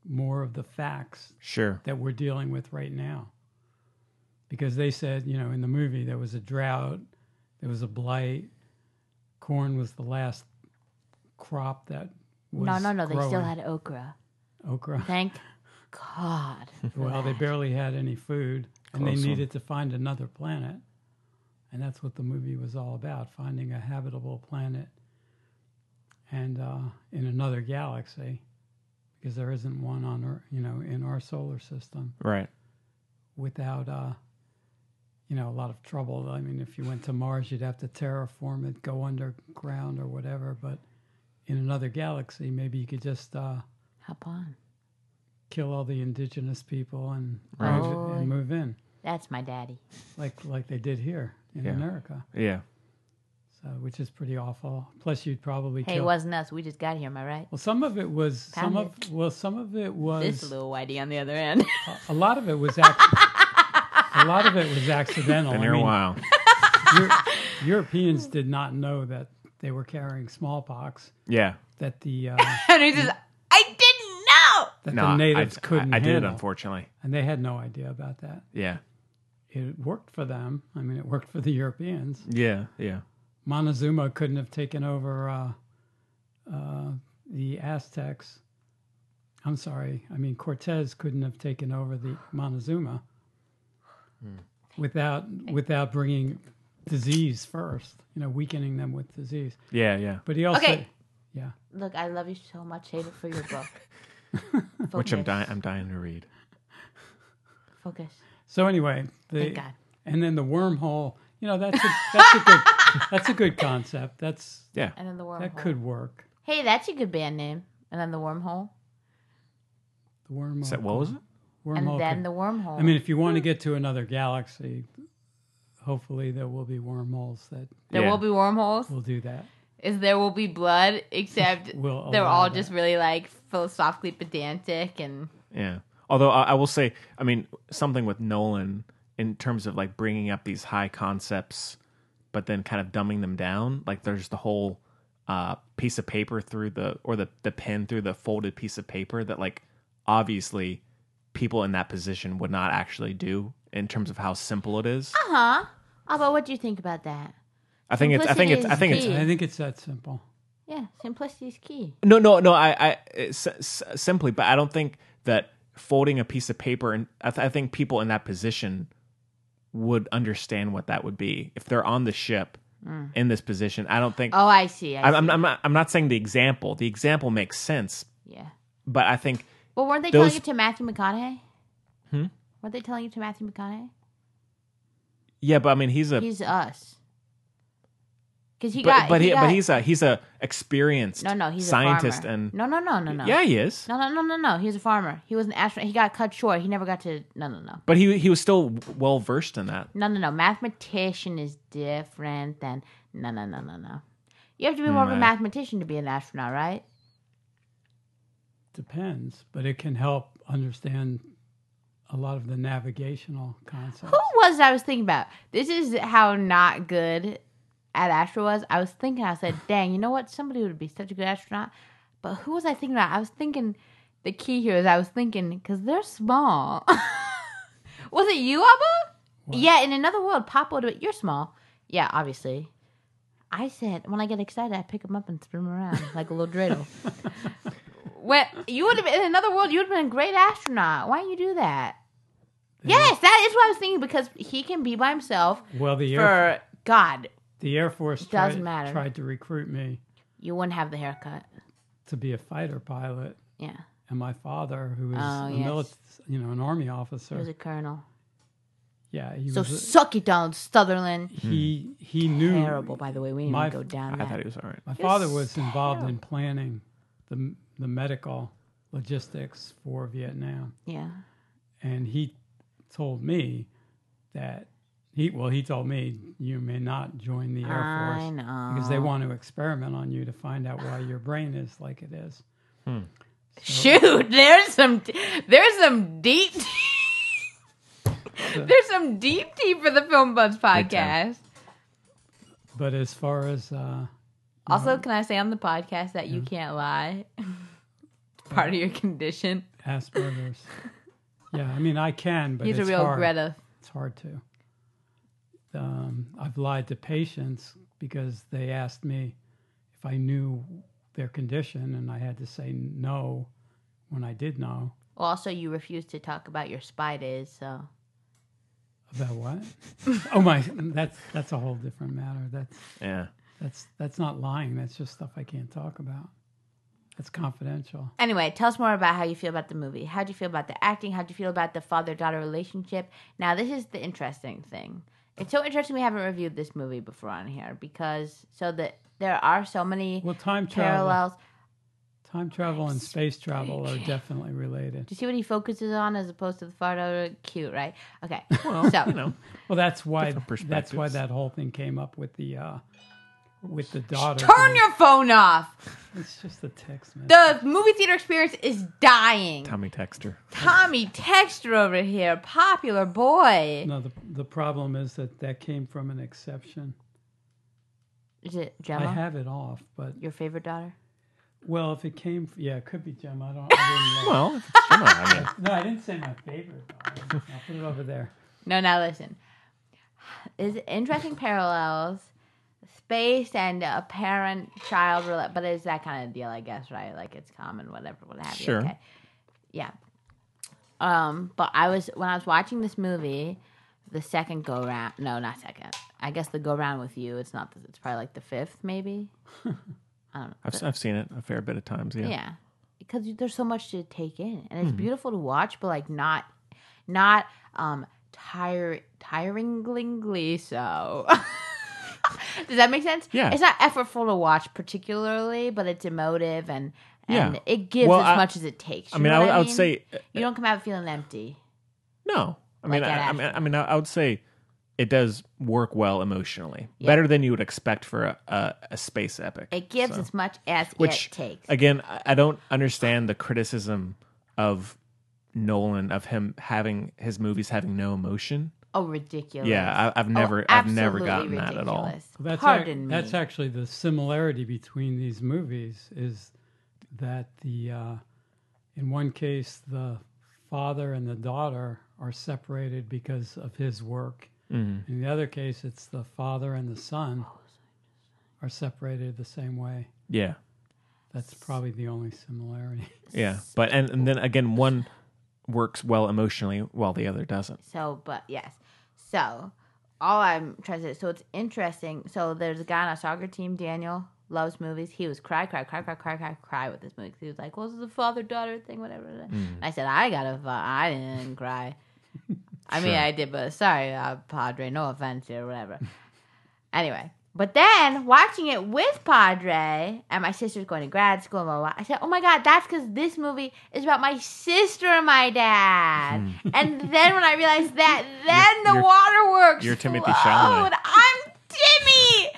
[SPEAKER 3] more of the facts
[SPEAKER 1] Sure.
[SPEAKER 3] that we're dealing with right now. Because they said, you know, in the movie, there was a drought, there was a blight, corn was the last crop that was.
[SPEAKER 2] No, no, no. They still
[SPEAKER 3] growing.
[SPEAKER 2] had okra.
[SPEAKER 3] okra.
[SPEAKER 2] Thank God. for
[SPEAKER 3] Well, they
[SPEAKER 2] that.
[SPEAKER 3] barely had any food, and
[SPEAKER 1] Close
[SPEAKER 3] they
[SPEAKER 1] one.
[SPEAKER 3] needed to find another planet. And that's what the movie was all about finding a habitable planet. and uh, in another galaxy, because there isn't one on our, you know, in our solar system
[SPEAKER 1] Right.
[SPEAKER 3] without, uh, you know, a lot of trouble. I mean, if you went to Mars, you'd have to terraform it, go underground or whatever. But in another galaxy, maybe you could just uh,
[SPEAKER 2] Hop on.
[SPEAKER 3] kill all the indigenous people and,
[SPEAKER 2] Right.
[SPEAKER 3] move, and move in,
[SPEAKER 2] That's my daddy.
[SPEAKER 3] like like they did here in
[SPEAKER 1] Yeah.
[SPEAKER 3] America.
[SPEAKER 1] Yeah.
[SPEAKER 3] So, which is pretty awful. Plus, you'd probably
[SPEAKER 2] Hey,
[SPEAKER 3] kill.
[SPEAKER 2] it wasn't us. We just got here. Am I right?
[SPEAKER 3] Well, some of it was some
[SPEAKER 2] Found
[SPEAKER 3] of well, some of it
[SPEAKER 2] This
[SPEAKER 3] was
[SPEAKER 2] little whitey on the other end.
[SPEAKER 3] a lot of it was ac- a lot of it was accidental.
[SPEAKER 1] Been
[SPEAKER 3] Oh, I
[SPEAKER 1] here a
[SPEAKER 3] mean,
[SPEAKER 1] while.
[SPEAKER 3] Eu- Europeans did not know that they were carrying smallpox.
[SPEAKER 1] Yeah.
[SPEAKER 3] That the uh,
[SPEAKER 2] and he says, I didn't know.
[SPEAKER 3] that
[SPEAKER 1] No,
[SPEAKER 3] the
[SPEAKER 1] I-
[SPEAKER 3] natives
[SPEAKER 1] I,
[SPEAKER 3] couldn't
[SPEAKER 1] I, I did,
[SPEAKER 3] handle,
[SPEAKER 1] unfortunately.
[SPEAKER 3] and they had no idea about that.
[SPEAKER 1] Yeah.
[SPEAKER 3] It worked for them. I mean, it worked for the Europeans.
[SPEAKER 1] Yeah. Yeah.
[SPEAKER 3] Montezuma couldn't have taken over uh, uh, the Aztecs. I'm sorry. I mean, Cortez couldn't have taken over the Montezuma
[SPEAKER 1] Hmm.
[SPEAKER 3] without without bringing disease first. You know, weakening them with disease.
[SPEAKER 1] Yeah. Yeah.
[SPEAKER 3] But he also,
[SPEAKER 2] Okay.
[SPEAKER 3] yeah,
[SPEAKER 2] Look, I love you so much. Save it for your book.
[SPEAKER 1] Which I'm
[SPEAKER 2] Focus.
[SPEAKER 1] dying. I'm dying to read.
[SPEAKER 2] Focus.
[SPEAKER 3] So anyway, the,
[SPEAKER 2] Thank God.
[SPEAKER 3] and then the wormhole. You know, that's a, that's a good that's a good concept. That's
[SPEAKER 1] Yeah.
[SPEAKER 2] And then the wormhole.
[SPEAKER 3] that could work.
[SPEAKER 2] Hey, that's a good band name. And then the wormhole.
[SPEAKER 3] The wormhole.
[SPEAKER 1] So, what was it?
[SPEAKER 2] And
[SPEAKER 3] Wormhole
[SPEAKER 2] then
[SPEAKER 3] could-
[SPEAKER 2] the wormhole.
[SPEAKER 3] I mean, if you want to get to another galaxy, hopefully there will be wormholes that
[SPEAKER 2] there
[SPEAKER 1] Yeah.
[SPEAKER 2] will be wormholes.
[SPEAKER 3] will do that.
[SPEAKER 2] Is there will be blood? Except
[SPEAKER 3] We'll
[SPEAKER 2] they're
[SPEAKER 3] allow
[SPEAKER 2] all
[SPEAKER 3] that.
[SPEAKER 2] just really like philosophically pedantic and
[SPEAKER 1] Yeah. Although I, I will say, I mean, something with Nolan in terms of like bringing up these high concepts, but then kind of dumbing them down. Like there's the whole uh, piece of paper through the or the the pen through the folded piece of paper that like obviously people in that position would not actually do in terms of how simple it is.
[SPEAKER 2] uh huh. Oh, but what do you think about that?
[SPEAKER 1] I think it's I think it's I think it's
[SPEAKER 2] Simplicity is
[SPEAKER 3] I think it's that simple.
[SPEAKER 2] Yeah, simplicity is key.
[SPEAKER 1] No, no, no. I, I s- s- simply, but I don't think that folding a piece of paper, and I, th- I think people in that position would understand what that would be if they're on the ship in this position. I don't think.
[SPEAKER 2] Mm. Oh, I see. I
[SPEAKER 1] I'm,
[SPEAKER 2] see.
[SPEAKER 1] I'm, I'm not. I'm not saying the example. The example makes sense,
[SPEAKER 2] yeah.
[SPEAKER 1] but I think
[SPEAKER 2] Well, weren't they
[SPEAKER 1] Those-
[SPEAKER 2] telling it to Matthew McConaughey?
[SPEAKER 1] Hmm?
[SPEAKER 2] Weren't they telling it to Matthew McConaughey?
[SPEAKER 1] yeah. But I mean, he's a.
[SPEAKER 2] He's us. Because he
[SPEAKER 1] but
[SPEAKER 2] got.
[SPEAKER 1] but
[SPEAKER 2] he,
[SPEAKER 1] he, but
[SPEAKER 2] got-
[SPEAKER 1] he's a he's a experienced
[SPEAKER 2] No, no, he's
[SPEAKER 1] scientist
[SPEAKER 2] a farmer.
[SPEAKER 1] and
[SPEAKER 2] no, no, no, no, no.
[SPEAKER 1] yeah he is.
[SPEAKER 2] No, no, no, no, no. He was a farmer. He was an astronaut. He got cut short. He never got to. No, no, no.
[SPEAKER 1] But he he was still well versed in that.
[SPEAKER 2] No, no, no. Mathematician is different than. No, no, no, no, no. You have to be more of a
[SPEAKER 1] Right.
[SPEAKER 2] mathematician to be an astronaut, right?
[SPEAKER 3] Depends, but it can help understand a lot of the navigational concepts.
[SPEAKER 2] Who was it I was thinking about? This is how not good at astro was. I was thinking, I said, dang, you know what? Somebody would be such a good astronaut. But who was I thinking about? I was thinking, the key here is I was thinking, because they're small. was it you, Abba? Yeah, in another world, Pop would have, you're small. Yeah, obviously. I said, when I get excited, I pick them up and spin them around like a little dreidel. Well, you would have been in another world. You would have been a great astronaut. Why don't you do that?
[SPEAKER 3] Mm-hmm.
[SPEAKER 2] Yes, that is what I was thinking because he can be by himself
[SPEAKER 3] Well, the Air,
[SPEAKER 2] for God.
[SPEAKER 3] the Air Force
[SPEAKER 2] doesn't
[SPEAKER 3] tried,
[SPEAKER 2] matter.
[SPEAKER 3] tried to recruit me
[SPEAKER 2] You wouldn't have the haircut.
[SPEAKER 3] to be a fighter pilot,
[SPEAKER 2] Yeah,
[SPEAKER 3] and my father, who was
[SPEAKER 2] Oh,
[SPEAKER 3] a
[SPEAKER 2] yes.
[SPEAKER 3] milit- you know, an army
[SPEAKER 2] he was
[SPEAKER 3] officer,
[SPEAKER 2] a colonel.
[SPEAKER 3] yeah, he
[SPEAKER 2] So
[SPEAKER 3] was. a-
[SPEAKER 2] suck it, Donald Sutherland.
[SPEAKER 3] he he knew
[SPEAKER 2] Terrible, by the way. We didn't
[SPEAKER 3] My-
[SPEAKER 2] even go down
[SPEAKER 1] I
[SPEAKER 2] that.
[SPEAKER 1] thought he was all right.
[SPEAKER 3] My father was involved in planning the the medical logistics for Vietnam,
[SPEAKER 2] yeah,
[SPEAKER 3] and he told me that he well he told me you may not join the air
[SPEAKER 2] I
[SPEAKER 3] force
[SPEAKER 2] know.
[SPEAKER 3] because they want to experiment on you to find out why your brain is like it is. Oh.
[SPEAKER 2] Shoot, there's some, there's some deep, there's some deep tea for the Film Buds podcast.
[SPEAKER 3] But as far as uh,
[SPEAKER 2] Also, can I say on the podcast that
[SPEAKER 3] Mm-hmm.
[SPEAKER 2] you can't lie? Part of your condition.
[SPEAKER 3] Asperger's, yeah, I mean I can, but
[SPEAKER 2] He's a
[SPEAKER 3] it's
[SPEAKER 2] real
[SPEAKER 3] hard.
[SPEAKER 2] Greta.
[SPEAKER 3] It's hard to. Um, I've lied to patients because they asked me if I knew their condition, and I had to say no when I did know
[SPEAKER 2] Also, you refuse to talk about your spy days, so
[SPEAKER 3] about what. oh my, that's that's a whole different matter. That's
[SPEAKER 1] Yeah.
[SPEAKER 3] That's that's not lying. That's just stuff I can't talk about. That's confidential.
[SPEAKER 2] Anyway, tell us more about how you feel about the movie. How do you feel about the acting? How do you feel about the father-daughter relationship? Now, this is the interesting thing. It's so interesting we haven't reviewed this movie before on here because so that there are so many
[SPEAKER 3] Well, time travel,
[SPEAKER 2] parallels.
[SPEAKER 3] time travel, and space travel are definitely related.
[SPEAKER 2] Do you see what he focuses on as opposed to the father? Cute, right? Okay.
[SPEAKER 1] Well,
[SPEAKER 2] so
[SPEAKER 1] you know,
[SPEAKER 3] Well, that's why
[SPEAKER 1] Different
[SPEAKER 3] that's why
[SPEAKER 1] perspectives.
[SPEAKER 3] that whole thing came up with the uh, with the daughter.
[SPEAKER 2] turn your phone off.
[SPEAKER 3] It's just a text message.
[SPEAKER 2] The movie theater experience is dying.
[SPEAKER 1] Tommy Texter.
[SPEAKER 2] Tommy Texter over here, popular boy.
[SPEAKER 3] No, the the problem is that that came from an exception.
[SPEAKER 2] Is it
[SPEAKER 3] I
[SPEAKER 2] Gemma?
[SPEAKER 3] have it off, but
[SPEAKER 2] your favorite daughter?
[SPEAKER 3] well, if it came, f- yeah, it could be Jim. I don't. I didn't know.
[SPEAKER 1] Well, if it's Gemma, I mean,
[SPEAKER 3] no, I didn't say my favorite. though. I'll put it over there.
[SPEAKER 2] No, now listen. Is interesting parallels, space and a parent child, rela- but it's that kind of deal, I guess, right? Like it's common, whatever, what have
[SPEAKER 1] Sure.
[SPEAKER 2] you. Okay. Yeah. Um, but I was when I was watching this movie, the second go round. No, not second. I guess the go round with you. It's not. The, it's probably like the fifth, maybe.
[SPEAKER 1] I've, I've seen it a fair bit of times. Yeah. Mm-hmm.
[SPEAKER 2] Yeah. Because there's so much to take in and it's beautiful to watch but like not not um tire tiringly so. Does that make sense?
[SPEAKER 1] Yeah.
[SPEAKER 2] It's not effortful to watch particularly, but it's emotive and and
[SPEAKER 1] Yeah.
[SPEAKER 2] it gives
[SPEAKER 1] Well,
[SPEAKER 2] as
[SPEAKER 1] I-
[SPEAKER 2] much as it takes.
[SPEAKER 1] I
[SPEAKER 2] You
[SPEAKER 1] mean,
[SPEAKER 2] know
[SPEAKER 1] I,
[SPEAKER 2] what
[SPEAKER 1] would- I would say uh,
[SPEAKER 2] you don't come out feeling empty.
[SPEAKER 1] no. I mean,
[SPEAKER 2] Like
[SPEAKER 1] I,
[SPEAKER 2] that
[SPEAKER 1] I mean, I mean, I I would say it does work well emotionally,
[SPEAKER 2] Yeah.
[SPEAKER 1] better than you would expect for a, a, a space epic.
[SPEAKER 2] It gives
[SPEAKER 1] So-
[SPEAKER 2] as much as
[SPEAKER 1] which
[SPEAKER 2] it takes.
[SPEAKER 1] again, I- I don't understand the criticism of Nolan of him having his movies having no emotion.
[SPEAKER 2] oh, ridiculous!
[SPEAKER 1] Yeah, I, I've
[SPEAKER 2] Oh,
[SPEAKER 1] never, I've never gotten
[SPEAKER 2] absolutely
[SPEAKER 1] that at all.
[SPEAKER 2] ridiculous.
[SPEAKER 3] Well, that's ac-
[SPEAKER 2] Pardon me.
[SPEAKER 3] That's actually the similarity between these movies is that the uh, in one case the father and the daughter are separated because of his work. In the other case, it's the father and the son
[SPEAKER 2] Oh,
[SPEAKER 3] are separated the same way.
[SPEAKER 1] Yeah,
[SPEAKER 3] That's probably the only similarity.
[SPEAKER 1] yeah, but and, and then again, one works well emotionally while the other doesn't.
[SPEAKER 2] So, but yes. So, all I'm trying to say, so it's interesting. So, there's a guy on our soccer team, Daniel, loves movies. He was cry, cry, cry, cry, cry, cry, cry with this movie. 'cause He was like, well, this is a father daughter thing, whatever. And I said, I got to, I didn't cry. I mean,
[SPEAKER 1] Sure.
[SPEAKER 2] I did, but sorry, uh, Padre, no offense here, whatever. anyway. But then watching it with Padre and my sister's going to grad school, blah, blah, blah, I said, "Oh my god, that's because this movie is about my sister and my dad." and then when I realized that, then the
[SPEAKER 1] Hmm. You're-
[SPEAKER 2] waterworks.
[SPEAKER 1] you're Timothy
[SPEAKER 2] flowed.
[SPEAKER 1] Chalamet.
[SPEAKER 2] I'm Timmy,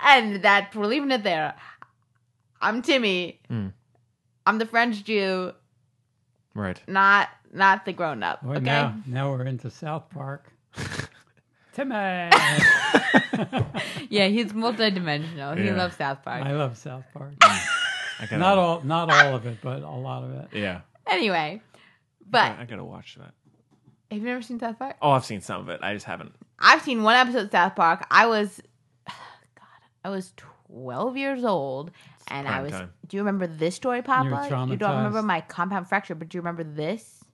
[SPEAKER 2] and that we're leaving it there. I'm Timmy.
[SPEAKER 1] Mm.
[SPEAKER 2] I'm the French Jew,
[SPEAKER 1] Right.
[SPEAKER 2] not not the grown up.
[SPEAKER 3] Boy,
[SPEAKER 2] okay.
[SPEAKER 3] now, now we're into South Park. Timmy,
[SPEAKER 2] Yeah, he's multidimensional. He
[SPEAKER 1] Yeah.
[SPEAKER 2] loves South Park.
[SPEAKER 3] I love South Park.
[SPEAKER 1] I gotta,
[SPEAKER 3] Not all, not all of it, but a lot of it.
[SPEAKER 1] Yeah,
[SPEAKER 2] Anyway, but
[SPEAKER 1] I gotta watch that.
[SPEAKER 2] have you never seen South Park?
[SPEAKER 1] Oh, I've seen some of it. I just haven't.
[SPEAKER 2] I've seen one episode of South Park. I was, God, I was twelve years old, and I
[SPEAKER 1] prime
[SPEAKER 2] was.
[SPEAKER 1] time.
[SPEAKER 2] Do you remember this story, Papa? you don't remember
[SPEAKER 3] traumatized.
[SPEAKER 2] my compound fracture, but do you remember this?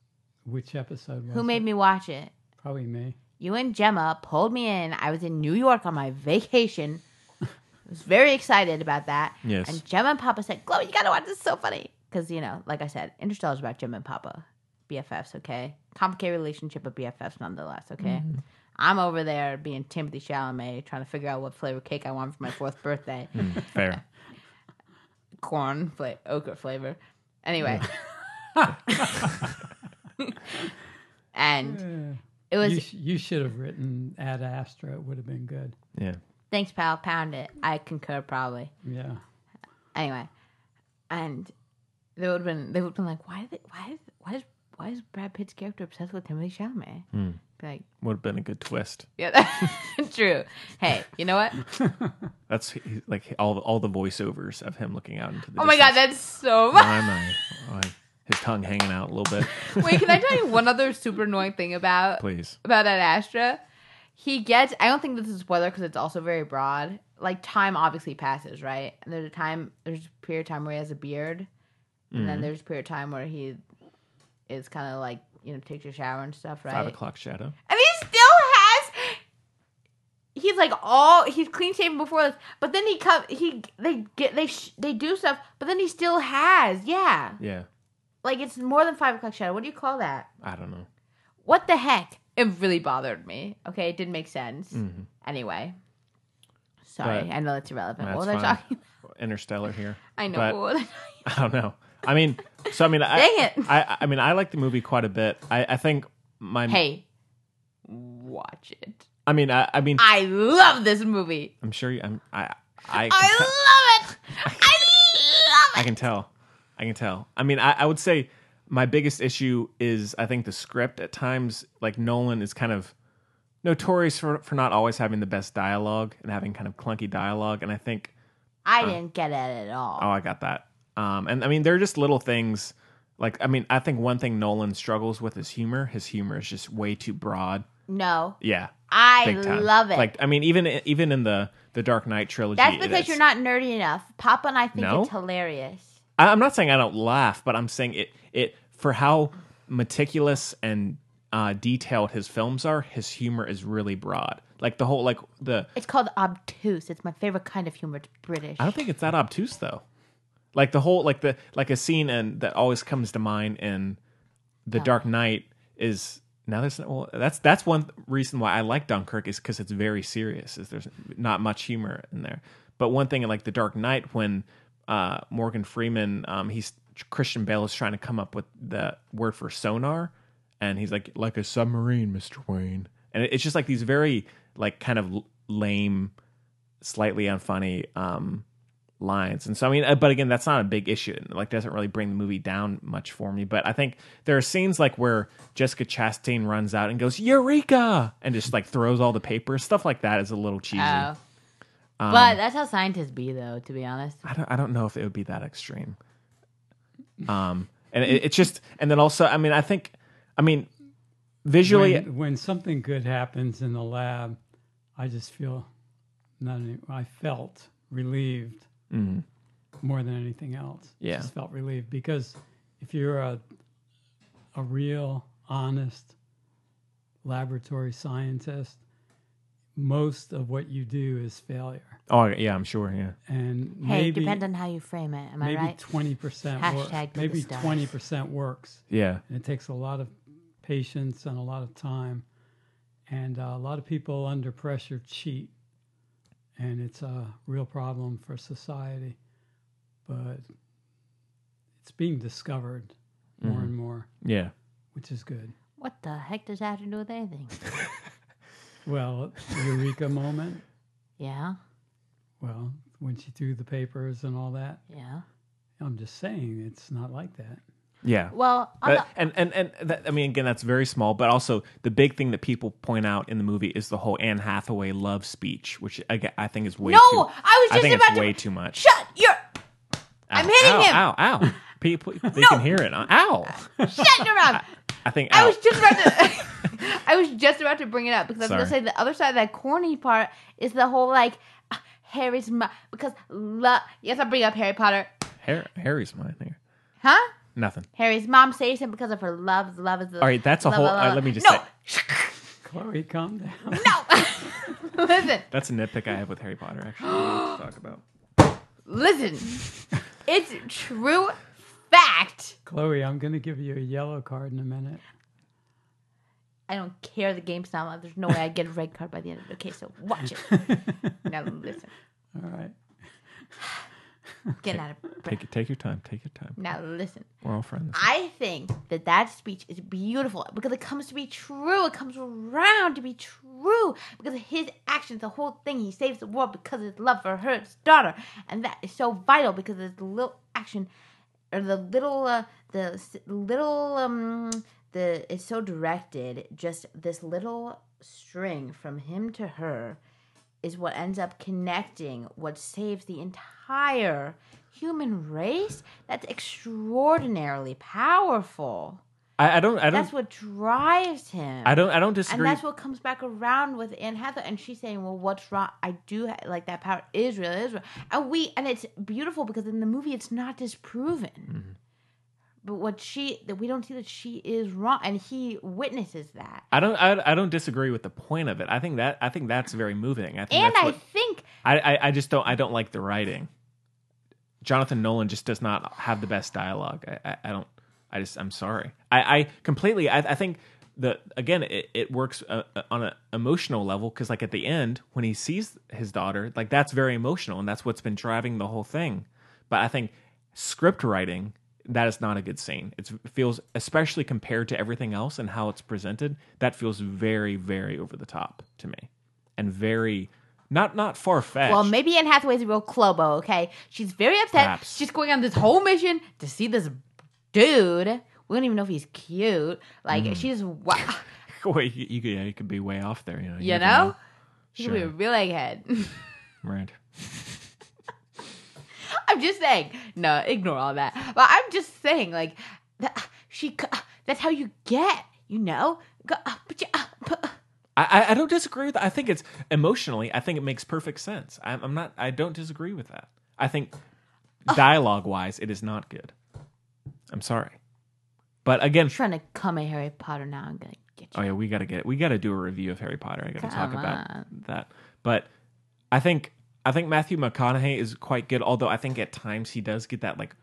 [SPEAKER 3] Which episode was
[SPEAKER 2] Who
[SPEAKER 3] it?
[SPEAKER 2] made me watch it?
[SPEAKER 3] Probably me.
[SPEAKER 2] You and Gemma pulled me in. I was in New York on my vacation. I was very excited about that.
[SPEAKER 1] Yes.
[SPEAKER 2] And Gemma and Papa said, "Chloe, you gotta watch this. It's so funny." Because you know, like I said, Interstellar's about Gemma and Papa, BFFs. Okay, complicated relationship, but BFFs nonetheless. Okay. I'm over there being Timothy Chalamet, trying to figure out what flavor cake I want for my fourth birthday.
[SPEAKER 1] Mm. Fair.
[SPEAKER 2] Corn, fla- okra flavor. Anyway. and
[SPEAKER 3] Yeah.
[SPEAKER 2] it was
[SPEAKER 3] You, sh- you should have written Ad Astra. It would have been good.
[SPEAKER 1] Yeah.
[SPEAKER 2] Thanks, pal. Pound it. I concur, probably.
[SPEAKER 3] Yeah.
[SPEAKER 2] Anyway, and they would have been they would have been like, why? Did they, why is why is why is Brad Pitt's character obsessed with Timothy Chalamet? Be Like,
[SPEAKER 1] Would have been a good twist.
[SPEAKER 2] yeah, true. Hey, you know what?
[SPEAKER 1] That's he- like all all the voiceovers of him looking out into the.
[SPEAKER 2] Oh my god,
[SPEAKER 1] distance.
[SPEAKER 2] that's so
[SPEAKER 1] Why
[SPEAKER 2] much.
[SPEAKER 1] am I? why- His tongue hanging out a little bit.
[SPEAKER 2] Wait, can I tell you one other super annoying thing about
[SPEAKER 1] Please.
[SPEAKER 2] about that Astra? He gets. I don't think this is a spoiler because it's also very broad. Like time obviously passes, right? And there's a time. There's a period of time where he has a beard, and then there's a period of time where he is kind of like you know takes a shower and stuff, right?
[SPEAKER 1] Five o'clock shadow.
[SPEAKER 2] And he still has. He's like all he's clean shaven before this, but then he come he they get they sh- they do stuff, but then he still has yeah,
[SPEAKER 1] Yeah.
[SPEAKER 2] like it's more than five o'clock shadow. What do you call that?
[SPEAKER 1] I don't know.
[SPEAKER 2] What the heck? It really bothered me. Okay, it didn't make sense. Anyway, sorry,
[SPEAKER 1] Mm-hmm. But-
[SPEAKER 2] I know that's irrelevant.
[SPEAKER 1] That's
[SPEAKER 2] What they're
[SPEAKER 1] fine.
[SPEAKER 2] talking.
[SPEAKER 1] Interstellar here.
[SPEAKER 2] I know.
[SPEAKER 1] But-
[SPEAKER 2] what they're talking-
[SPEAKER 1] I don't know. I mean, so I mean, I,
[SPEAKER 2] Dang it.
[SPEAKER 1] I, I mean, I like the movie quite a bit. I, I think my,
[SPEAKER 2] hey, watch it.
[SPEAKER 1] I mean, I, I mean,
[SPEAKER 2] I love this movie.
[SPEAKER 1] I'm sure you, I'm, I, I,
[SPEAKER 2] I
[SPEAKER 1] can te-
[SPEAKER 2] love it. I
[SPEAKER 1] I
[SPEAKER 2] love it.
[SPEAKER 1] can tell, I can tell. I mean, I, I would say my biggest issue is I think the script at times, like Nolan is kind of notorious for for not always having the best dialogue and having kind of clunky dialogue, and I think uh,
[SPEAKER 2] I didn't get it at all.
[SPEAKER 1] Oh, I got that. Um, and I mean, there are just little things. Like, I mean, I think one thing Nolan struggles with is humor. His humor is just way too broad.
[SPEAKER 2] No,
[SPEAKER 1] Yeah,
[SPEAKER 2] I
[SPEAKER 1] big time.
[SPEAKER 2] love it.
[SPEAKER 1] Like, I mean, even even in the the Dark Knight trilogy,
[SPEAKER 2] That's
[SPEAKER 1] it
[SPEAKER 2] because
[SPEAKER 1] is-
[SPEAKER 2] you're not nerdy enough. Papa and I think
[SPEAKER 1] No?
[SPEAKER 2] it's hilarious.
[SPEAKER 1] I, I'm not saying I don't laugh, but I'm saying it it for how meticulous and uh, detailed his films are. His humor is really broad. Like the whole like the
[SPEAKER 2] It's called obtuse. It's my favorite kind of humor. It's British.
[SPEAKER 1] I don't think it's that obtuse though. Like the whole like the like a scene and that always comes to mind in The Dark Knight is now there's well that's that's one reason why I like Dunkirk is because it's very serious. Is there's not much humor in there. But one thing in like The Dark Knight when uh Morgan Freeman um he's Christian Bale is trying to come up with the word for sonar and he's like like a submarine, Mr. Wayne. And it- it's just like these very like kind of l- lame slightly unfunny um lines and so i mean uh, but again that's not a big issue and like doesn't really bring the movie down much for me but i think there are scenes like where jessica chastain runs out and goes eureka and just like throws all the papers stuff like that is a little cheesy
[SPEAKER 2] Oh. but
[SPEAKER 1] Um,
[SPEAKER 2] that's how scientists be, though. To be honest,
[SPEAKER 1] I, don't, I don't know if it would be that extreme um and it, it's just and then also i mean i think i mean visually
[SPEAKER 3] when, when something good happens in the lab, I just feel not. Any, I felt relieved more than anything else.
[SPEAKER 1] Yeah.
[SPEAKER 3] just felt relieved because if you're a a real honest laboratory scientist, most of what you do is failure,
[SPEAKER 1] oh yeah i'm sure yeah
[SPEAKER 3] and
[SPEAKER 2] hey,
[SPEAKER 3] maybe
[SPEAKER 2] depend on how you frame it. Am I
[SPEAKER 3] maybe
[SPEAKER 2] right?
[SPEAKER 3] twenty percent
[SPEAKER 2] Hashtag to
[SPEAKER 3] works.
[SPEAKER 2] the
[SPEAKER 3] Maybe
[SPEAKER 2] stars.
[SPEAKER 3] twenty percent works
[SPEAKER 1] yeah
[SPEAKER 3] and it takes a lot of patience and a lot of time and uh, a lot of people under pressure cheat and it's a real problem for society but it's being discovered more and more
[SPEAKER 1] yeah
[SPEAKER 3] which is good
[SPEAKER 2] What the heck does that have to do with anything?
[SPEAKER 3] well eureka moment
[SPEAKER 2] yeah,
[SPEAKER 3] well when she threw the papers and all that
[SPEAKER 2] yeah.
[SPEAKER 3] i'm just saying it's not like that
[SPEAKER 1] yeah
[SPEAKER 2] Well, on
[SPEAKER 1] But- and and and that, I mean, again, that's very small. But also, the big thing that people point out in the movie is the whole Anne Hathaway love speech, which I, I think is way.
[SPEAKER 2] No,
[SPEAKER 1] too,
[SPEAKER 2] I was just
[SPEAKER 1] think
[SPEAKER 2] about
[SPEAKER 1] it's
[SPEAKER 2] to-
[SPEAKER 1] way too much.
[SPEAKER 2] the, shut your I'm
[SPEAKER 1] Ow,
[SPEAKER 2] hitting
[SPEAKER 1] ow,
[SPEAKER 2] him.
[SPEAKER 1] Ow! Ow! People, they
[SPEAKER 2] No.
[SPEAKER 1] can hear it. Ow!
[SPEAKER 2] shut your mouth.
[SPEAKER 1] I think.
[SPEAKER 2] I
[SPEAKER 1] ow.
[SPEAKER 2] was just about to. I was just about to bring it up because I was going to
[SPEAKER 1] Sorry.
[SPEAKER 2] say the other side of that corny part is the whole like ah, Harry's mu because love. Yes, I bring up Harry Potter,
[SPEAKER 1] Har- Harry's mine here.
[SPEAKER 2] huh?
[SPEAKER 1] Nothing.
[SPEAKER 2] Harry's mom saves him because of her love. Love is the.
[SPEAKER 1] All right, that's a
[SPEAKER 2] blah,
[SPEAKER 1] whole.
[SPEAKER 2] blah, blah,
[SPEAKER 1] uh, let me
[SPEAKER 2] blah.
[SPEAKER 1] just say
[SPEAKER 3] chloe calm down
[SPEAKER 2] No, no. listen,
[SPEAKER 1] that's a nitpick I have with Harry Potter. Actually, to talk about.
[SPEAKER 2] listen. It's true fact.
[SPEAKER 3] chloe i'm going to give you a yellow card in a minute
[SPEAKER 2] I don't care. The game's not live. There's no way I get a red card by the end of it. Okay, so watch it. now listen.
[SPEAKER 3] all right
[SPEAKER 2] Get out of breath.
[SPEAKER 1] Take take your time. Take your time.
[SPEAKER 2] Now listen.
[SPEAKER 1] We're all friends.
[SPEAKER 2] I think that that speech is beautiful because it comes to be true. It comes around to be true because of his actions, the whole thing. He saves the world because of his love for her, his daughter, and that is so vital because of the little action or the little, uh, the s- little, um, the it's so directed. Just this little string from him to her is what ends up connecting what saves the entire human race that's extraordinarily powerful
[SPEAKER 1] I, I don't. I don't.
[SPEAKER 2] that's what drives him
[SPEAKER 1] I don't. I don't disagree.
[SPEAKER 2] and that's what comes back around with Anne Hathaway, and she's saying, "Well, what's wrong? I do ha- like that power. Israel,
[SPEAKER 1] Mm-hmm.
[SPEAKER 2] Israel, and we, and it's beautiful because in the movie it's not disproven But what she that we don't see that she is wrong, and he witnesses that.
[SPEAKER 1] I don't. I, I don't disagree with the point of it. I think that. I think that's very moving. I think
[SPEAKER 2] And
[SPEAKER 1] that's
[SPEAKER 2] I
[SPEAKER 1] what,
[SPEAKER 2] think
[SPEAKER 1] I, I. I just don't. I don't like the writing. Jonathan Nolan just does not have the best dialogue. I. I, I don't. I just. I'm sorry. I. I completely. I. I think the again. It, it works uh, uh, on an emotional level because like at the end when he sees his daughter, like that's very emotional and that's what's been driving the whole thing. But I think script writing that is not a good scene. It's, it feels, especially compared to everything else and how it's presented, that feels very, very over the top to me, and very not not far fetched.
[SPEAKER 2] Well, maybe Anne Hathaway's a real clobo, okay? She's very upset.
[SPEAKER 1] Perhaps.
[SPEAKER 2] She's going on this whole mission to see this dude. We don't even know if he's cute. Like,
[SPEAKER 1] Mm.
[SPEAKER 2] she's, wa-
[SPEAKER 1] Wait, you, you could yeah, you could be way off there. You know,
[SPEAKER 2] you
[SPEAKER 1] never
[SPEAKER 2] know? She's gonna be a
[SPEAKER 1] Sure.
[SPEAKER 2] real egghead.
[SPEAKER 1] right?
[SPEAKER 2] I'm just saying. No, ignore all that. But I'm just saying, like, that, she, c- uh, that's how you get, you know? Go, uh, put your, uh, put, uh.
[SPEAKER 1] I, I- I don't disagree with that. I think it's emotionally, I think it makes perfect sense. I'm, I'm not, I don't disagree with that. I think dialogue wise, it is not good. I'm sorry. But again,
[SPEAKER 2] I'm trying to come at Harry Potter now. I'm gonna get you.
[SPEAKER 1] Oh yeah, we gotta get we gotta do a review of Harry Potter. I gotta talk
[SPEAKER 2] Come
[SPEAKER 1] about
[SPEAKER 2] on.
[SPEAKER 1] that. But I think I think Matthew McConaughey is quite good. Although I think at times he does get that like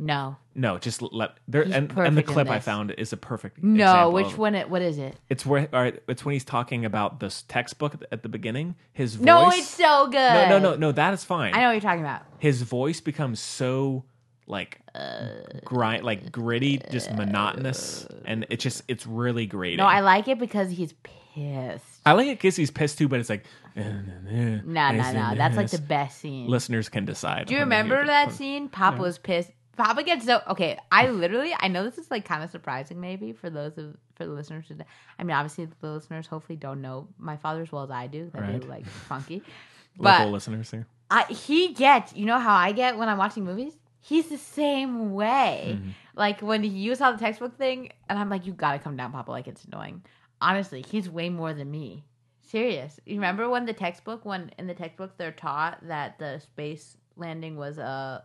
[SPEAKER 2] No.
[SPEAKER 1] no, just let there.
[SPEAKER 2] He's
[SPEAKER 1] And, and the
[SPEAKER 2] perfect in
[SPEAKER 1] clip I
[SPEAKER 2] this.
[SPEAKER 1] found is a perfect
[SPEAKER 2] No,
[SPEAKER 1] example
[SPEAKER 2] which
[SPEAKER 1] of-
[SPEAKER 2] one? It, what is it?
[SPEAKER 1] It's where all right, it's when he's talking about this textbook at the beginning. His voice.
[SPEAKER 2] No, it's so
[SPEAKER 1] no
[SPEAKER 2] good.
[SPEAKER 1] no no no that is fine.
[SPEAKER 2] I know what you're talking about.
[SPEAKER 1] His voice becomes so like
[SPEAKER 2] Uh,
[SPEAKER 1] grind like gritty, just monotonous, and it's just it's really grating.
[SPEAKER 2] No, I like it because he's pissed.
[SPEAKER 1] I like it because he's pissed too, but it's like no, no,
[SPEAKER 2] No, no, no. That's like the best scene.
[SPEAKER 1] listeners can decide.
[SPEAKER 2] Do you
[SPEAKER 1] when they hear
[SPEAKER 2] remember
[SPEAKER 1] the-
[SPEAKER 2] that scene? Papa was pissed. Papa gets so okay. I literally, I know this is like kind of surprising, maybe for those of for the listeners. Who, I mean, obviously the listeners hopefully don't know my father as well as I do. That'd be
[SPEAKER 1] Right.
[SPEAKER 2] like funky.
[SPEAKER 1] Local
[SPEAKER 2] But
[SPEAKER 1] listeners here.
[SPEAKER 2] I, he gets, you know how I get when I'm watching movies? He's the same way.
[SPEAKER 1] Mm-hmm.
[SPEAKER 2] Like when you saw the textbook thing, and I'm like, you gotta come down, Papa. Like it's annoying. Honestly, he's way more than me. Serious. You remember when the textbook, when in the textbook they're taught that the space landing was a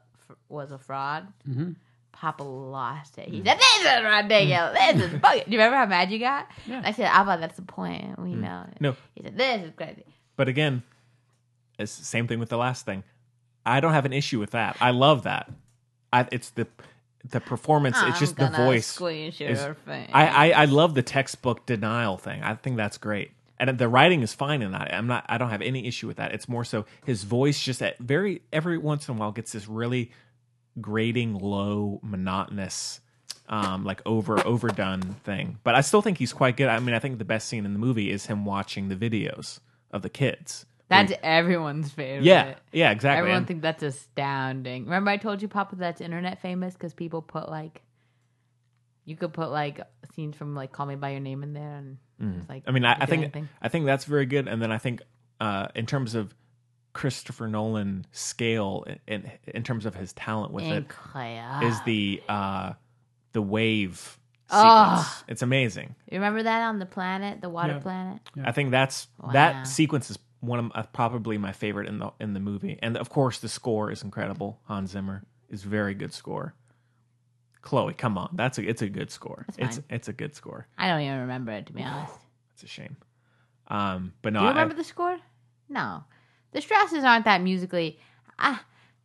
[SPEAKER 2] was a fraud.
[SPEAKER 1] Mm-hmm.
[SPEAKER 3] Mhm.
[SPEAKER 2] Papa lost
[SPEAKER 1] Mm.
[SPEAKER 2] it. He said, "This is ridiculous. This is fucking." Do you remember how mad you got? I said, "Abba, that's the point. We know it."
[SPEAKER 1] Mm. No,
[SPEAKER 2] He said, "This is crazy."
[SPEAKER 1] but again, it's the same thing with the last thing. I don't have an issue with that. I love that. I, it's the the performance.
[SPEAKER 2] I'm
[SPEAKER 1] it's just the
[SPEAKER 2] gonna
[SPEAKER 1] voice.
[SPEAKER 2] Squeeze your
[SPEAKER 1] is-
[SPEAKER 2] face.
[SPEAKER 1] I, I I love the textbook denial thing. I think that's great. And the writing is fine in that. I'm not. I don't have any issue with that. It's more so his voice just at very every once in a while gets this really grating, low, monotonous, um, like over overdone thing. But I still think he's quite good. I mean, I think the best scene in the movie is him watching the videos of the kids.
[SPEAKER 2] That's everyone's favorite.
[SPEAKER 1] Yeah, yeah, exactly.
[SPEAKER 2] Everyone
[SPEAKER 1] And-
[SPEAKER 2] thinks that's astounding. Remember, I told you, Papa, that's internet famous because people put like, you could put like scenes from like Call Me by Your Name in there, and it's like,
[SPEAKER 1] Mm. I mean, I, I
[SPEAKER 2] you can
[SPEAKER 1] think
[SPEAKER 2] anything.
[SPEAKER 1] I think that's very good. And then I think uh, in terms of Christopher Nolan scale in in terms of his talent with it
[SPEAKER 2] incredible.
[SPEAKER 1] is the uh, the wave sequence.
[SPEAKER 2] Ugh.
[SPEAKER 1] It's amazing.
[SPEAKER 2] you remember that on the planet, the water
[SPEAKER 3] Yeah.
[SPEAKER 2] planet?
[SPEAKER 1] I think that's
[SPEAKER 2] Wow.
[SPEAKER 1] that sequence is one of uh, probably my favorite in the in the movie. And of course, the score is incredible. Hans Zimmer is very good score. Chloe, come on, that's a it's a good score. it's
[SPEAKER 2] fine.
[SPEAKER 1] it's a good score.
[SPEAKER 2] I don't even remember it to be honest.
[SPEAKER 1] It's a shame. Um, but no,
[SPEAKER 2] Do you
[SPEAKER 1] I-
[SPEAKER 2] remember the score? No, the Strausses aren't that musically. Ah,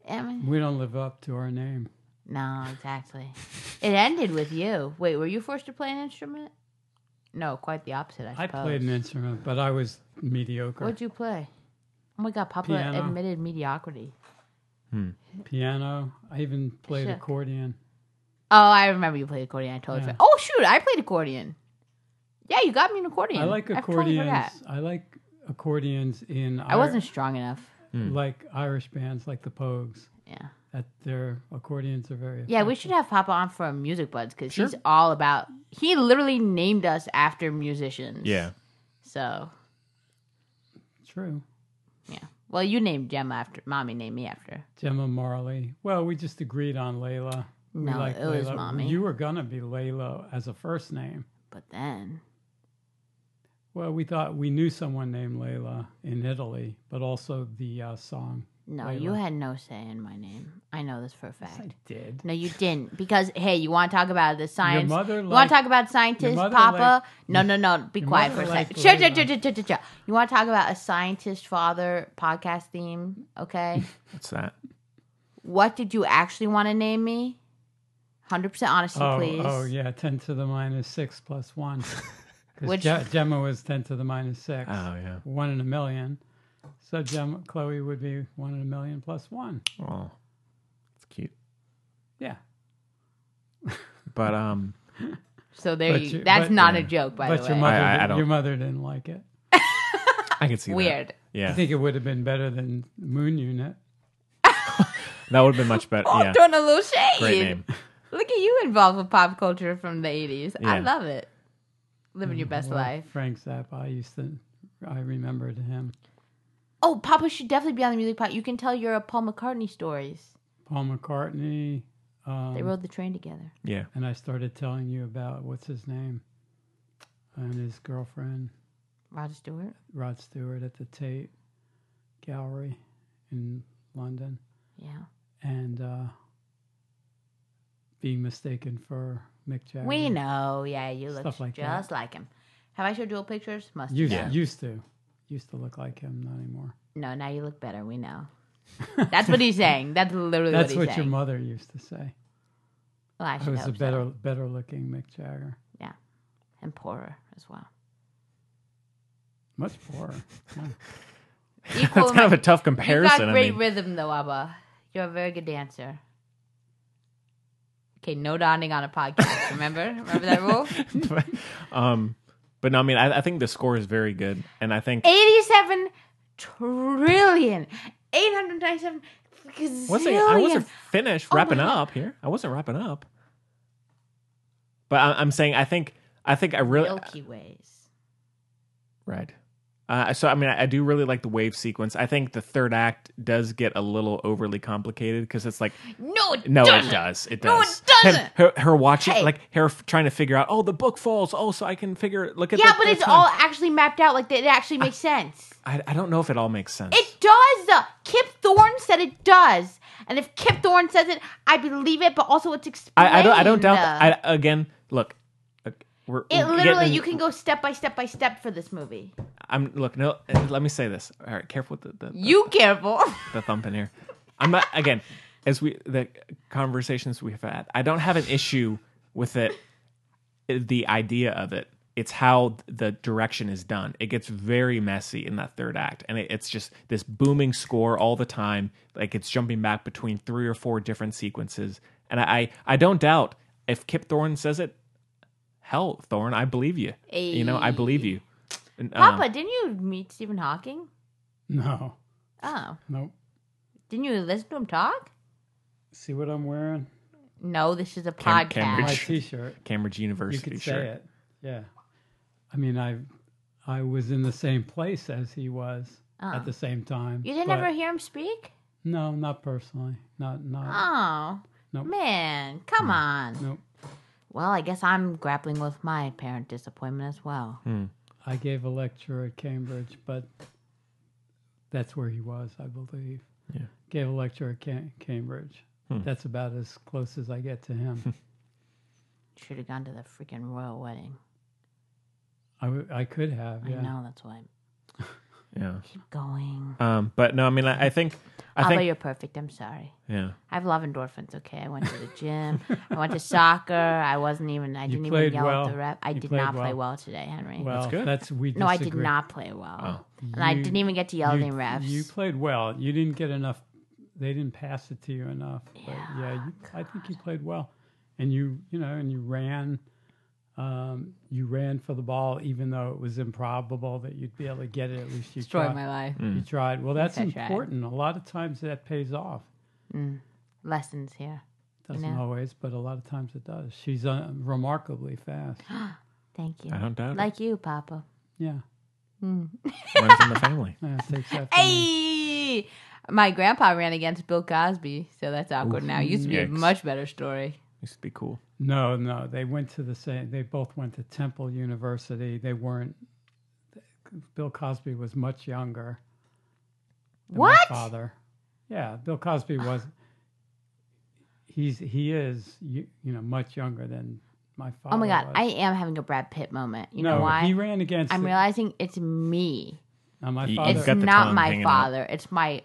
[SPEAKER 2] I mean,
[SPEAKER 3] We don't live up to our name.
[SPEAKER 2] no, exactly. it ended with you. Wait, were you forced to play an instrument? No, quite the opposite. I,
[SPEAKER 3] I
[SPEAKER 2] suppose.
[SPEAKER 3] played an instrument, but I was mediocre.
[SPEAKER 2] What'd you play? Oh my god, Papa
[SPEAKER 3] Piano.
[SPEAKER 2] admitted mediocrity.
[SPEAKER 3] Piano. I even played
[SPEAKER 2] Shook.
[SPEAKER 3] accordion.
[SPEAKER 2] Oh, I remember you played accordion. I totally
[SPEAKER 3] Yeah.
[SPEAKER 2] forgot. Oh shoot, I played accordion. Yeah, you got me an accordion.
[SPEAKER 3] I like
[SPEAKER 2] I've totally
[SPEAKER 3] accordions.
[SPEAKER 2] forgot.
[SPEAKER 3] I like accordions in.
[SPEAKER 2] I wasn't strong enough.
[SPEAKER 3] like Irish bands, like the Pogues.
[SPEAKER 2] Yeah.
[SPEAKER 3] That their accordions are very.
[SPEAKER 2] Yeah, we
[SPEAKER 3] effective.
[SPEAKER 2] should have Papa on for Music Buds because
[SPEAKER 1] Sure.
[SPEAKER 2] he's all about. He literally named us after musicians.
[SPEAKER 1] yeah.
[SPEAKER 2] So
[SPEAKER 3] True.
[SPEAKER 2] yeah. Well, you named Gemma after. Mommy named me after.
[SPEAKER 3] Gemma Marley. Well, we just agreed on Layla. We
[SPEAKER 2] No,
[SPEAKER 3] like
[SPEAKER 2] it was
[SPEAKER 3] Layla.
[SPEAKER 2] mommy.
[SPEAKER 3] You were gonna be Layla as a first name.
[SPEAKER 2] But then
[SPEAKER 3] Well, we thought we knew someone named Layla in Italy, but also the uh, song
[SPEAKER 2] No,
[SPEAKER 3] Layla.
[SPEAKER 2] you had no say in my name. I know this for a fact.
[SPEAKER 3] I did.
[SPEAKER 2] No, you didn't. Because hey, you want to talk about the science?
[SPEAKER 3] mother
[SPEAKER 2] you want
[SPEAKER 3] liked-
[SPEAKER 2] to talk about scientists,
[SPEAKER 3] mother
[SPEAKER 2] Papa?
[SPEAKER 3] liked-
[SPEAKER 2] no, no, no. Be
[SPEAKER 3] your
[SPEAKER 2] quiet for
[SPEAKER 3] mother
[SPEAKER 2] a
[SPEAKER 3] liked
[SPEAKER 2] second. Sure, sure, sure,
[SPEAKER 3] Layla.
[SPEAKER 2] sure, sure, sure, sure. You want to talk about a scientist father podcast theme? Okay.
[SPEAKER 1] What's that?
[SPEAKER 2] what did you actually want to name me? Hundred percent honesty,
[SPEAKER 3] Oh,
[SPEAKER 2] please.
[SPEAKER 3] oh yeah, ten to the minus six plus one. Because
[SPEAKER 2] Which-
[SPEAKER 3] Gemma was ten to the minus six.
[SPEAKER 1] Oh, yeah.
[SPEAKER 3] One in a million. So Gemma, Chloe would be one in a million plus one.
[SPEAKER 1] Oh, it's cute.
[SPEAKER 3] Yeah.
[SPEAKER 1] But um,
[SPEAKER 2] So there
[SPEAKER 3] But
[SPEAKER 2] you.
[SPEAKER 3] you-
[SPEAKER 2] that's
[SPEAKER 3] but-
[SPEAKER 2] not a
[SPEAKER 1] yeah.
[SPEAKER 2] joke, by
[SPEAKER 3] but
[SPEAKER 2] the
[SPEAKER 3] your
[SPEAKER 2] way.
[SPEAKER 3] mother,
[SPEAKER 1] I- I
[SPEAKER 3] didn't-
[SPEAKER 1] don't-
[SPEAKER 3] your mother didn't like it.
[SPEAKER 1] I can see that.
[SPEAKER 2] Weird.
[SPEAKER 3] I
[SPEAKER 1] Yeah,
[SPEAKER 3] think it would have been better than Moon Unit.
[SPEAKER 1] that would have been much better.
[SPEAKER 2] Oh,
[SPEAKER 1] yeah,
[SPEAKER 2] throwing a little shade.
[SPEAKER 1] great name.
[SPEAKER 2] Look at you involved with pop culture from the eighties. I
[SPEAKER 1] Yeah.
[SPEAKER 2] love it. Living your best
[SPEAKER 3] Mm, Well,
[SPEAKER 2] life.
[SPEAKER 3] Frank Zappa. I used to. I remembered him.
[SPEAKER 2] Oh, Papa should definitely be on the music pod. You can tell your uh, Paul McCartney stories.
[SPEAKER 3] Paul McCartney. Um,
[SPEAKER 2] They rode the train together.
[SPEAKER 1] Yeah,
[SPEAKER 3] and I started telling you about what's his name and his girlfriend.
[SPEAKER 2] Roger Stewart.
[SPEAKER 3] Rod Stewart at the Tate Gallery in London
[SPEAKER 2] Yeah.
[SPEAKER 3] and uh, being mistaken for Mick Jagger.
[SPEAKER 2] We know. Yeah, you look
[SPEAKER 3] Stuff like that.
[SPEAKER 2] just like him. Have I showed dual pictures? Must
[SPEAKER 3] Used,
[SPEAKER 2] have.
[SPEAKER 3] used to. Used to look like him, not anymore.
[SPEAKER 2] No, now you look better. We know. That's what he's saying. That's literally
[SPEAKER 3] That's
[SPEAKER 2] what he's
[SPEAKER 3] what your
[SPEAKER 2] saying.
[SPEAKER 3] mother used to say.
[SPEAKER 2] well, I should
[SPEAKER 3] I was a
[SPEAKER 2] hope so.
[SPEAKER 3] better better looking Mick Jagger.
[SPEAKER 2] and poorer as well.
[SPEAKER 3] Much poorer. Yeah.
[SPEAKER 2] Equal
[SPEAKER 1] that's kind of a
[SPEAKER 2] amount-
[SPEAKER 1] tough
[SPEAKER 2] You got
[SPEAKER 1] comparison. I
[SPEAKER 2] great
[SPEAKER 1] mean,
[SPEAKER 2] rhythm though, Abba. You're a very good dancer. Okay, no nodding on a podcast. Remember? Remember that rule?
[SPEAKER 1] um, but no, I mean, I, I think the score is very good, and I think
[SPEAKER 2] 87 trillion 897 gazillion.
[SPEAKER 1] was it, I wasn't finished
[SPEAKER 2] Oh my
[SPEAKER 1] wrapping
[SPEAKER 2] God.
[SPEAKER 1] up here. I wasn't wrapping up. But I, I'm saying, I think, I think I really
[SPEAKER 2] Milky Ways.
[SPEAKER 1] Right. Uh, so I mean, I, I do really like the wave sequence. I think the third act does get a little overly complicated because it's like,
[SPEAKER 2] No, it
[SPEAKER 1] no,
[SPEAKER 2] doesn't.
[SPEAKER 1] it does, it does.
[SPEAKER 2] No, it
[SPEAKER 1] Him-
[SPEAKER 2] doesn't.
[SPEAKER 1] her, her watching,
[SPEAKER 2] Hey.
[SPEAKER 1] like her f- trying to figure out, oh, the book falls. Oh, so I can figure. Look at
[SPEAKER 2] Yeah,
[SPEAKER 1] the-
[SPEAKER 2] but
[SPEAKER 1] the
[SPEAKER 2] it's
[SPEAKER 1] time."
[SPEAKER 2] all actually mapped out. Like it actually makes sense.
[SPEAKER 1] I, I don't know if it all makes sense.
[SPEAKER 2] It does. though. Kip Thorne said it does, and if Kip Thorne says it, I believe it. But also, it's explained.
[SPEAKER 1] I, I don't. I don't doubt. I, again, look. look, We're,
[SPEAKER 2] it
[SPEAKER 1] we're
[SPEAKER 2] literally,
[SPEAKER 1] getting-
[SPEAKER 2] you can go step by step by step for this movie.
[SPEAKER 1] I'm look. No, uh, let me say this. All right, careful with the, the, the
[SPEAKER 2] You careful.
[SPEAKER 1] the thumping here. I'm not again as we the conversations we've had. I don't have an issue with it, the idea of it. It's how the direction is done. It gets very messy in that third act, and it, it's just this booming score all the time. Like it's jumping back between three or four different sequences, and I I, I don't doubt if Kip Thorne says it. Hell, Thorne, I believe you. You know, I believe you. And, um,
[SPEAKER 2] Papa, didn't you meet Stephen Hawking?
[SPEAKER 3] No.
[SPEAKER 2] Oh,
[SPEAKER 3] Nope.
[SPEAKER 2] didn't you listen to him talk?
[SPEAKER 3] See what I'm wearing?
[SPEAKER 2] No, this is a
[SPEAKER 1] Cam-
[SPEAKER 2] podcast.
[SPEAKER 3] My
[SPEAKER 1] Cambridge.
[SPEAKER 3] t shirt.
[SPEAKER 1] Cambridge
[SPEAKER 3] You
[SPEAKER 1] University.
[SPEAKER 3] could say
[SPEAKER 1] sure.
[SPEAKER 3] it. Yeah. I mean I I was in the same place as he was
[SPEAKER 2] Oh.
[SPEAKER 3] at the same time.
[SPEAKER 2] You didn't
[SPEAKER 3] but-
[SPEAKER 2] ever hear him speak?
[SPEAKER 3] No, not personally. Not not
[SPEAKER 2] Oh,
[SPEAKER 3] Nope. Mm.
[SPEAKER 2] man, come on.
[SPEAKER 3] nope.
[SPEAKER 2] Well, I guess I'm grappling with my parent disappointment as well.
[SPEAKER 3] I gave a lecture at Cambridge, but that's where he was, I believe.
[SPEAKER 1] Yeah. Hmm.
[SPEAKER 3] Gave a lecture at Cam- Cambridge. That's about as close as I get to him.
[SPEAKER 2] Should have gone to the freaking royal wedding.
[SPEAKER 3] I, w- I could have, yeah.
[SPEAKER 2] I know that's why.
[SPEAKER 1] Yeah.
[SPEAKER 2] Keep going.
[SPEAKER 1] Um, but no, I mean, I, I think, I
[SPEAKER 2] Although
[SPEAKER 1] think,
[SPEAKER 2] you're perfect, I'm sorry.
[SPEAKER 1] yeah,
[SPEAKER 2] I have love endorphins. Okay, I went to the gym. I went to soccer. I wasn't even. I didn't even
[SPEAKER 3] played
[SPEAKER 2] yell
[SPEAKER 3] well.
[SPEAKER 2] at the rep. I
[SPEAKER 3] You
[SPEAKER 2] did
[SPEAKER 3] played
[SPEAKER 2] not play
[SPEAKER 3] well.
[SPEAKER 2] well today, Henry.
[SPEAKER 3] Well, that's,
[SPEAKER 1] good.
[SPEAKER 3] we disagree.
[SPEAKER 2] no, I did not play well, and I
[SPEAKER 3] You-
[SPEAKER 2] didn't even get to yell at
[SPEAKER 3] you,
[SPEAKER 2] any refs.
[SPEAKER 3] You played well. You didn't get enough. They didn't pass it to you enough. But yeah,
[SPEAKER 2] Oh,
[SPEAKER 3] you, I think you played well, and you you know, and you ran. Um, you ran for the ball, even though it was improbable that you'd be able to get it. At least you
[SPEAKER 2] Destroyed
[SPEAKER 3] tried.
[SPEAKER 2] my life.
[SPEAKER 3] You tried. Well, that's
[SPEAKER 2] I tried.
[SPEAKER 3] important. A lot of times that pays off.
[SPEAKER 2] Lessons here.
[SPEAKER 3] Doesn't
[SPEAKER 2] know.
[SPEAKER 3] always, but a lot of times it does. She's uh, remarkably fast.
[SPEAKER 2] Thank you.
[SPEAKER 1] I don't doubt
[SPEAKER 2] Like you, Papa.
[SPEAKER 3] Yeah,
[SPEAKER 1] it. Runs in the family.
[SPEAKER 3] yeah it takes that. from me.
[SPEAKER 2] Hey, my grandpa ran against Bill Cosby, so that's awkward now. Used to be a
[SPEAKER 1] Yikes.
[SPEAKER 2] much better story.
[SPEAKER 1] Used to be cool.
[SPEAKER 3] No, no, they went to the same. They both went to Temple University. They weren't. Bill Cosby was much younger. than
[SPEAKER 2] What?
[SPEAKER 3] My father. Yeah, Bill Cosby was. He's he is you, you know much younger than my
[SPEAKER 2] Oh
[SPEAKER 3] father.
[SPEAKER 2] my god,
[SPEAKER 3] was.
[SPEAKER 2] I am having a Brad Pitt moment. You
[SPEAKER 3] no,
[SPEAKER 2] know why?
[SPEAKER 3] He ran against.
[SPEAKER 2] I'm
[SPEAKER 3] it.
[SPEAKER 2] realizing it's me.
[SPEAKER 3] Now, my
[SPEAKER 1] He-
[SPEAKER 3] father.
[SPEAKER 1] You've
[SPEAKER 2] It's
[SPEAKER 1] got the
[SPEAKER 2] not
[SPEAKER 1] tongue
[SPEAKER 2] my
[SPEAKER 1] hanging out.
[SPEAKER 2] father. It's my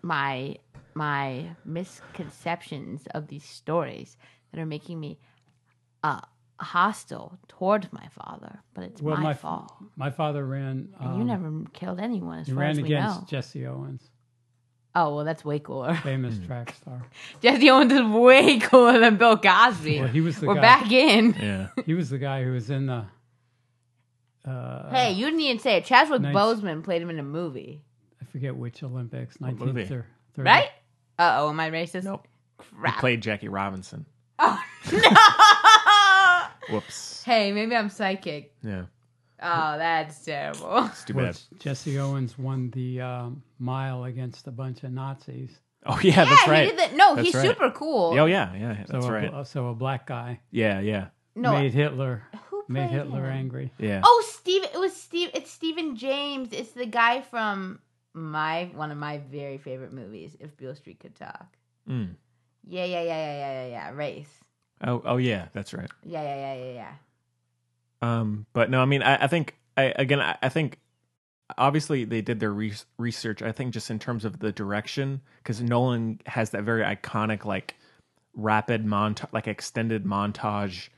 [SPEAKER 2] my my misconceptions of these stories that are making me uh, hostile towards my father. But it's
[SPEAKER 3] well,
[SPEAKER 2] my,
[SPEAKER 3] my f-
[SPEAKER 2] fault.
[SPEAKER 3] My father ran.
[SPEAKER 2] And
[SPEAKER 3] Um,
[SPEAKER 2] you never killed anyone, as
[SPEAKER 3] He
[SPEAKER 2] far
[SPEAKER 3] ran
[SPEAKER 2] as we
[SPEAKER 3] against
[SPEAKER 2] know.
[SPEAKER 3] Jesse Owens,
[SPEAKER 2] oh well, that's way cooler.
[SPEAKER 3] famous
[SPEAKER 1] Hmm.
[SPEAKER 3] track star.
[SPEAKER 2] Jesse Owens is way cooler than Bill Cosby.
[SPEAKER 3] Well, he was the
[SPEAKER 2] We're
[SPEAKER 3] guy.
[SPEAKER 2] back in.
[SPEAKER 1] Yeah.
[SPEAKER 3] He was the guy who was in the. Uh,
[SPEAKER 2] Hey, you didn't even say it. Chadwick
[SPEAKER 3] Nice.
[SPEAKER 2] Boseman played him in a movie,
[SPEAKER 3] I forget which Olympics,
[SPEAKER 1] movie?
[SPEAKER 3] 1930.
[SPEAKER 2] right? Uh oh, am I racist?
[SPEAKER 1] Nope. He
[SPEAKER 2] Crap.
[SPEAKER 1] played Jackie Robinson.
[SPEAKER 2] Oh no!
[SPEAKER 1] Whoops.
[SPEAKER 2] hey, maybe I'm psychic.
[SPEAKER 1] Yeah.
[SPEAKER 2] Oh, that's terrible.
[SPEAKER 1] It's too
[SPEAKER 3] Where
[SPEAKER 1] bad.
[SPEAKER 3] Jesse Owens won the um, mile against a bunch of Nazis.
[SPEAKER 1] Oh yeah, that's
[SPEAKER 2] yeah,
[SPEAKER 1] right.
[SPEAKER 2] he did that. No,
[SPEAKER 1] That's
[SPEAKER 2] he's
[SPEAKER 1] right.
[SPEAKER 2] super cool.
[SPEAKER 1] Oh yeah, yeah.
[SPEAKER 3] So uh,
[SPEAKER 1] That's
[SPEAKER 3] a,
[SPEAKER 1] right.
[SPEAKER 3] So a black guy
[SPEAKER 1] Yeah, yeah,
[SPEAKER 2] no,
[SPEAKER 3] made Hitler
[SPEAKER 2] who played
[SPEAKER 3] made Hitler
[SPEAKER 2] him?
[SPEAKER 3] angry.
[SPEAKER 1] yeah.
[SPEAKER 2] Oh, Steve. It was Steve. It's Stephen James. It's the guy from my one of my very favorite movies. If Beale Street could talk.
[SPEAKER 1] Mm.
[SPEAKER 2] Yeah, yeah, yeah, yeah, yeah, yeah, yeah. Race.
[SPEAKER 1] Oh, oh yeah, that's right.
[SPEAKER 2] Yeah, yeah, yeah, yeah, yeah.
[SPEAKER 1] Um, but no, I mean, I, I think I, again, I, I think obviously they did their re- research. I think just in terms of the direction, because Nolan has that very iconic, like rapid montage, like extended montage.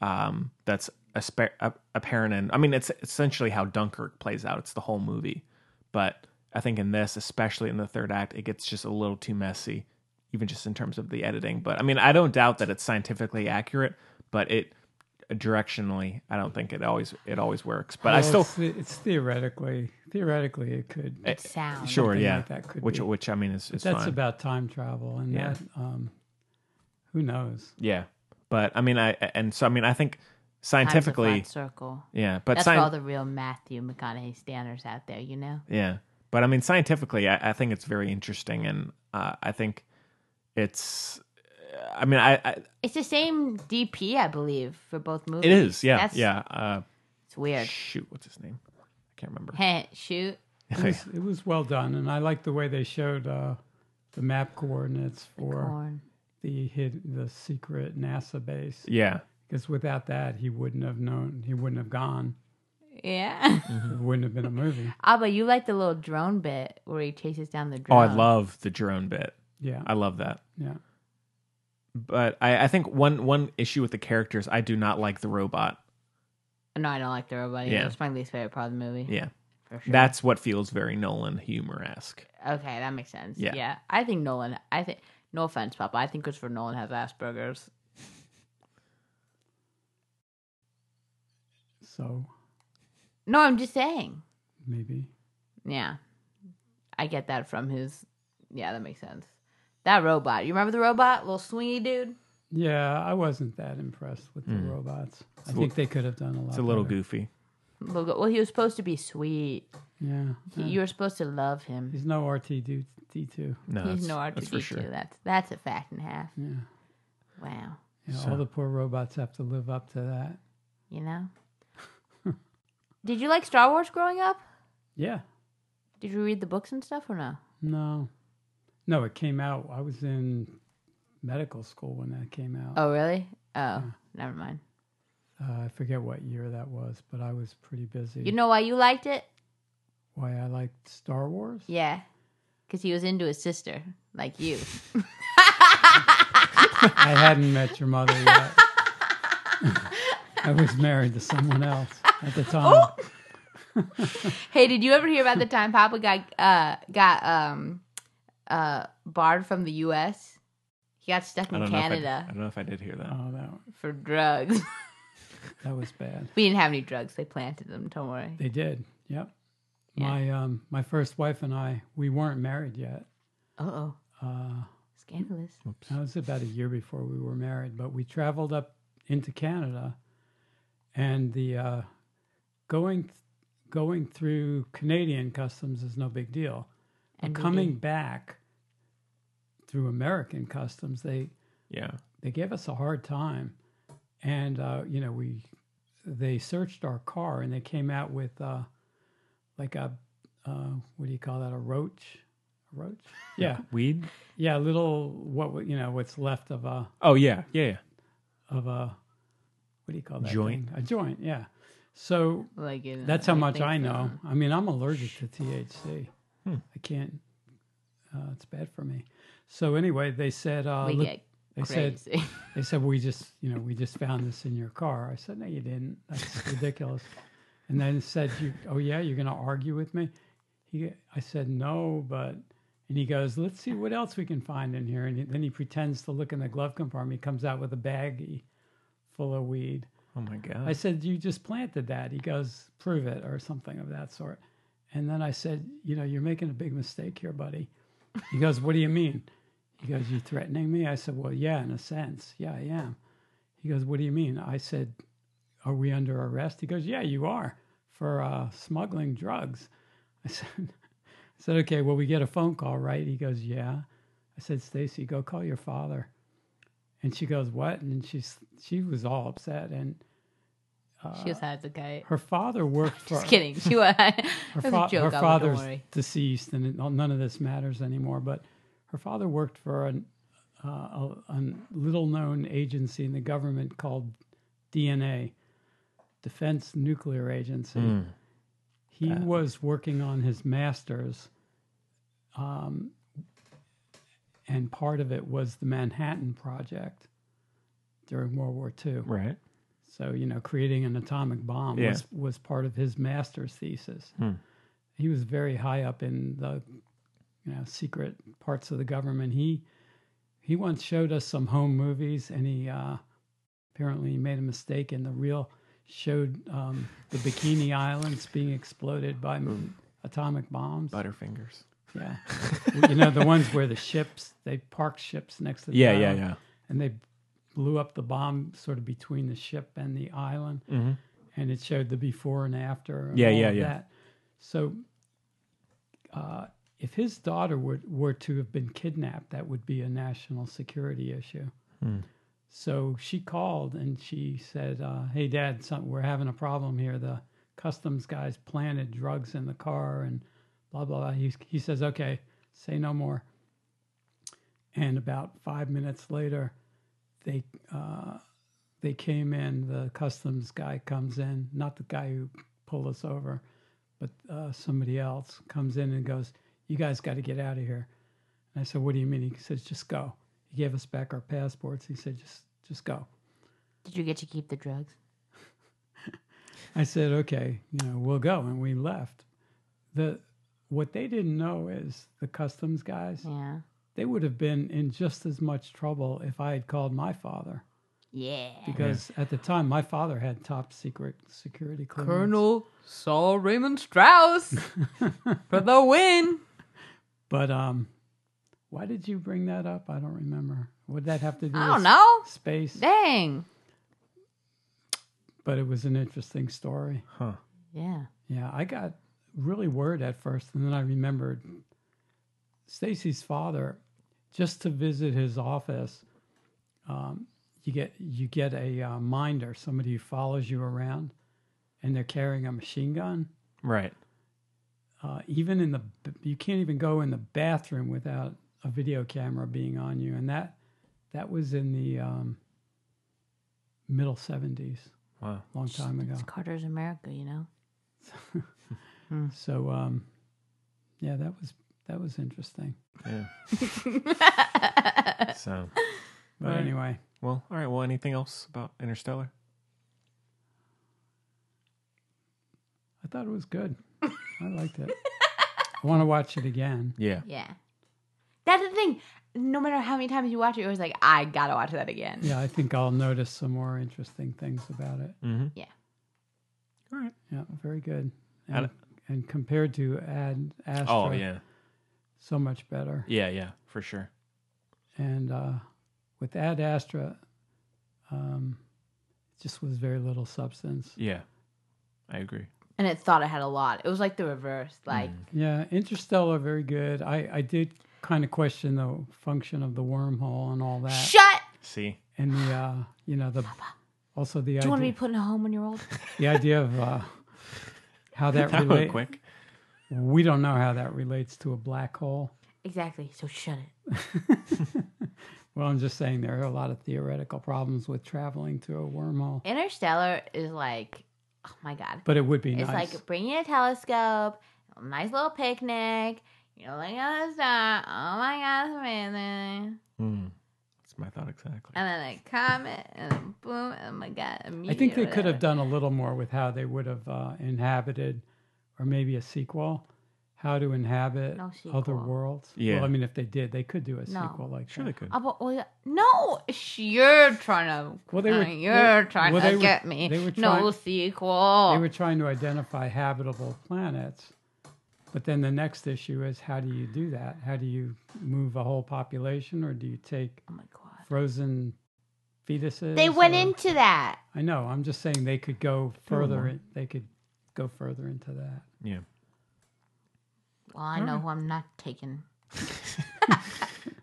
[SPEAKER 1] Um, that's aspe- a- apparent in. I mean, it's essentially how Dunkirk plays out. It's the whole movie, but I think in this, especially in the third act, it gets just a little too messy, even just in terms of the editing. But I mean, I don't doubt that it's scientifically accurate, but it directionally, I don't think it always it always works. But I
[SPEAKER 3] Well,
[SPEAKER 1] still
[SPEAKER 3] it's, it's theoretically theoretically it could.
[SPEAKER 2] Sound.
[SPEAKER 1] Sure,
[SPEAKER 3] something
[SPEAKER 1] yeah.
[SPEAKER 3] Um, like that could
[SPEAKER 1] which
[SPEAKER 3] be.
[SPEAKER 1] which I mean is, is
[SPEAKER 3] That's
[SPEAKER 1] fine.
[SPEAKER 3] about time travel and
[SPEAKER 1] Yeah.
[SPEAKER 3] that. Um, who knows?
[SPEAKER 1] yeah. But I mean I and so I mean I think
[SPEAKER 2] Time's a flat
[SPEAKER 1] scientifically
[SPEAKER 2] circle.
[SPEAKER 1] yeah, but
[SPEAKER 2] That's
[SPEAKER 1] scien-
[SPEAKER 2] for all the real Matthew McConaughey standers out there, you know?
[SPEAKER 1] yeah. But I mean scientifically I, I think it's very interesting and uh, I think it's uh, I mean I, I
[SPEAKER 2] It's the same DP, I believe, for both movies.
[SPEAKER 1] it is yeah
[SPEAKER 2] That's,
[SPEAKER 1] yeah uh
[SPEAKER 2] It's weird.
[SPEAKER 1] shoot what's his name I can't remember
[SPEAKER 2] Heh, shoot.
[SPEAKER 3] It was, it was well done, and I like the way they showed uh, the map coordinates for
[SPEAKER 2] Corn.
[SPEAKER 3] the hid, the secret NASA base.
[SPEAKER 1] yeah
[SPEAKER 3] Because without that, he wouldn't have known. He wouldn't have gone.
[SPEAKER 2] Yeah.
[SPEAKER 1] Mm-hmm.
[SPEAKER 3] It wouldn't have been a movie.
[SPEAKER 2] Abba, you like the little drone bit where he chases down the
[SPEAKER 1] oh
[SPEAKER 2] drone.
[SPEAKER 1] I love the drone bit
[SPEAKER 3] Yeah,
[SPEAKER 1] I love that
[SPEAKER 3] yeah.
[SPEAKER 1] but I, I think one one issue with the characters I do not like the robot
[SPEAKER 2] No, I don't like the robot. Yeah.
[SPEAKER 1] Yeah.
[SPEAKER 2] It's my least favorite part of the movie.
[SPEAKER 1] yeah
[SPEAKER 2] For sure.
[SPEAKER 1] that's what feels very Nolan humor esque.
[SPEAKER 2] okay, that makes sense. Yeah.
[SPEAKER 1] Yeah.
[SPEAKER 2] I think Nolan, I think, no offense, Papa, I think Christopher Nolan has Asperger's.
[SPEAKER 3] So
[SPEAKER 2] No, I'm just saying.
[SPEAKER 3] maybe
[SPEAKER 2] Yeah. I get that from his. Yeah, that makes sense. That robot. You remember the robot? Little swingy dude?
[SPEAKER 3] Yeah, I wasn't that impressed with the robots. I think they could have done a lot.
[SPEAKER 1] It's a little
[SPEAKER 3] better.
[SPEAKER 1] goofy.
[SPEAKER 2] Little go- Well, he was supposed to be sweet.
[SPEAKER 3] Yeah,
[SPEAKER 2] He-
[SPEAKER 3] yeah.
[SPEAKER 2] You were supposed to love him.
[SPEAKER 3] he's no RT D two.
[SPEAKER 1] No, that's-
[SPEAKER 2] He's no
[SPEAKER 1] that's
[SPEAKER 2] R2D2. That's,
[SPEAKER 1] for sure.
[SPEAKER 2] that's, that's a fact and a half.
[SPEAKER 3] Yeah,
[SPEAKER 2] Wow.
[SPEAKER 3] yeah. All the poor robots have to live up to that.
[SPEAKER 2] You know? Did you like Star Wars growing up?
[SPEAKER 3] Yeah,
[SPEAKER 2] Did you read the books and stuff or no?
[SPEAKER 3] no, no. It came out. I was in medical school when that came out.
[SPEAKER 2] Oh, really? Oh, never mind.
[SPEAKER 3] Uh, I forget what year that was, but I was pretty busy.
[SPEAKER 2] You know why you liked it?
[SPEAKER 3] why I liked Star Wars?
[SPEAKER 2] Yeah. Because he was into his sister, like you.
[SPEAKER 3] I hadn't met your mother yet. I was married to someone else at the time.
[SPEAKER 2] Hey, did you ever hear about the time Papa got uh got um uh barred from the U.S.? He got stuck
[SPEAKER 1] I
[SPEAKER 2] in
[SPEAKER 1] don't know. If I, I
[SPEAKER 2] Canada
[SPEAKER 1] don't know if I did hear that.
[SPEAKER 3] Oh, that
[SPEAKER 2] for drugs.
[SPEAKER 3] that was bad.
[SPEAKER 2] we didn't have any drugs; they planted them. Don't worry.
[SPEAKER 3] They did. Yep. My um my first wife and I we weren't married yet.
[SPEAKER 2] Uh oh,
[SPEAKER 3] Uh,
[SPEAKER 2] scandalous.
[SPEAKER 3] that was about a year before we were married, but we traveled up into Canada, and the uh, going going through Canadian customs is no big deal. But
[SPEAKER 2] NBD.
[SPEAKER 3] coming back through American customs, they
[SPEAKER 1] Yeah,
[SPEAKER 3] they gave us a hard time and uh, you know we they searched our car and they came out with uh, like a uh, what do you call that a roach roach. Yeah,
[SPEAKER 1] Weed?
[SPEAKER 3] yeah, little what you know what's left of a
[SPEAKER 1] Oh, yeah. Yeah. yeah.
[SPEAKER 3] of a what do you call that
[SPEAKER 1] Joint.
[SPEAKER 3] thing? A joint, yeah. So
[SPEAKER 2] Like in
[SPEAKER 3] that's how much I know. I mean, I'm allergic to THC. I can't. Uh, it's bad for me. So anyway, they said uh,
[SPEAKER 2] We
[SPEAKER 3] look-
[SPEAKER 2] get
[SPEAKER 3] they said
[SPEAKER 2] crazy.
[SPEAKER 3] they said we just you know we just found this in your car. I said no, you didn't. That's ridiculous. And then said you oh yeah you're going to argue with me. He I said no, but and he goes let's see what else we can find in here. And he, then he pretends to look in the glove compartment. He comes out with a baggie full of weed.
[SPEAKER 1] Oh, my God.
[SPEAKER 3] I said, You just planted that. He goes, Prove it, or something of that sort. And then I said, You know, you're making a big mistake here, buddy. He goes, What do you mean? He goes, You threatening me? I said, Well, yeah, in a sense. Yeah, I am. He goes, What do you mean? I said, Are we under arrest? He goes, Yeah, you are for uh, smuggling drugs. I said, I said, Okay, well, we get a phone call, right? He goes, Yeah. I said, Stacy, go call your father. And she goes, What? And she's, she was all upset. And
[SPEAKER 2] she was high as a kite.
[SPEAKER 3] uh, her father worked for
[SPEAKER 2] Just kidding. She was. it was
[SPEAKER 3] fa-
[SPEAKER 2] a joke.
[SPEAKER 3] her
[SPEAKER 2] Oliver,
[SPEAKER 3] father's
[SPEAKER 2] Don't worry.
[SPEAKER 3] deceased, and it, none of this matters anymore. But her father worked for an, uh, a, a little-known agency in the government called DNA, Defense Nuclear Agency. He was working on his master's, um, and part of it was the Manhattan Project during World War II.
[SPEAKER 1] right.
[SPEAKER 3] So you know, creating an atomic bomb
[SPEAKER 1] Yeah. Hmm.
[SPEAKER 3] was was part of his master's thesis. He was very high up in the you know secret parts of the government. He he once showed us some home movies, and he uh, apparently made a mistake in the reel. Showed um, the Bikini Islands being exploded by
[SPEAKER 1] Hmm.
[SPEAKER 3] m- atomic bombs.
[SPEAKER 1] Butterfingers.
[SPEAKER 3] Yeah, you know the ones where the ships they park ships next to the
[SPEAKER 1] Yeah,
[SPEAKER 3] island
[SPEAKER 1] yeah, yeah.
[SPEAKER 3] and they blew up the bomb sort of between the ship and the island, and it showed the before and after. And
[SPEAKER 1] Mm-hmm. Yeah,
[SPEAKER 3] all
[SPEAKER 1] yeah,
[SPEAKER 3] of
[SPEAKER 1] yeah.
[SPEAKER 3] That. So, uh, if his daughter were, were to have been kidnapped, that would be a national security issue.
[SPEAKER 1] Hmm.
[SPEAKER 3] So she called and she said, uh, "Hey, Dad, some, we're having a problem here. The customs guys planted drugs in the car, and blah blah blah." He he says, "Okay, say no more." And about five minutes later, they uh, they came in. The customs guy comes in, not the guy who pulled us over, but uh, somebody else comes in and goes, "You guys got to get out of here." And I said, "What do you mean?" He says, "Just go." He gave us back our passports. He said, "Just just go."
[SPEAKER 2] Did you get to keep the drugs?
[SPEAKER 3] I said, "Okay, you know, we'll go," and we left. The what they didn't know is the customs guys.
[SPEAKER 2] Yeah.
[SPEAKER 3] They would have been in just as much trouble if I had called my father.
[SPEAKER 2] Yeah.
[SPEAKER 3] because at the time my father had top secret security clearance.
[SPEAKER 2] Saul Raymond Strauss for the win.
[SPEAKER 3] But um, why did you bring that up? I don't remember. Would that have to do?
[SPEAKER 2] I don't
[SPEAKER 3] with
[SPEAKER 2] know.
[SPEAKER 3] Space,
[SPEAKER 2] Dang.
[SPEAKER 3] but it was an interesting story.
[SPEAKER 2] Yeah.
[SPEAKER 3] Yeah, I got really worried at first, and then I remembered Stacy's father. Just to visit his office, um, you get you get a uh, minder, somebody who follows you around, and they're carrying a machine gun.
[SPEAKER 1] Right.
[SPEAKER 3] uh, even in the you can't even go in the bathroom without a video camera being on you and that that was in the um, middle 70s
[SPEAKER 1] Wow.
[SPEAKER 3] long time ago
[SPEAKER 2] It's Carter's America, you know?
[SPEAKER 3] so um, yeah that was that was interesting
[SPEAKER 1] Yeah. so,
[SPEAKER 3] but
[SPEAKER 1] Right.
[SPEAKER 3] anyway
[SPEAKER 1] well, all right. Well, anything else about Interstellar?
[SPEAKER 3] i thought it was good i liked it i want to watch it again
[SPEAKER 1] Yeah.
[SPEAKER 2] Yeah. That's the thing. No matter how many times you watch it, you're always like, I gotta watch that again.
[SPEAKER 3] yeah i think i'll notice some more interesting things about it
[SPEAKER 1] Mm-hmm.
[SPEAKER 2] Yeah.
[SPEAKER 1] All right.
[SPEAKER 3] yeah very good
[SPEAKER 1] I
[SPEAKER 3] and, and compared to ad Astra,
[SPEAKER 1] Oh, yeah.
[SPEAKER 3] so much better
[SPEAKER 1] Yeah, yeah, for sure.
[SPEAKER 3] and uh, with Ad Astra, um, it just was very little substance.
[SPEAKER 1] Yeah. I agree.
[SPEAKER 2] And it thought it had a lot. It was like the reverse. Like,
[SPEAKER 3] Yeah, Interstellar, very good. I, I did kind of question the function of the wormhole and all that,
[SPEAKER 2] shut!
[SPEAKER 1] See?
[SPEAKER 3] and the uh, you know the also the
[SPEAKER 2] Do you want to
[SPEAKER 3] idea,
[SPEAKER 2] be put in a home when you're old?
[SPEAKER 3] the idea of uh, how that
[SPEAKER 1] That went
[SPEAKER 3] relates.
[SPEAKER 1] quick.
[SPEAKER 3] We don't know how that relates to a black hole.
[SPEAKER 2] Exactly. So shut it.
[SPEAKER 3] Well, I'm just saying there are a lot of theoretical problems with traveling through a wormhole,
[SPEAKER 2] Interstellar is like, oh my god.
[SPEAKER 3] but it would be
[SPEAKER 2] It's
[SPEAKER 3] nice.
[SPEAKER 2] like bringing a telescope, a nice little picnic. You know, like at the star. Oh my god, it's amazing.
[SPEAKER 1] Hmm. That's my thought exactly.
[SPEAKER 2] And then a comet, and a boom, oh my god. a
[SPEAKER 3] I think they
[SPEAKER 2] meteor,
[SPEAKER 3] could have
[SPEAKER 2] whatever.
[SPEAKER 3] done a little more with how they would have uh, inhabited, or maybe a sequel, how to inhabit
[SPEAKER 2] No
[SPEAKER 3] other
[SPEAKER 2] sequel.
[SPEAKER 3] worlds.
[SPEAKER 1] Yeah.
[SPEAKER 3] Well, I mean, if they did, they could do a
[SPEAKER 2] No.
[SPEAKER 3] sequel like
[SPEAKER 1] Sure,
[SPEAKER 3] that.
[SPEAKER 1] they could.
[SPEAKER 2] Oh, but, oh, yeah. No, sh- you're trying to.
[SPEAKER 3] Well, they were-
[SPEAKER 2] uh, you're
[SPEAKER 3] well-
[SPEAKER 2] trying
[SPEAKER 3] well,
[SPEAKER 2] to
[SPEAKER 3] they were-
[SPEAKER 2] get me.
[SPEAKER 3] they were
[SPEAKER 2] no oh
[SPEAKER 3] trying-
[SPEAKER 2] sequel.
[SPEAKER 3] They were trying to identify habitable planets, but then the next issue is how do you do that? How do you move a whole population, or do you take
[SPEAKER 2] oh my god.
[SPEAKER 3] frozen fetuses?
[SPEAKER 2] They went
[SPEAKER 3] or-
[SPEAKER 2] into that.
[SPEAKER 3] I know. I'm just saying they could go further. in- They could go further into that.
[SPEAKER 1] Yeah.
[SPEAKER 2] Well, I know who I'm not taking.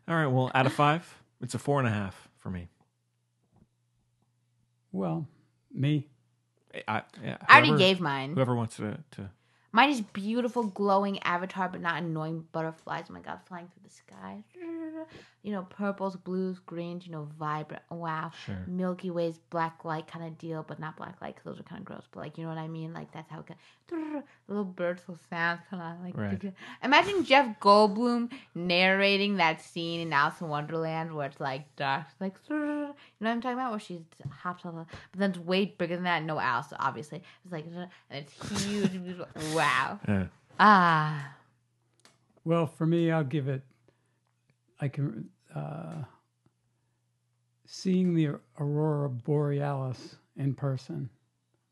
[SPEAKER 1] All right. Well, out of five, it's a four and a half for me.
[SPEAKER 3] Well, me.
[SPEAKER 1] I, I, yeah,
[SPEAKER 2] I already
[SPEAKER 1] whoever-
[SPEAKER 2] gave mine.
[SPEAKER 1] Whoever wants to, to
[SPEAKER 2] Mine is beautiful, glowing avatar, but not annoying butterflies. Oh my god, flying through the sky. You know, purples, blues, greens, you know, vibrant. Wow.
[SPEAKER 1] Sure.
[SPEAKER 2] Milky Way's black light kind of deal, but not black light 'cause those are kind of gross. But like, you know what I mean? Like, that's how it can. Little birds, little sounds, kind of like.
[SPEAKER 1] Right.
[SPEAKER 2] Imagine Jeff Goldblum narrating that scene in Alice in Wonderland where it's like dark, like you know what I'm talking about, where she hops on the, but then it's way bigger than that. No Alice, obviously. It's like and it's huge. and beautiful. wow.
[SPEAKER 1] Yeah.
[SPEAKER 2] Ah,
[SPEAKER 3] Well, for me, I'll give it. I can. Uh, seeing the aurora borealis in person,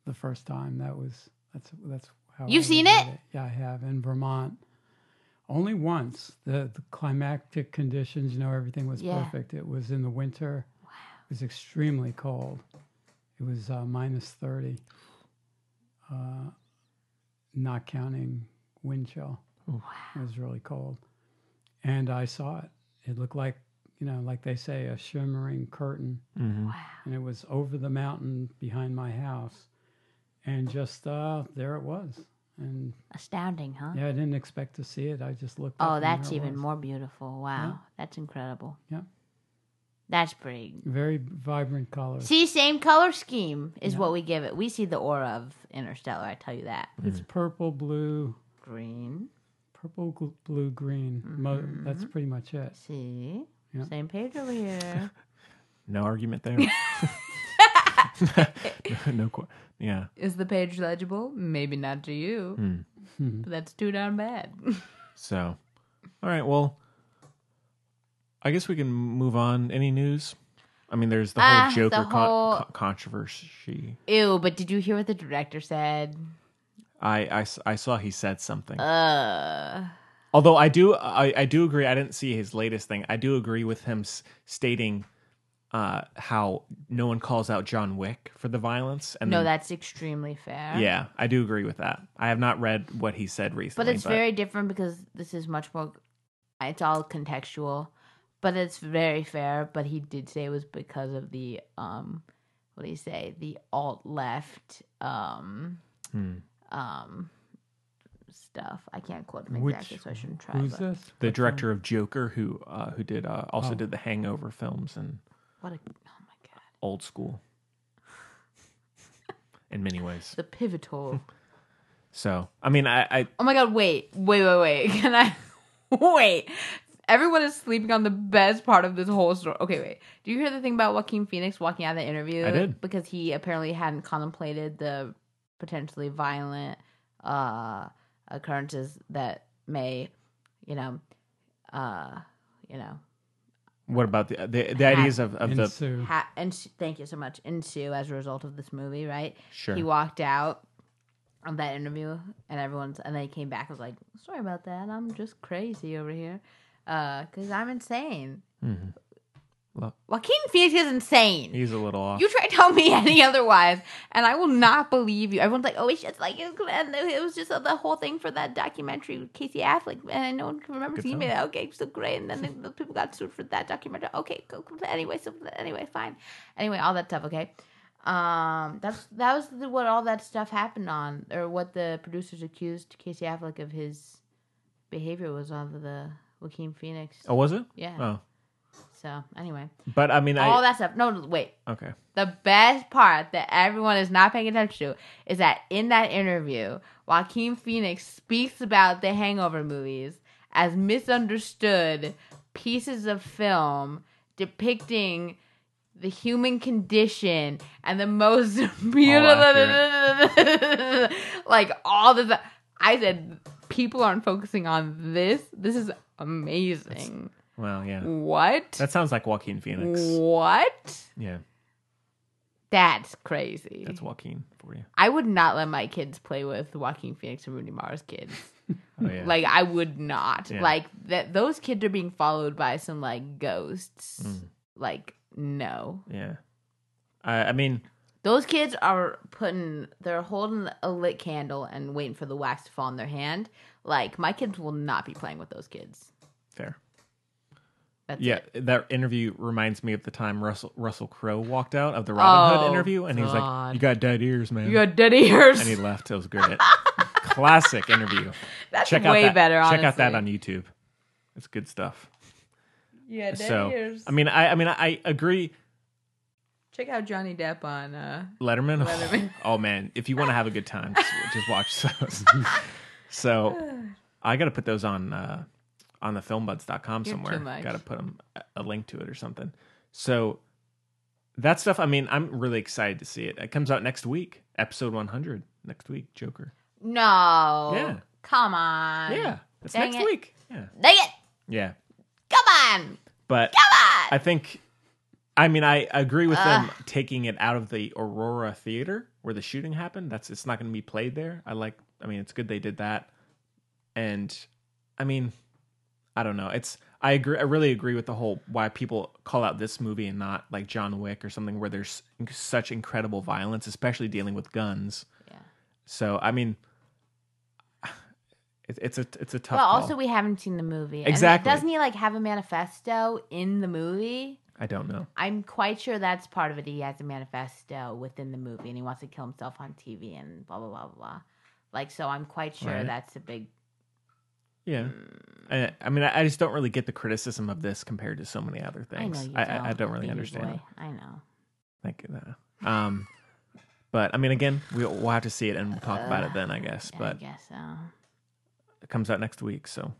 [SPEAKER 3] the first time that was that's that's how I
[SPEAKER 2] You've seen
[SPEAKER 3] look at
[SPEAKER 2] it?
[SPEAKER 3] Yeah, I have in Vermont. Only once the, the climactic conditions. You know, everything was
[SPEAKER 2] Yeah.
[SPEAKER 3] perfect. It was in the winter. Wow. It was extremely cold. It was uh, minus thirty. Uh, not counting wind chill. It was really cold. And I saw it. It looked like, you know, like they say, a shimmering curtain. And it was over the mountain behind my house. And just uh, there it was. And
[SPEAKER 2] astounding, huh?
[SPEAKER 3] yeah, I didn't expect to see it. I just looked. up
[SPEAKER 2] oh,
[SPEAKER 3] and there
[SPEAKER 2] that's
[SPEAKER 3] it
[SPEAKER 2] even
[SPEAKER 3] was.
[SPEAKER 2] more beautiful. Wow, that's incredible.
[SPEAKER 3] Yeah.
[SPEAKER 2] That's pretty.
[SPEAKER 3] Very vibrant colors.
[SPEAKER 2] See, same color scheme is what we give it. We see the aura of Interstellar. I tell you that.
[SPEAKER 3] It's purple, blue,
[SPEAKER 2] Green.
[SPEAKER 3] purple, gl- blue, green. Mo-
[SPEAKER 2] Mm-hmm.
[SPEAKER 3] that's pretty much it.
[SPEAKER 2] See, same page over here.
[SPEAKER 1] no argument there. no, qu yeah.
[SPEAKER 2] Is the page legible? Maybe not to you.
[SPEAKER 3] Hmm.
[SPEAKER 2] But that's too darn bad.
[SPEAKER 1] So, all right. Well, I guess we can move on. Any news? I mean, there's the whole
[SPEAKER 2] Ah, the
[SPEAKER 1] Joker con-
[SPEAKER 2] whole-
[SPEAKER 1] con- controversy.
[SPEAKER 2] Ew, but did you hear what the director said?
[SPEAKER 1] I, I s- I saw he said something.
[SPEAKER 2] Uh,
[SPEAKER 1] Although I do I, I do agree. I didn't see his latest thing. I do agree with him s- stating uh, how no one calls out John Wick for the violence. And
[SPEAKER 2] no,
[SPEAKER 1] then-
[SPEAKER 2] that's extremely fair.
[SPEAKER 1] yeah, I do agree with that. I have not read what he said
[SPEAKER 2] But
[SPEAKER 1] recently.
[SPEAKER 2] it's very different because this is much more, it's all contextual, but it's very fair. But he did say it was because of the, um, what do you say, the alt left, um,
[SPEAKER 1] Hmm.
[SPEAKER 2] um, stuff. I can't quote him
[SPEAKER 3] Which-
[SPEAKER 2] exactly, so I shouldn't try.
[SPEAKER 3] Who's
[SPEAKER 2] but-
[SPEAKER 3] this?
[SPEAKER 1] the
[SPEAKER 3] What's
[SPEAKER 1] director of Joker, who uh, who did uh, also
[SPEAKER 3] Oh.
[SPEAKER 1] did the Hangover films and
[SPEAKER 2] What a oh my god.
[SPEAKER 1] old school in many ways.
[SPEAKER 2] The pivotal.
[SPEAKER 1] So I mean, I, I
[SPEAKER 2] oh my god, wait. Wait, wait, wait. Can I wait. Everyone is sleeping on the best part of this whole story. Okay, wait. Do you hear the thing about Joaquin Phoenix walking out of the interview?
[SPEAKER 1] I did.
[SPEAKER 2] Because he apparently hadn't contemplated the potentially violent uh occurrences that may, you know, uh, you know,
[SPEAKER 1] what about the the, the ideas of, of the
[SPEAKER 3] Ensue.
[SPEAKER 2] ha- and s- thank you so much ensue as a result of this movie, right?
[SPEAKER 1] Sure.
[SPEAKER 2] He walked out of that interview, and everyone's, and then he came back. and Was like, sorry about that. I'm just crazy over here, because I'm insane.
[SPEAKER 1] Look.
[SPEAKER 2] Joaquin Phoenix is insane.
[SPEAKER 1] he's a little off.
[SPEAKER 2] you try to tell me any otherwise, and I will not believe you. Everyone's like, "Oh, it's just like and it was just uh, the whole thing for that documentary with Casey Affleck, and no one can remember
[SPEAKER 1] Good
[SPEAKER 2] seeing me.
[SPEAKER 1] film.
[SPEAKER 2] Okay, so great, and then the, the people got sued for that documentary. Okay, go, go- anyway, so anyway, fine, anyway, all that stuff. Okay, um, that's that was the, what all that stuff happened on, or what the producers accused Casey Affleck of his behavior was on the Joaquin Phoenix.
[SPEAKER 1] Oh, was it?
[SPEAKER 2] Yeah.
[SPEAKER 1] Oh,
[SPEAKER 2] So anyway,
[SPEAKER 1] but I mean, I
[SPEAKER 2] Mm. all that stuff. No, no, wait.
[SPEAKER 1] okay.
[SPEAKER 2] The best part that everyone is not paying attention to is that in that interview, Joaquin Phoenix speaks about the Hangover movies as misunderstood pieces of film depicting the human condition and the most beautiful, like all the. I said, people aren't focusing on this. This is amazing.
[SPEAKER 1] Well, yeah.
[SPEAKER 2] Mm. what?
[SPEAKER 1] That sounds like Joaquin Phoenix.
[SPEAKER 2] Mm. what?
[SPEAKER 1] Yeah,
[SPEAKER 2] That's crazy.
[SPEAKER 1] that's Joaquin for you.
[SPEAKER 2] I would not let my kids play with Joaquin Phoenix and Rooney Mara's kids.
[SPEAKER 1] Oh yeah.
[SPEAKER 2] Mm. Like I would not.
[SPEAKER 1] Yeah.
[SPEAKER 2] Like that those kids are being followed by some like ghosts.
[SPEAKER 1] Mm.
[SPEAKER 2] Like no.
[SPEAKER 1] yeah. I, I mean,
[SPEAKER 2] Those kids are putting they're holding a lit candle and waiting for the wax to fall in their hand. Like my kids will not be playing with those kids.
[SPEAKER 1] fair.
[SPEAKER 2] That's
[SPEAKER 1] Yeah,
[SPEAKER 2] it.
[SPEAKER 1] that interview reminds me of the time Russell Russell Crowe walked out of the Robin
[SPEAKER 2] Oh,
[SPEAKER 1] Hood interview, and he was like,
[SPEAKER 2] God.
[SPEAKER 1] "You got dead ears, man."
[SPEAKER 2] You got dead ears.
[SPEAKER 1] and he left. It was great. Classic interview.
[SPEAKER 2] That's
[SPEAKER 1] check out
[SPEAKER 2] way
[SPEAKER 1] that,
[SPEAKER 2] better,
[SPEAKER 1] Check out that on
[SPEAKER 2] honestly.
[SPEAKER 1] YouTube. It's good stuff.
[SPEAKER 2] yeah, dead
[SPEAKER 1] so,
[SPEAKER 2] ears.
[SPEAKER 1] I mean, I, I mean, I agree.
[SPEAKER 2] Check out Johnny Depp on uh
[SPEAKER 1] Letterman.
[SPEAKER 2] Letterman.
[SPEAKER 1] oh man, if you want to have a good time, just, just watch those. so, I got to put those on uh, on the filmbuds.com
[SPEAKER 2] You're
[SPEAKER 1] somewhere.
[SPEAKER 2] too much.
[SPEAKER 1] Got to put 'em- a link to it or something. So that stuff. I mean, I'm really excited to see it. It comes out next week, episode 100 next week. Joker.
[SPEAKER 2] No.
[SPEAKER 1] Yeah.
[SPEAKER 2] Come on.
[SPEAKER 1] yeah, it's
[SPEAKER 2] dang
[SPEAKER 1] next
[SPEAKER 2] it.
[SPEAKER 1] week. Yeah,
[SPEAKER 2] Dang it.
[SPEAKER 1] yeah.
[SPEAKER 2] Come on.
[SPEAKER 1] But
[SPEAKER 2] Come on.
[SPEAKER 1] I think, I mean, I agree with them taking it out of the Aurora Theater where the shooting happened. That's it's not going to be played there. I like. I mean, it's good they did that. And, I mean, I don't know. It's I agree. I really agree with the whole why people call out this movie and not like John Wick or something where there's such incredible violence, especially dealing with guns.
[SPEAKER 2] Yeah.
[SPEAKER 1] So I mean, it, it's a it's a tough.
[SPEAKER 2] Well,
[SPEAKER 1] call.
[SPEAKER 2] also we haven't seen the movie. And
[SPEAKER 1] Exactly.
[SPEAKER 2] doesn't he like have a manifesto in the movie?
[SPEAKER 1] I don't know.
[SPEAKER 2] I'm quite sure that's part of it. He has a manifesto within the movie, and he wants to kill himself on TV and blah blah blah blah. blah. Like, so I'm quite sure
[SPEAKER 1] Right.
[SPEAKER 2] that's a big.
[SPEAKER 1] Yeah. I, I mean, I I just don't really get the criticism of this compared to so many other things.
[SPEAKER 2] I know you.
[SPEAKER 1] I,
[SPEAKER 2] don't,
[SPEAKER 1] I, I don't really
[SPEAKER 2] baby
[SPEAKER 1] understand.
[SPEAKER 2] boy.
[SPEAKER 1] it.
[SPEAKER 2] I know.
[SPEAKER 1] Thank you. no. Um, but I mean, again, we'll, we'll have to see it and we'll talk about it then, I guess.
[SPEAKER 2] Yeah, I
[SPEAKER 1] but
[SPEAKER 2] guess uh, so.
[SPEAKER 1] it comes out next week, so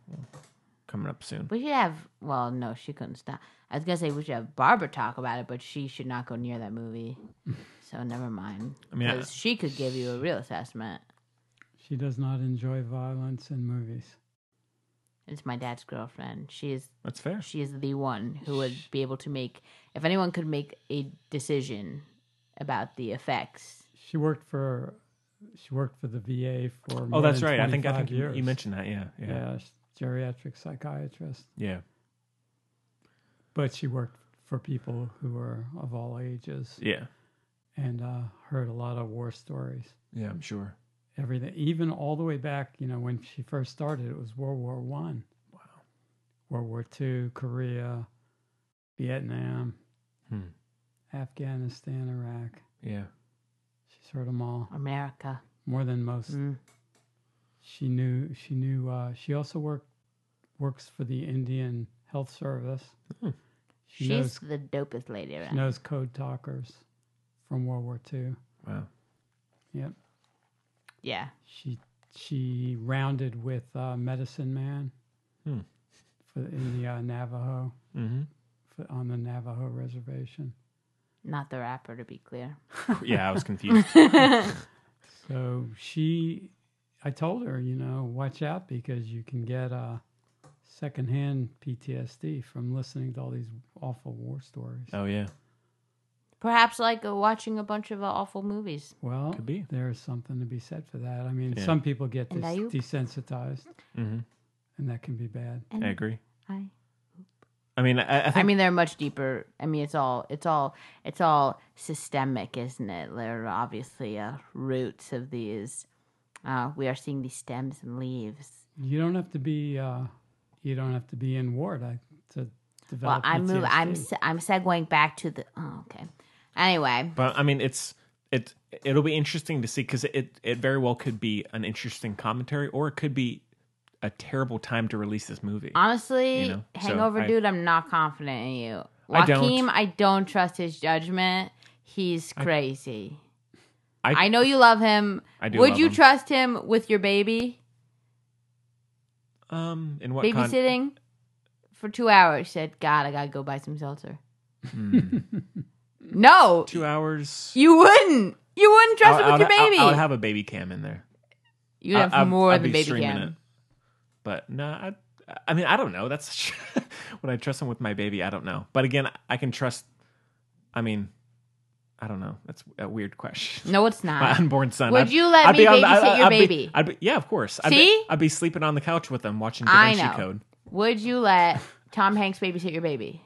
[SPEAKER 1] coming up soon.
[SPEAKER 2] We should have. Well, no, she couldn't stop. I was gonna say we should have Barbara talk about it, but she should not go near that movie. So never mind.
[SPEAKER 1] I mean, I-
[SPEAKER 2] 'Cause she could give you a real assessment.
[SPEAKER 3] She does not enjoy violence in movies.
[SPEAKER 2] It's my dad's girlfriend. She is
[SPEAKER 1] That's fair.
[SPEAKER 2] she is the one who would be able to make if anyone could make a decision about the effects.
[SPEAKER 3] She worked for she worked for the VA for
[SPEAKER 1] Oh,
[SPEAKER 3] more
[SPEAKER 1] that's
[SPEAKER 3] than
[SPEAKER 1] right. I think I
[SPEAKER 3] 25
[SPEAKER 1] think you,
[SPEAKER 3] years.
[SPEAKER 1] you mentioned that. Yeah, yeah, yeah.
[SPEAKER 3] yeah, she's a geriatric psychiatrist. But she worked for people who were of all ages
[SPEAKER 1] Yeah.
[SPEAKER 3] and uh, heard a lot of war stories.
[SPEAKER 1] Yeah, I'm sure.
[SPEAKER 3] Everything, even all the way back, you know, when she first started, it was World War One. Wow. World War Two, Korea, Vietnam,
[SPEAKER 1] Hmm.
[SPEAKER 3] Afghanistan, Iraq.
[SPEAKER 1] Yeah.
[SPEAKER 3] She's heard them all.
[SPEAKER 2] America.
[SPEAKER 3] more than most.
[SPEAKER 2] Mm.
[SPEAKER 3] She knew. She knew. Uh, she also worked works for the Indian Health Service. She
[SPEAKER 2] She's
[SPEAKER 3] knows
[SPEAKER 2] the dopest lady
[SPEAKER 3] she
[SPEAKER 2] around.
[SPEAKER 3] knows code talkers from World War II.
[SPEAKER 1] Wow.
[SPEAKER 3] Yep.
[SPEAKER 2] Yeah.
[SPEAKER 3] She she rounded with uh, Medicine Man
[SPEAKER 1] Hmm.
[SPEAKER 3] for in the uh, Navajo
[SPEAKER 1] Mm-hmm.
[SPEAKER 3] for, on the Navajo reservation.
[SPEAKER 2] Not the rapper to be clear.
[SPEAKER 1] Yeah, I was confused.
[SPEAKER 3] So she, I told her, you know, watch out because you can get uh, secondhand PTSD from listening to all these awful war stories.
[SPEAKER 1] oh yeah.
[SPEAKER 2] Perhaps like uh, watching a bunch of uh, awful movies.
[SPEAKER 3] Well,
[SPEAKER 1] Could be.
[SPEAKER 3] there's something to be said for that. I mean,
[SPEAKER 1] Yeah.
[SPEAKER 3] some people get
[SPEAKER 2] And
[SPEAKER 3] des-
[SPEAKER 2] are you-
[SPEAKER 3] desensitized,
[SPEAKER 1] Mm-hmm.
[SPEAKER 3] and that can be bad.
[SPEAKER 2] And
[SPEAKER 1] I agree.
[SPEAKER 2] I
[SPEAKER 1] I mean, I, I think.
[SPEAKER 2] I mean, they're much deeper. I mean, it's all, it's all, it's all systemic, isn't it? There are obviously uh, roots of these. Uh, we are seeing these stems and leaves.
[SPEAKER 3] You don't have to be. Uh, you don't have to be in war to, to
[SPEAKER 2] Well,
[SPEAKER 3] develop.
[SPEAKER 2] I'm move, I'm
[SPEAKER 3] PTSD.
[SPEAKER 2] se- I'm segueing back to the. Oh, okay. Anyway,
[SPEAKER 1] But I mean, it's it it'll be interesting to see because it it very well could be an interesting commentary, or it could be a terrible time to release this movie.
[SPEAKER 2] Honestly,
[SPEAKER 1] You know, so
[SPEAKER 2] Hangover
[SPEAKER 1] I-
[SPEAKER 2] dude, I'm not confident in you.
[SPEAKER 1] I don't.
[SPEAKER 2] Joaquin, I don't, trust his judgment. He's crazy.
[SPEAKER 1] I-
[SPEAKER 2] I, know you love him.
[SPEAKER 1] I do
[SPEAKER 2] Would
[SPEAKER 1] love
[SPEAKER 2] you
[SPEAKER 1] him.
[SPEAKER 2] trust him with your baby
[SPEAKER 1] um, in what con-
[SPEAKER 2] babysitting for two hours? Said God, I gotta go buy some seltzer.
[SPEAKER 1] Hmm.
[SPEAKER 2] no,
[SPEAKER 1] two hours?
[SPEAKER 2] you wouldn't. You wouldn't trust him
[SPEAKER 1] I'll,
[SPEAKER 2] with your
[SPEAKER 1] I'll-
[SPEAKER 2] baby.
[SPEAKER 1] I'll, I'll have a baby cam in there.
[SPEAKER 2] You'd have
[SPEAKER 1] I'll- I'll-
[SPEAKER 2] more
[SPEAKER 1] I'll
[SPEAKER 2] than
[SPEAKER 1] be
[SPEAKER 2] baby
[SPEAKER 1] streaming
[SPEAKER 2] cam.
[SPEAKER 1] it. But no, I, I mean, I don't know. That's when I trust him with my baby. I don't know. But again, I can trust. I mean, I don't know. That's a weird question.
[SPEAKER 2] No, it's
[SPEAKER 1] My
[SPEAKER 2] not.
[SPEAKER 1] unborn son.
[SPEAKER 2] Ah. Would you let me babysit your
[SPEAKER 1] I'd be-
[SPEAKER 2] baby?
[SPEAKER 1] I'd be, yeah, of course. I'd
[SPEAKER 2] See?
[SPEAKER 1] be, I'd be sleeping on the couch with him watching Da
[SPEAKER 2] I
[SPEAKER 1] Vinci
[SPEAKER 2] know.
[SPEAKER 1] Code.
[SPEAKER 2] Would you let Tom Hanks babysit your baby?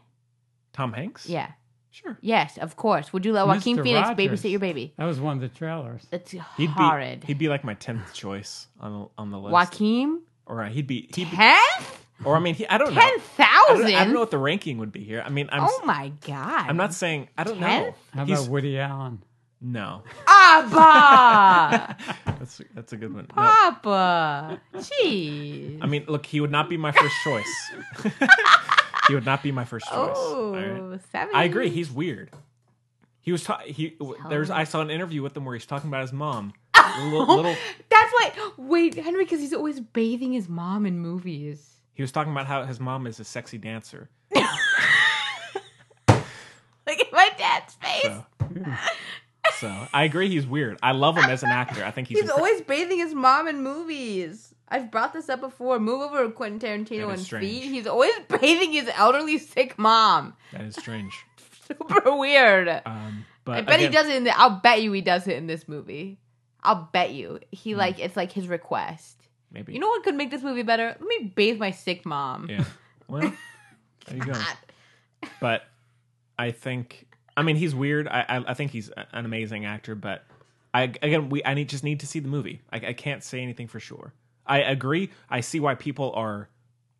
[SPEAKER 1] Tom Hanks.
[SPEAKER 2] Yeah.
[SPEAKER 1] sure.
[SPEAKER 2] Yes, of course. Would you let Joaquin
[SPEAKER 3] Mr.
[SPEAKER 2] Phoenix
[SPEAKER 3] Rogers.
[SPEAKER 2] babysit your baby?
[SPEAKER 3] That was one of the trailers.
[SPEAKER 2] That's
[SPEAKER 1] He'd
[SPEAKER 2] horrid.
[SPEAKER 1] be he'd be like my tenth choice on the on the list.
[SPEAKER 2] Joaquin?
[SPEAKER 1] or uh, he'd be he'd be,
[SPEAKER 2] Tenth?
[SPEAKER 1] or I mean he, I don't know.
[SPEAKER 2] Ten
[SPEAKER 1] I don't, I don't know
[SPEAKER 2] thousand?
[SPEAKER 1] what the ranking would be here. I mean, I'm
[SPEAKER 2] Oh my god.
[SPEAKER 1] I'm not saying I don't know.
[SPEAKER 2] Tenth?
[SPEAKER 3] How
[SPEAKER 1] He's-
[SPEAKER 3] about Woody Allen?
[SPEAKER 1] no,
[SPEAKER 2] Abba!
[SPEAKER 1] that's that's a good one. No.
[SPEAKER 2] Papa. Jeez.
[SPEAKER 1] I mean, look, he would not be my first choice. he would not be my first choice. all
[SPEAKER 2] Oh,
[SPEAKER 1] right?
[SPEAKER 2] seven.
[SPEAKER 1] I agree. He's weird. He was ta- he there's I saw an interview with him where he's talking about his mom. little, little
[SPEAKER 2] That's why. Wait, Henry, because he's always bathing his mom in movies.
[SPEAKER 1] he was talking about how his mom is a sexy dancer.
[SPEAKER 2] Look at my dad's face.
[SPEAKER 1] So, so I agree. He's weird. I love him as an actor. I think he's,
[SPEAKER 2] He's
[SPEAKER 1] incre-
[SPEAKER 2] always bathing his mom in movies. I've brought this up before. Move over, Quentin Tarantino
[SPEAKER 1] That
[SPEAKER 2] and
[SPEAKER 1] is strange.
[SPEAKER 2] feet. He's always bathing his elderly, sick mom.
[SPEAKER 1] that is strange.
[SPEAKER 2] Super weird.
[SPEAKER 1] Um, but
[SPEAKER 2] I bet he
[SPEAKER 1] again-
[SPEAKER 2] does it in the. I'll bet you he does it in this movie. I'll bet you
[SPEAKER 1] Hmm.
[SPEAKER 2] he like it's like his request.
[SPEAKER 1] Maybe
[SPEAKER 2] You know what could make this movie better? Let me bathe my sick mom.
[SPEAKER 1] Yeah. Well, there you go. But I think, I mean, he's weird. I, I, I think he's a- an amazing actor, but I again, we I need just need to see the movie. I, I can't say anything for sure. I agree. I see why people are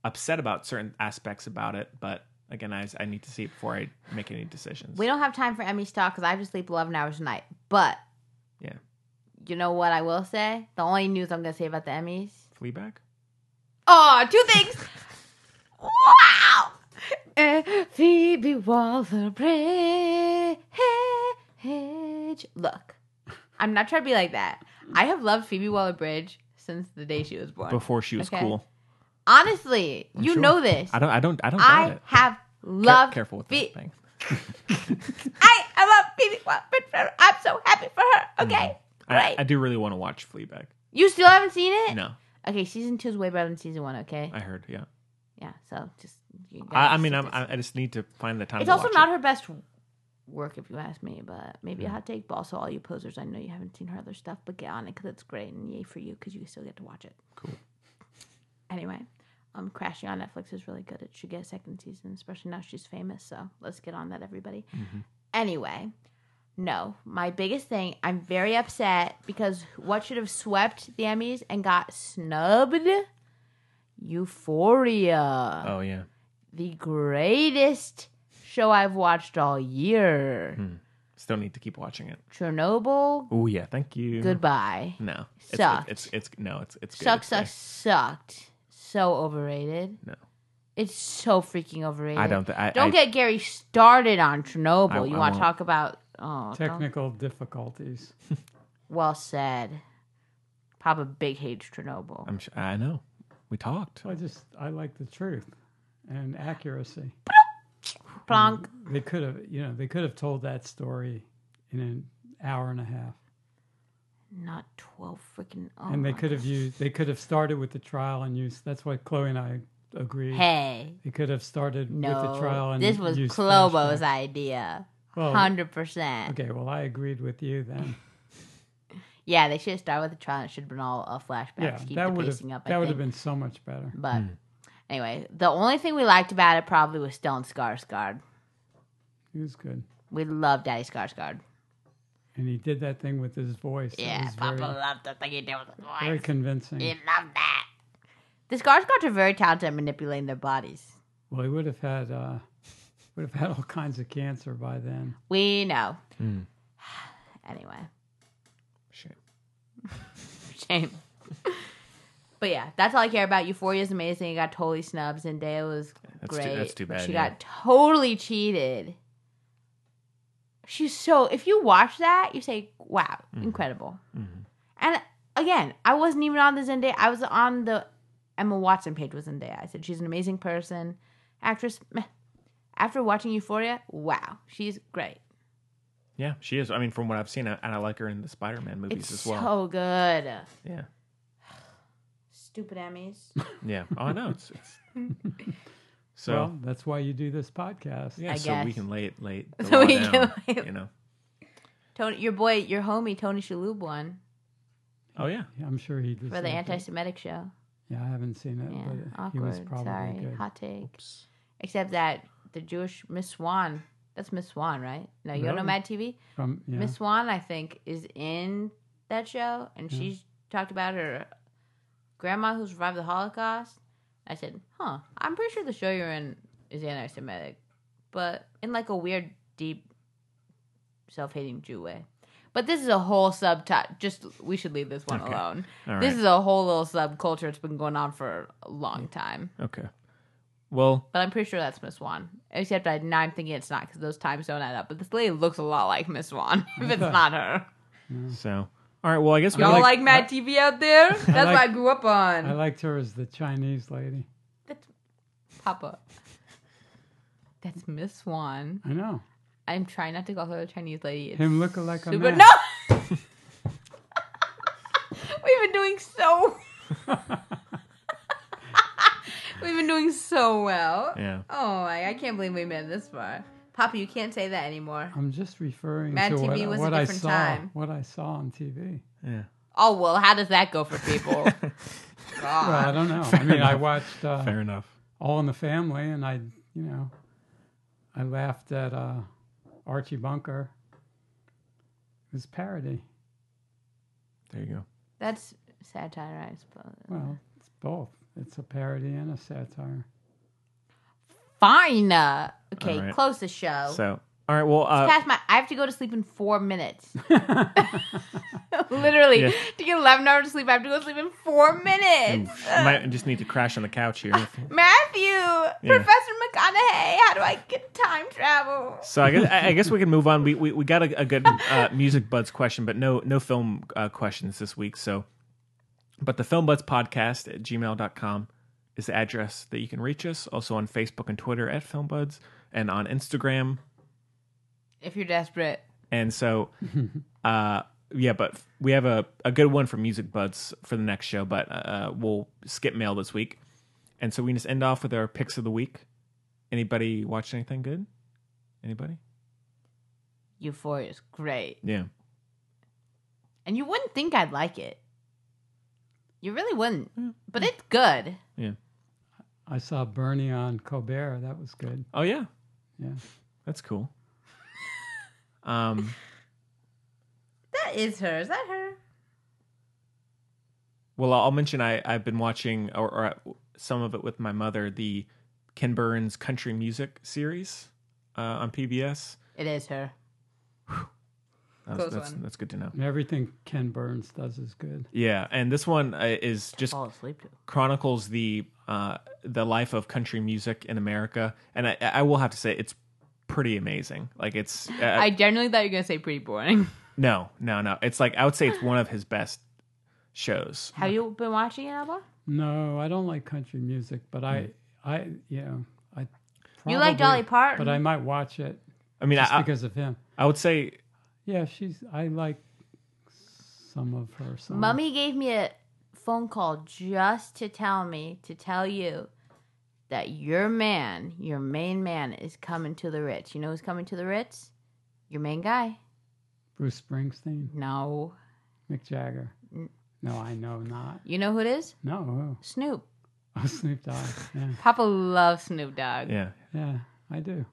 [SPEAKER 1] upset about certain aspects about it, but again, I, I need to see it before I make any decisions.
[SPEAKER 2] We don't have time for Emmy stock because I have to sleep eleven hours a night. But
[SPEAKER 1] Yeah.
[SPEAKER 2] you know what I will say? The only news I'm gonna say about the Emmys.
[SPEAKER 1] Fleabag.
[SPEAKER 2] Oh, two things. wow. Eh, Phoebe Waller-Bridge. Look, I'm not trying to be like that. I have loved Phoebe Waller-Bridge since the day she was born.
[SPEAKER 1] Before she was
[SPEAKER 2] Okay.
[SPEAKER 1] cool.
[SPEAKER 2] Honestly, you
[SPEAKER 1] sure.
[SPEAKER 2] know this.
[SPEAKER 1] I don't. I don't. I don't. doubt
[SPEAKER 2] I
[SPEAKER 1] it.
[SPEAKER 2] have
[SPEAKER 1] Care-
[SPEAKER 2] loved
[SPEAKER 1] careful with
[SPEAKER 2] Phoebe.
[SPEAKER 1] that thing.
[SPEAKER 2] I, I love Phoebe Waller-Bridge. I'm so happy for her. Okay,
[SPEAKER 1] Mm-hmm. I,
[SPEAKER 2] right.
[SPEAKER 1] I do really want to watch Fleabag.
[SPEAKER 2] you still haven't seen it?
[SPEAKER 1] No,
[SPEAKER 2] Okay, season two is way better than season one. Okay.
[SPEAKER 1] I heard. Yeah.
[SPEAKER 2] yeah. So just. You gotta
[SPEAKER 1] I, I mean,
[SPEAKER 2] see
[SPEAKER 1] I'm,
[SPEAKER 2] this.
[SPEAKER 1] I I just need to find the time.
[SPEAKER 2] It's
[SPEAKER 1] to
[SPEAKER 2] also
[SPEAKER 1] watch
[SPEAKER 2] not
[SPEAKER 1] it.
[SPEAKER 2] her best work, if you ask me. But maybe a hot take. But also, all you posers, I know you haven't seen her other stuff, but get on it because it's great, and yay for you because you still get to watch it.
[SPEAKER 1] Cool.
[SPEAKER 2] Anyway, um, Crashing on Netflix is really good. It should get a second season, especially now she's famous. So let's get on that, everybody.
[SPEAKER 1] Mm-hmm.
[SPEAKER 2] Anyway, no, my biggest thing. I'm very upset because what should have swept the Emmys and got snubbed. Euphoria
[SPEAKER 1] Oh yeah.
[SPEAKER 2] the greatest show I've watched all year.
[SPEAKER 1] Hmm. Still need to keep watching it.
[SPEAKER 2] Chernobyl,
[SPEAKER 1] Oh yeah, thank you.
[SPEAKER 2] goodbye.
[SPEAKER 1] No, it's,
[SPEAKER 2] Sucked.
[SPEAKER 1] It's, it's it's no, it's it's good.
[SPEAKER 2] Suck,
[SPEAKER 1] It's
[SPEAKER 2] suck,
[SPEAKER 1] good.
[SPEAKER 2] sucked. So overrated.
[SPEAKER 1] No.
[SPEAKER 2] It's so freaking overrated.
[SPEAKER 1] I don't. Th- I,
[SPEAKER 2] Don't
[SPEAKER 1] I,
[SPEAKER 2] get Gary started on Chernobyl.
[SPEAKER 1] I- I
[SPEAKER 2] you want
[SPEAKER 1] won't.
[SPEAKER 2] to talk about oh don't-
[SPEAKER 3] Technical difficulties.
[SPEAKER 2] well said. Papa Big hates Chernobyl.
[SPEAKER 1] I'm. su- I know. We talked. Oh,
[SPEAKER 3] I just I like the truth and accuracy.
[SPEAKER 2] Plonk.
[SPEAKER 3] They could have you know they could have told that story in an hour and a half,
[SPEAKER 2] Not twelve freaking oh
[SPEAKER 3] and they
[SPEAKER 2] my-
[SPEAKER 3] could have used they could have started with the trial and used. That's why Chloe and I agree.
[SPEAKER 2] Hey.
[SPEAKER 3] They could have started
[SPEAKER 2] No.
[SPEAKER 3] with the trial and
[SPEAKER 2] this was
[SPEAKER 3] used
[SPEAKER 2] Clobo's
[SPEAKER 3] flashbacks.
[SPEAKER 2] idea.
[SPEAKER 3] Well,
[SPEAKER 2] Hundred percent.
[SPEAKER 3] Okay, well I agreed with you then.
[SPEAKER 2] Yeah, they should have started with the trial. and It should have been all uh, flashbacks.
[SPEAKER 3] Yeah,
[SPEAKER 2] keep
[SPEAKER 3] that
[SPEAKER 2] the
[SPEAKER 3] would have
[SPEAKER 2] pacing up. I
[SPEAKER 3] that would have
[SPEAKER 2] think.
[SPEAKER 3] been so much better.
[SPEAKER 2] But anyway, the only thing we liked about it probably was Stone Skarsgård.
[SPEAKER 3] He was good,
[SPEAKER 2] We love Daddy Skarsgård.
[SPEAKER 3] and he did that thing with his voice. That
[SPEAKER 2] Yeah,
[SPEAKER 3] was
[SPEAKER 2] Papa
[SPEAKER 3] very,
[SPEAKER 2] loved the thing he did with his voice.
[SPEAKER 3] very convincing.
[SPEAKER 2] He loved that. The Skarsgårds are very talented at manipulating their bodies.
[SPEAKER 3] Well, he would have had uh, would have had all kinds of cancer by then.
[SPEAKER 2] We know. anyway,
[SPEAKER 1] Shame.
[SPEAKER 2] shame. But yeah, that's all I care about. Euphoria is amazing. It got totally snubbed. Zendaya was
[SPEAKER 1] That's too-
[SPEAKER 2] great.
[SPEAKER 1] that's too bad,
[SPEAKER 2] She
[SPEAKER 1] yeah.
[SPEAKER 2] got totally cheated. She's so. If you watch that, you say, "Wow,
[SPEAKER 1] Mm-hmm.
[SPEAKER 2] incredible!" And again, I wasn't even on the Zendaya. I was on the Emma Watson page with Zendaya. I said she's an amazing person, actress. Meh. After watching Euphoria, wow, she's great.
[SPEAKER 1] Yeah, she is. I mean, from what I've seen, I- and I like her in the Spider-Man movies
[SPEAKER 2] It's
[SPEAKER 1] as well.
[SPEAKER 2] so good.
[SPEAKER 1] yeah,
[SPEAKER 2] Stupid Emmys.
[SPEAKER 1] yeah. Oh, I know. It's, it's... so
[SPEAKER 3] well, that's why you do this podcast.
[SPEAKER 1] yeah,
[SPEAKER 2] I
[SPEAKER 1] so we
[SPEAKER 2] guess.
[SPEAKER 1] can lay it late.
[SPEAKER 2] So we
[SPEAKER 1] down,
[SPEAKER 2] can lay it-
[SPEAKER 1] you know.
[SPEAKER 2] Tony, your boy, your homie Tony Shalhoub won
[SPEAKER 1] Oh yeah,
[SPEAKER 3] Yeah, I'm sure he did.
[SPEAKER 2] for the anti-Semitic show.
[SPEAKER 3] Yeah, I haven't seen it,
[SPEAKER 2] Yeah,
[SPEAKER 3] but Oh, he
[SPEAKER 2] awkward.
[SPEAKER 3] was probably
[SPEAKER 2] Sorry,
[SPEAKER 3] good.
[SPEAKER 2] hot take. Except that the Jewish Miss Swan, that's Miss Swan, right? No, you don't know
[SPEAKER 3] Really?
[SPEAKER 2] Mad TV.
[SPEAKER 3] From yeah,
[SPEAKER 2] Miss Swan, I think, is in that show, and she talked about her grandma who survived the Holocaust. I said, "Huh, I'm pretty sure the show you're in is anti-Semitic, but in like a weird, deep, self-hating Jew way." But this is a whole subtype. Just we should leave this one
[SPEAKER 1] Okay.
[SPEAKER 2] alone.
[SPEAKER 1] All
[SPEAKER 2] This
[SPEAKER 1] right.
[SPEAKER 2] is a whole little subculture. It's been going on for a long time.
[SPEAKER 1] okay. Well,
[SPEAKER 2] But I'm pretty sure that's Miss Swan. Except I, now I'm thinking it's not because those times don't add up. But this lady looks a lot like Miss Swan if it's not her.
[SPEAKER 1] so all right. Well, I guess we
[SPEAKER 2] Y'all
[SPEAKER 1] like,
[SPEAKER 2] like, Mad TV out there? That's what I
[SPEAKER 3] like-
[SPEAKER 2] grew up on.
[SPEAKER 3] I liked her as the Chinese lady.
[SPEAKER 2] that's Papa. That's Miss Swan.
[SPEAKER 3] I know
[SPEAKER 2] I'm trying not to call her a Chinese lady. It's
[SPEAKER 3] him looking like a
[SPEAKER 2] super-
[SPEAKER 3] man.
[SPEAKER 2] No! We've been doing so. We've been doing so well.
[SPEAKER 1] Yeah.
[SPEAKER 2] Oh, I, I can't believe we made it this far. Papa, you can't say that anymore.
[SPEAKER 3] I'm just referring
[SPEAKER 2] Mad
[SPEAKER 3] to what,
[SPEAKER 2] TV was a
[SPEAKER 3] what I
[SPEAKER 2] different
[SPEAKER 3] saw.
[SPEAKER 2] time.
[SPEAKER 3] What I saw on TV.
[SPEAKER 1] Yeah.
[SPEAKER 2] Oh well, how does that go for people?
[SPEAKER 3] Well, I don't know. I mean, I watched uh,
[SPEAKER 1] Fair enough.
[SPEAKER 3] All in the Family, and I, you know, I laughed at uh, Archie Bunker. It was parody.
[SPEAKER 1] There you go.
[SPEAKER 2] That's satire, I suppose.
[SPEAKER 3] Well, it's both. It's a parody and a satire.
[SPEAKER 2] Fine. uh, Okay,
[SPEAKER 1] All right.
[SPEAKER 2] close the show.
[SPEAKER 1] So all right. Well, uh,
[SPEAKER 2] Past my, I have to go to sleep in four minutes. Literally,
[SPEAKER 1] Yeah.
[SPEAKER 2] to get eleven hours of sleep, I have to go to sleep in four minutes. Uh,
[SPEAKER 1] I might just need to crash on the couch here.
[SPEAKER 2] Matthew, Professor McConaughey, how do I get time travel?
[SPEAKER 1] So I guess I I guess we can move on. We we, we got a, a good uh, music buds question, but no no film uh, questions this week. So, but the film buds podcast at gmail.com is the address that you can reach us. Also on Facebook and Twitter at film buds and on Instagram.
[SPEAKER 2] If you're desperate,
[SPEAKER 1] And so, uh, yeah, but we have a, a good one for music buds for the next show, but uh, we'll skip mail this week. And so we can just end off with our picks of the week. Anybody watch anything good? Anybody?
[SPEAKER 2] Euphoria is great,
[SPEAKER 1] Yeah.
[SPEAKER 2] and you wouldn't think I'd like it. You really wouldn't,
[SPEAKER 1] Mm-hmm.
[SPEAKER 2] but it's good.
[SPEAKER 1] Yeah.
[SPEAKER 3] I saw Bernie on Colbert. That was good.
[SPEAKER 1] Oh yeah,
[SPEAKER 3] Yeah.
[SPEAKER 1] that's cool. Um,
[SPEAKER 2] That is her. Is that her?
[SPEAKER 1] well, I'll mention I I've been watching or, or some of it with my mother the Ken Burns country music series uh, on PBS.
[SPEAKER 2] It is her.
[SPEAKER 1] That's,
[SPEAKER 2] Close
[SPEAKER 1] that's,
[SPEAKER 2] one.
[SPEAKER 1] that's good to know.
[SPEAKER 3] And everything Ken Burns does is good.
[SPEAKER 1] Yeah, and this one uh, is just
[SPEAKER 2] Fall asleep to.
[SPEAKER 1] Uh, chronicles the uh, the life of country music in America, and I, I will have to say it's pretty amazing. Like it's uh,
[SPEAKER 2] I genuinely thought you were gonna say pretty boring.
[SPEAKER 1] no no no. It's like I would say it's one of his best shows.
[SPEAKER 2] Have you been watching it, Alba?
[SPEAKER 3] No, I don't like country music, but I,
[SPEAKER 1] Hmm.
[SPEAKER 3] I, you know, I.
[SPEAKER 2] You like Dolly
[SPEAKER 3] probably-
[SPEAKER 2] Parton.
[SPEAKER 3] but I might watch it
[SPEAKER 1] I mean,
[SPEAKER 3] just
[SPEAKER 1] I, I
[SPEAKER 3] because of him.
[SPEAKER 1] I would say
[SPEAKER 3] Yeah, she's. I like some of her songs.
[SPEAKER 2] Mummy gave me a phone call just to tell me to tell you that your man, your main man, is coming to the Ritz. You know who's coming to the Ritz? Your main guy.
[SPEAKER 3] Bruce Springsteen,
[SPEAKER 2] No.
[SPEAKER 3] Mick Jagger.
[SPEAKER 1] Mm.
[SPEAKER 3] No, I know not.
[SPEAKER 2] You know who it is?
[SPEAKER 3] No,
[SPEAKER 2] Snoop.
[SPEAKER 3] oh, Snoop Dogg. Yeah,
[SPEAKER 2] Papa loves Snoop Dogg.
[SPEAKER 1] yeah
[SPEAKER 3] yeah, I do.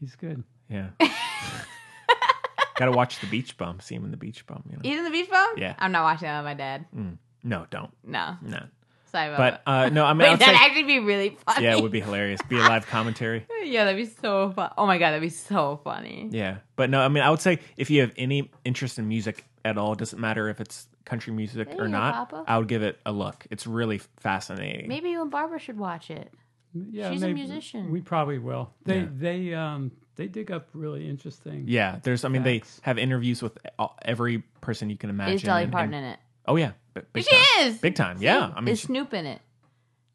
[SPEAKER 3] He's good.
[SPEAKER 1] yeah. Got to watch the Beach Bum. See him in the Beach Bum. You know?
[SPEAKER 2] Eating the beach bum?
[SPEAKER 1] Yeah.
[SPEAKER 2] I'm not watching that with my dad.
[SPEAKER 1] No, don't
[SPEAKER 2] No.
[SPEAKER 1] no.
[SPEAKER 2] Sorry about
[SPEAKER 1] But
[SPEAKER 2] that.
[SPEAKER 1] uh, no, I mean, I
[SPEAKER 2] Uh, Wait,
[SPEAKER 1] would
[SPEAKER 2] that'd
[SPEAKER 1] say-
[SPEAKER 2] actually be really funny.
[SPEAKER 1] yeah, it would be hilarious. Be a live commentary.
[SPEAKER 2] Yeah, that'd be so fun. Oh my god, that'd be so funny.
[SPEAKER 1] Yeah, but no, I mean, I would say if you have any interest in music, at all. Doesn't matter if it's country music
[SPEAKER 2] There
[SPEAKER 1] or
[SPEAKER 2] you go,
[SPEAKER 1] not.
[SPEAKER 2] Papa.
[SPEAKER 1] I would give it a look. It's really fascinating.
[SPEAKER 2] Maybe you and Barbara should watch it.
[SPEAKER 3] Yeah,
[SPEAKER 2] She's a
[SPEAKER 3] maybe-
[SPEAKER 2] musician.
[SPEAKER 3] We probably will. They
[SPEAKER 1] Yeah.
[SPEAKER 3] they um they dig up really interesting.
[SPEAKER 1] Yeah, there's. I mean, they
[SPEAKER 3] Facts.
[SPEAKER 1] have interviews with all- every person you can imagine.
[SPEAKER 2] Is Dolly
[SPEAKER 1] and-
[SPEAKER 2] Parton
[SPEAKER 1] and-
[SPEAKER 2] in it?
[SPEAKER 1] Oh yeah, b- big
[SPEAKER 2] She
[SPEAKER 1] time.
[SPEAKER 2] is!
[SPEAKER 1] big time. Yeah, I mean,
[SPEAKER 2] Is Snoop in it?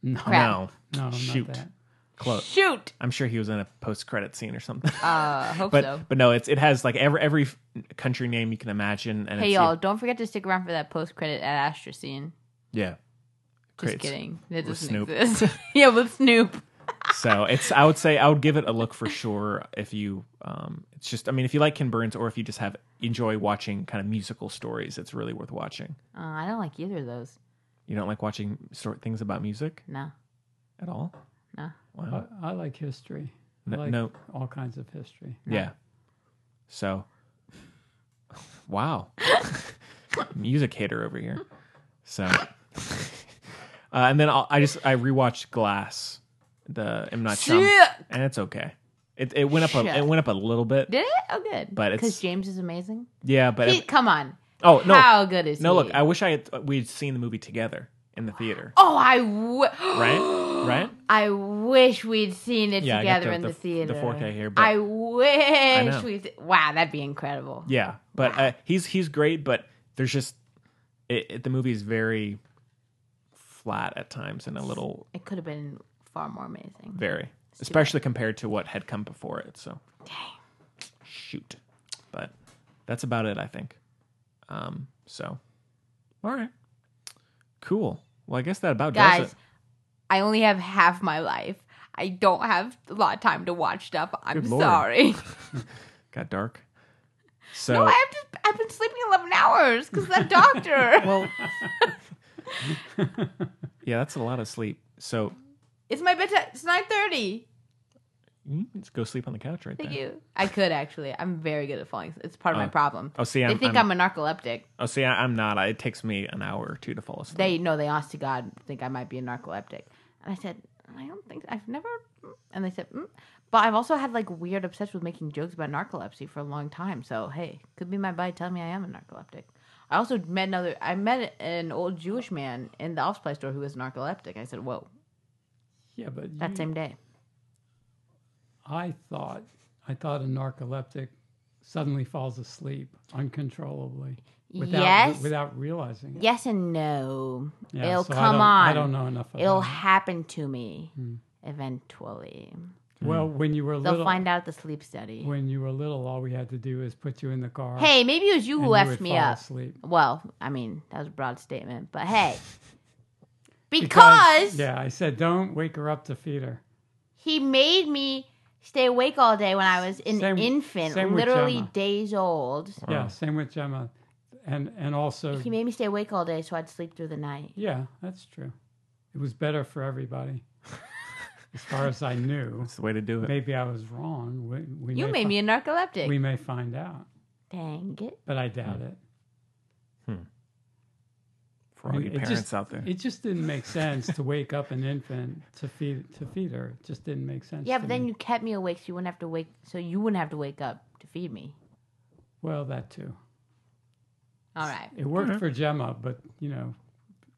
[SPEAKER 3] No,
[SPEAKER 2] Crap.
[SPEAKER 1] no,
[SPEAKER 3] no,
[SPEAKER 1] shoot,
[SPEAKER 3] not that.
[SPEAKER 1] close.
[SPEAKER 2] Shoot.
[SPEAKER 1] I'm sure he was in a post-credit scene or something.
[SPEAKER 2] Uh, hope
[SPEAKER 1] but
[SPEAKER 2] so.
[SPEAKER 1] but no, it's it has like every every f- country name you can imagine. And
[SPEAKER 2] Hey
[SPEAKER 1] it's,
[SPEAKER 2] y'all, don't forget to stick around for that post credit at Astra scene.
[SPEAKER 1] yeah. Great.
[SPEAKER 2] Just kidding. It doesn't
[SPEAKER 1] Snoop.
[SPEAKER 2] exist. yeah, with Snoop.
[SPEAKER 1] so it's I would say I would give it a look for sure if you um it's just I mean if you like Ken Burns or if you just have enjoy watching kind of musical stories, it's really worth watching.
[SPEAKER 2] Uh, I don't like either of those.
[SPEAKER 1] You don't like watching sort things about music
[SPEAKER 2] No.
[SPEAKER 1] at all?
[SPEAKER 2] No.
[SPEAKER 1] Wow.
[SPEAKER 3] I, I like history. I
[SPEAKER 1] No-
[SPEAKER 3] like
[SPEAKER 1] no.
[SPEAKER 3] all kinds of history.
[SPEAKER 1] Yeah. So wow. music hater over here. So uh, and then I'll, I just I rewatched Glass, the M Night Shyam-
[SPEAKER 2] Shit.
[SPEAKER 1] and it's okay. It, it went up a, it
[SPEAKER 2] Shit.
[SPEAKER 1] went up a little bit.
[SPEAKER 2] Did it? Oh, good.
[SPEAKER 1] But it's-
[SPEAKER 2] because James is amazing.
[SPEAKER 1] Yeah, but
[SPEAKER 2] He,
[SPEAKER 1] it-
[SPEAKER 2] come on.
[SPEAKER 1] Oh no!
[SPEAKER 2] How good is
[SPEAKER 1] no,
[SPEAKER 2] he?
[SPEAKER 1] look, I wish I had we'd seen the movie together in the theater,
[SPEAKER 2] Oh, I w-
[SPEAKER 1] right? right?
[SPEAKER 2] I wish we'd seen it
[SPEAKER 1] Yeah, I got
[SPEAKER 2] together
[SPEAKER 1] the-
[SPEAKER 2] in
[SPEAKER 1] the
[SPEAKER 2] the,
[SPEAKER 1] f- the
[SPEAKER 2] theater.
[SPEAKER 1] 4K here, but-
[SPEAKER 2] I
[SPEAKER 1] know.
[SPEAKER 2] wish we. Wow, that'd be incredible.
[SPEAKER 1] Yeah, but uh, he's he's great, but there's just it, it, the movie is very flat at times and a little
[SPEAKER 2] It could have been far more amazing.
[SPEAKER 1] very, especially compared to what had come before it. So, shoot, but that's about it, I think. Um, so, all right, cool. Well, I guess that about does
[SPEAKER 2] Guys,
[SPEAKER 1] it.
[SPEAKER 2] I only have half my life. I don't have a lot of time to watch stuff. I'm
[SPEAKER 1] Good lord.
[SPEAKER 2] sorry.
[SPEAKER 1] Got dark. So
[SPEAKER 2] no, I have to, I've been sleeping 11 hours because that doctor.
[SPEAKER 1] Well, yeah, that's a lot of sleep. So
[SPEAKER 2] it's my bedtime. It's 9.30.
[SPEAKER 1] you can just go sleep on the couch right
[SPEAKER 2] Thank
[SPEAKER 1] there.
[SPEAKER 2] you. I could actually. I'm very good at falling. asleep. It's part of my
[SPEAKER 1] Oh.
[SPEAKER 2] problem.
[SPEAKER 1] Oh, see,
[SPEAKER 2] they
[SPEAKER 1] I'm,
[SPEAKER 2] think
[SPEAKER 1] I'm,
[SPEAKER 2] I'm, a narcoleptic.
[SPEAKER 1] oh, see, I- I'm not. I- It takes me an hour or two to fall asleep.
[SPEAKER 2] They no, they honest to God think I might be a narcoleptic. And I said, I don't think I've never. And they said, mm. but I've also had like weird obsessed with making jokes about narcolepsy for a long time. So hey, could be my body telling me I am a narcoleptic. I also met another. I met an old Jewish man in the off supply store who was narcoleptic. I said, whoa,
[SPEAKER 3] Yeah, but
[SPEAKER 2] that
[SPEAKER 3] you-
[SPEAKER 2] same day.
[SPEAKER 3] I thought I thought a narcoleptic suddenly falls asleep uncontrollably without
[SPEAKER 2] yes,
[SPEAKER 3] without realizing it.
[SPEAKER 2] yes, and no.
[SPEAKER 3] Yeah,
[SPEAKER 2] It'll
[SPEAKER 3] so I
[SPEAKER 2] come
[SPEAKER 3] don't-
[SPEAKER 2] on.
[SPEAKER 3] I don't know enough about
[SPEAKER 2] It'll
[SPEAKER 3] it.
[SPEAKER 2] happen to me eventually.
[SPEAKER 1] Hmm.
[SPEAKER 3] Well, when you were
[SPEAKER 2] They'll
[SPEAKER 3] little
[SPEAKER 2] find out at the sleep study.
[SPEAKER 3] when you were little all we had to do is put you in the car.
[SPEAKER 2] Hey, maybe it was you
[SPEAKER 3] and
[SPEAKER 2] who
[SPEAKER 3] you
[SPEAKER 2] effed
[SPEAKER 3] would
[SPEAKER 2] me
[SPEAKER 3] fall
[SPEAKER 2] up.
[SPEAKER 3] Asleep.
[SPEAKER 2] Well, I mean, that was a broad statement, but hey.
[SPEAKER 3] Because-
[SPEAKER 2] Because,
[SPEAKER 3] Yeah, I said don't wake her up to feed her.
[SPEAKER 2] he made me stay awake all day when I was an
[SPEAKER 3] Same-
[SPEAKER 2] infant,
[SPEAKER 3] same with
[SPEAKER 2] literally
[SPEAKER 3] Gemma.
[SPEAKER 2] days old.
[SPEAKER 3] Yeah, same with Gemma. And and also
[SPEAKER 2] He made me stay awake all day so I'd sleep through the night.
[SPEAKER 3] Yeah, that's true. It was better for everybody. as far as I knew.
[SPEAKER 1] That's the way to do it.
[SPEAKER 3] Maybe I was wrong. We, we
[SPEAKER 2] You
[SPEAKER 3] may
[SPEAKER 2] made
[SPEAKER 3] fi-
[SPEAKER 2] me a narcoleptic.
[SPEAKER 3] we may find out,
[SPEAKER 2] Dang it.
[SPEAKER 3] but I doubt
[SPEAKER 1] Hmm.
[SPEAKER 3] it.
[SPEAKER 1] For all
[SPEAKER 3] It-
[SPEAKER 1] you
[SPEAKER 3] it
[SPEAKER 1] parents
[SPEAKER 3] just-
[SPEAKER 1] out there,
[SPEAKER 3] It just didn't make sense to wake up an infant to feed to feed her. It just didn't make sense.
[SPEAKER 2] Yeah,
[SPEAKER 3] to
[SPEAKER 2] but then
[SPEAKER 3] me.
[SPEAKER 2] you kept me awake so you wouldn't have to wake so you wouldn't have to wake up to feed me.
[SPEAKER 3] well that too.
[SPEAKER 2] All right.
[SPEAKER 3] It worked for Gemma, but you know,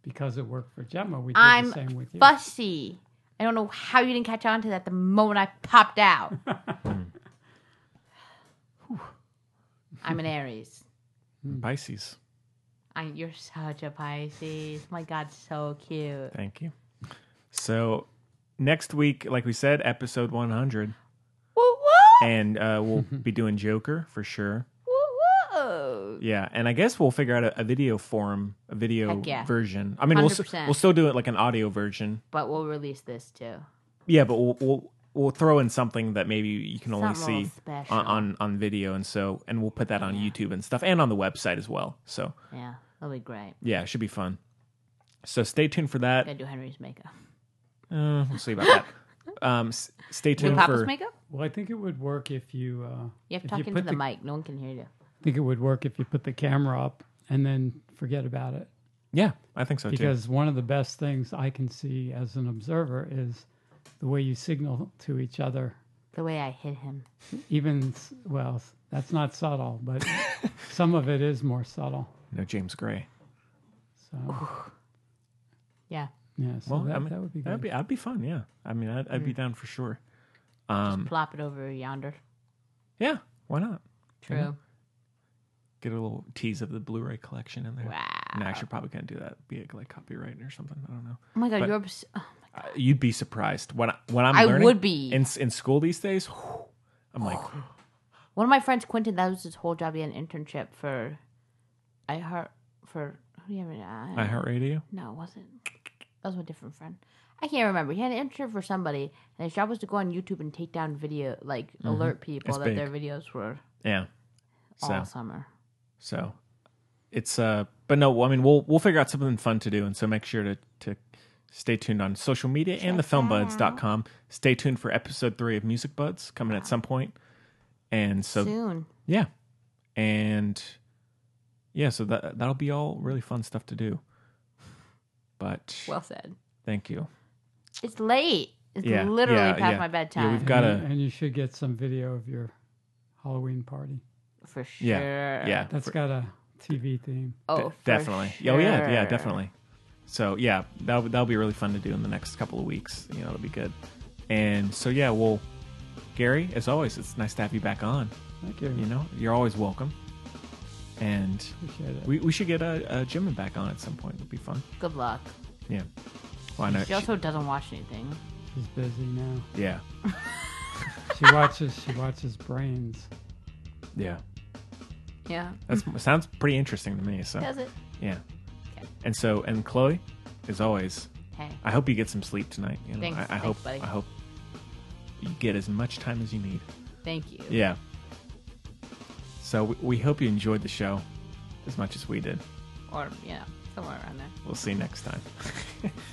[SPEAKER 3] because it worked for Gemma, we did
[SPEAKER 2] I'm
[SPEAKER 3] the same with you.
[SPEAKER 2] fussy. I don't know how you didn't catch on to that the moment I popped out. I'm an Aries.
[SPEAKER 1] Pisces.
[SPEAKER 2] I, you're such a Pisces. My God, so cute.
[SPEAKER 1] Thank you. So next week, like we said, episode 100,
[SPEAKER 2] Woo woo!
[SPEAKER 1] and uh, we'll be doing Joker for sure.
[SPEAKER 2] Woo woo!
[SPEAKER 1] Yeah, and I guess we'll figure out a, a video form, a video
[SPEAKER 2] Heck yeah.
[SPEAKER 1] version. I mean, we'll s-
[SPEAKER 2] 100%.
[SPEAKER 1] we'll still do it like an audio version.
[SPEAKER 2] But we'll release this too.
[SPEAKER 1] Yeah, but we'll we'll, we'll throw in something that maybe you can only
[SPEAKER 2] Something a
[SPEAKER 1] see
[SPEAKER 2] little special.
[SPEAKER 1] on, on on video, and so and we'll put that on YouTube and stuff, and on the website as well. So
[SPEAKER 2] Yeah, that'll be great.
[SPEAKER 1] yeah, it should be fun. So stay tuned for that.
[SPEAKER 2] Gotta do Henry's makeup.
[SPEAKER 1] Uh, we'll see about that. Um, s- stay
[SPEAKER 2] Do
[SPEAKER 1] tuned
[SPEAKER 2] Papa's
[SPEAKER 1] for
[SPEAKER 2] makeup?
[SPEAKER 3] well, I think it would work if you. Uh,
[SPEAKER 2] You have to
[SPEAKER 3] if
[SPEAKER 2] talk
[SPEAKER 3] you
[SPEAKER 2] into
[SPEAKER 3] put
[SPEAKER 2] the, mic. No one can hear you.
[SPEAKER 3] I think it would work if you put the camera up and then forget about it.
[SPEAKER 1] yeah, I think so too.
[SPEAKER 3] because one of the best things I can see as an observer is the way you signal to each other,
[SPEAKER 2] The way I hit him.
[SPEAKER 3] even s- well, s- That's not subtle, but some of it is more subtle.
[SPEAKER 1] No James Gray.
[SPEAKER 3] So
[SPEAKER 2] Yeah.
[SPEAKER 3] yeah, so
[SPEAKER 1] Well,
[SPEAKER 3] that,
[SPEAKER 1] I mean,
[SPEAKER 3] that would be good.
[SPEAKER 1] that'd be that'd be fun. Yeah, I mean, I'd, I'd be down for sure. Um,
[SPEAKER 2] Plop it over yonder.
[SPEAKER 1] Yeah, why not?
[SPEAKER 2] True.
[SPEAKER 1] Get a little tease of the Blu-ray collection in there.
[SPEAKER 2] Wow.
[SPEAKER 1] No, actually, probably can't do that. Be it like copyright or something. I don't know.
[SPEAKER 2] Oh my god,
[SPEAKER 1] But-
[SPEAKER 2] you're obs- oh my-
[SPEAKER 1] Uh, you'd be surprised when I, when I'm.
[SPEAKER 2] I
[SPEAKER 1] learning
[SPEAKER 2] would be.
[SPEAKER 1] in s- in school these days. whew, I'm like,
[SPEAKER 2] one of my friends, Quentin. That was his whole job. He had an internship for, I heart for who do you have? in- Uh,
[SPEAKER 1] I heart radio.
[SPEAKER 2] No, it wasn't. That was my different friend. I can't remember. He had an internship for somebody, and his job was to go on YouTube and take down video, like alert people
[SPEAKER 1] Mm-hmm. It's
[SPEAKER 2] that
[SPEAKER 1] big.
[SPEAKER 2] their videos were
[SPEAKER 1] Yeah. So
[SPEAKER 2] all summer.
[SPEAKER 1] so, it's uh, but no, I mean, we'll we'll figure out something fun to do, and so make sure to to stay tuned on social media and the filmbuds.com. Stay tuned for episode three of Music Buds coming at some point, and so
[SPEAKER 2] Soon.
[SPEAKER 1] Yeah. And yeah, so that that'll be all really fun stuff to do. But
[SPEAKER 2] Well said.
[SPEAKER 1] thank you.
[SPEAKER 2] It's late. It's
[SPEAKER 1] Yeah,
[SPEAKER 2] literally
[SPEAKER 1] yeah,
[SPEAKER 2] past
[SPEAKER 1] yeah.
[SPEAKER 2] my bedtime.
[SPEAKER 1] Yeah, we've
[SPEAKER 3] And
[SPEAKER 1] got
[SPEAKER 3] you-
[SPEAKER 1] a-
[SPEAKER 3] and you should get some video of your Halloween party.
[SPEAKER 2] for sure.
[SPEAKER 1] Yeah. Yeah.
[SPEAKER 3] That's
[SPEAKER 1] for-
[SPEAKER 3] got a TV theme.
[SPEAKER 1] de-
[SPEAKER 2] Oh, for
[SPEAKER 1] definitely. Yeah, Oh yeah, yeah,
[SPEAKER 2] sure.
[SPEAKER 1] definitely. So yeah, that'll that'll be really fun to do in the next couple of weeks. You know, it'll be good. And so yeah, well Gary, as always, it's nice to have you back on.
[SPEAKER 3] Thank you.
[SPEAKER 1] You know, you're always welcome. And
[SPEAKER 3] Appreciate it.
[SPEAKER 1] we, we should get uh, uh, Jim back on at some point. It'd be fun.
[SPEAKER 2] Good luck.
[SPEAKER 1] Yeah. Why not?
[SPEAKER 2] She also doesn't watch anything.
[SPEAKER 3] She's busy now.
[SPEAKER 1] yeah.
[SPEAKER 3] She watches. She watches Brains.
[SPEAKER 1] Yeah.
[SPEAKER 2] Yeah.
[SPEAKER 1] That sounds pretty interesting to me. So
[SPEAKER 2] Does it?
[SPEAKER 1] Yeah. And so, and Chloe, as always,
[SPEAKER 2] Hey.
[SPEAKER 1] I hope you get some sleep tonight. You know,
[SPEAKER 2] Thanks-
[SPEAKER 1] I, I
[SPEAKER 2] thanks,
[SPEAKER 1] hope
[SPEAKER 2] buddy.
[SPEAKER 1] I hope you get as much time as you need.
[SPEAKER 2] Thank you.
[SPEAKER 1] Yeah. So we, we hope you enjoyed the show as much as we did.
[SPEAKER 2] Or, you know, somewhere around there.
[SPEAKER 1] We'll see you next time.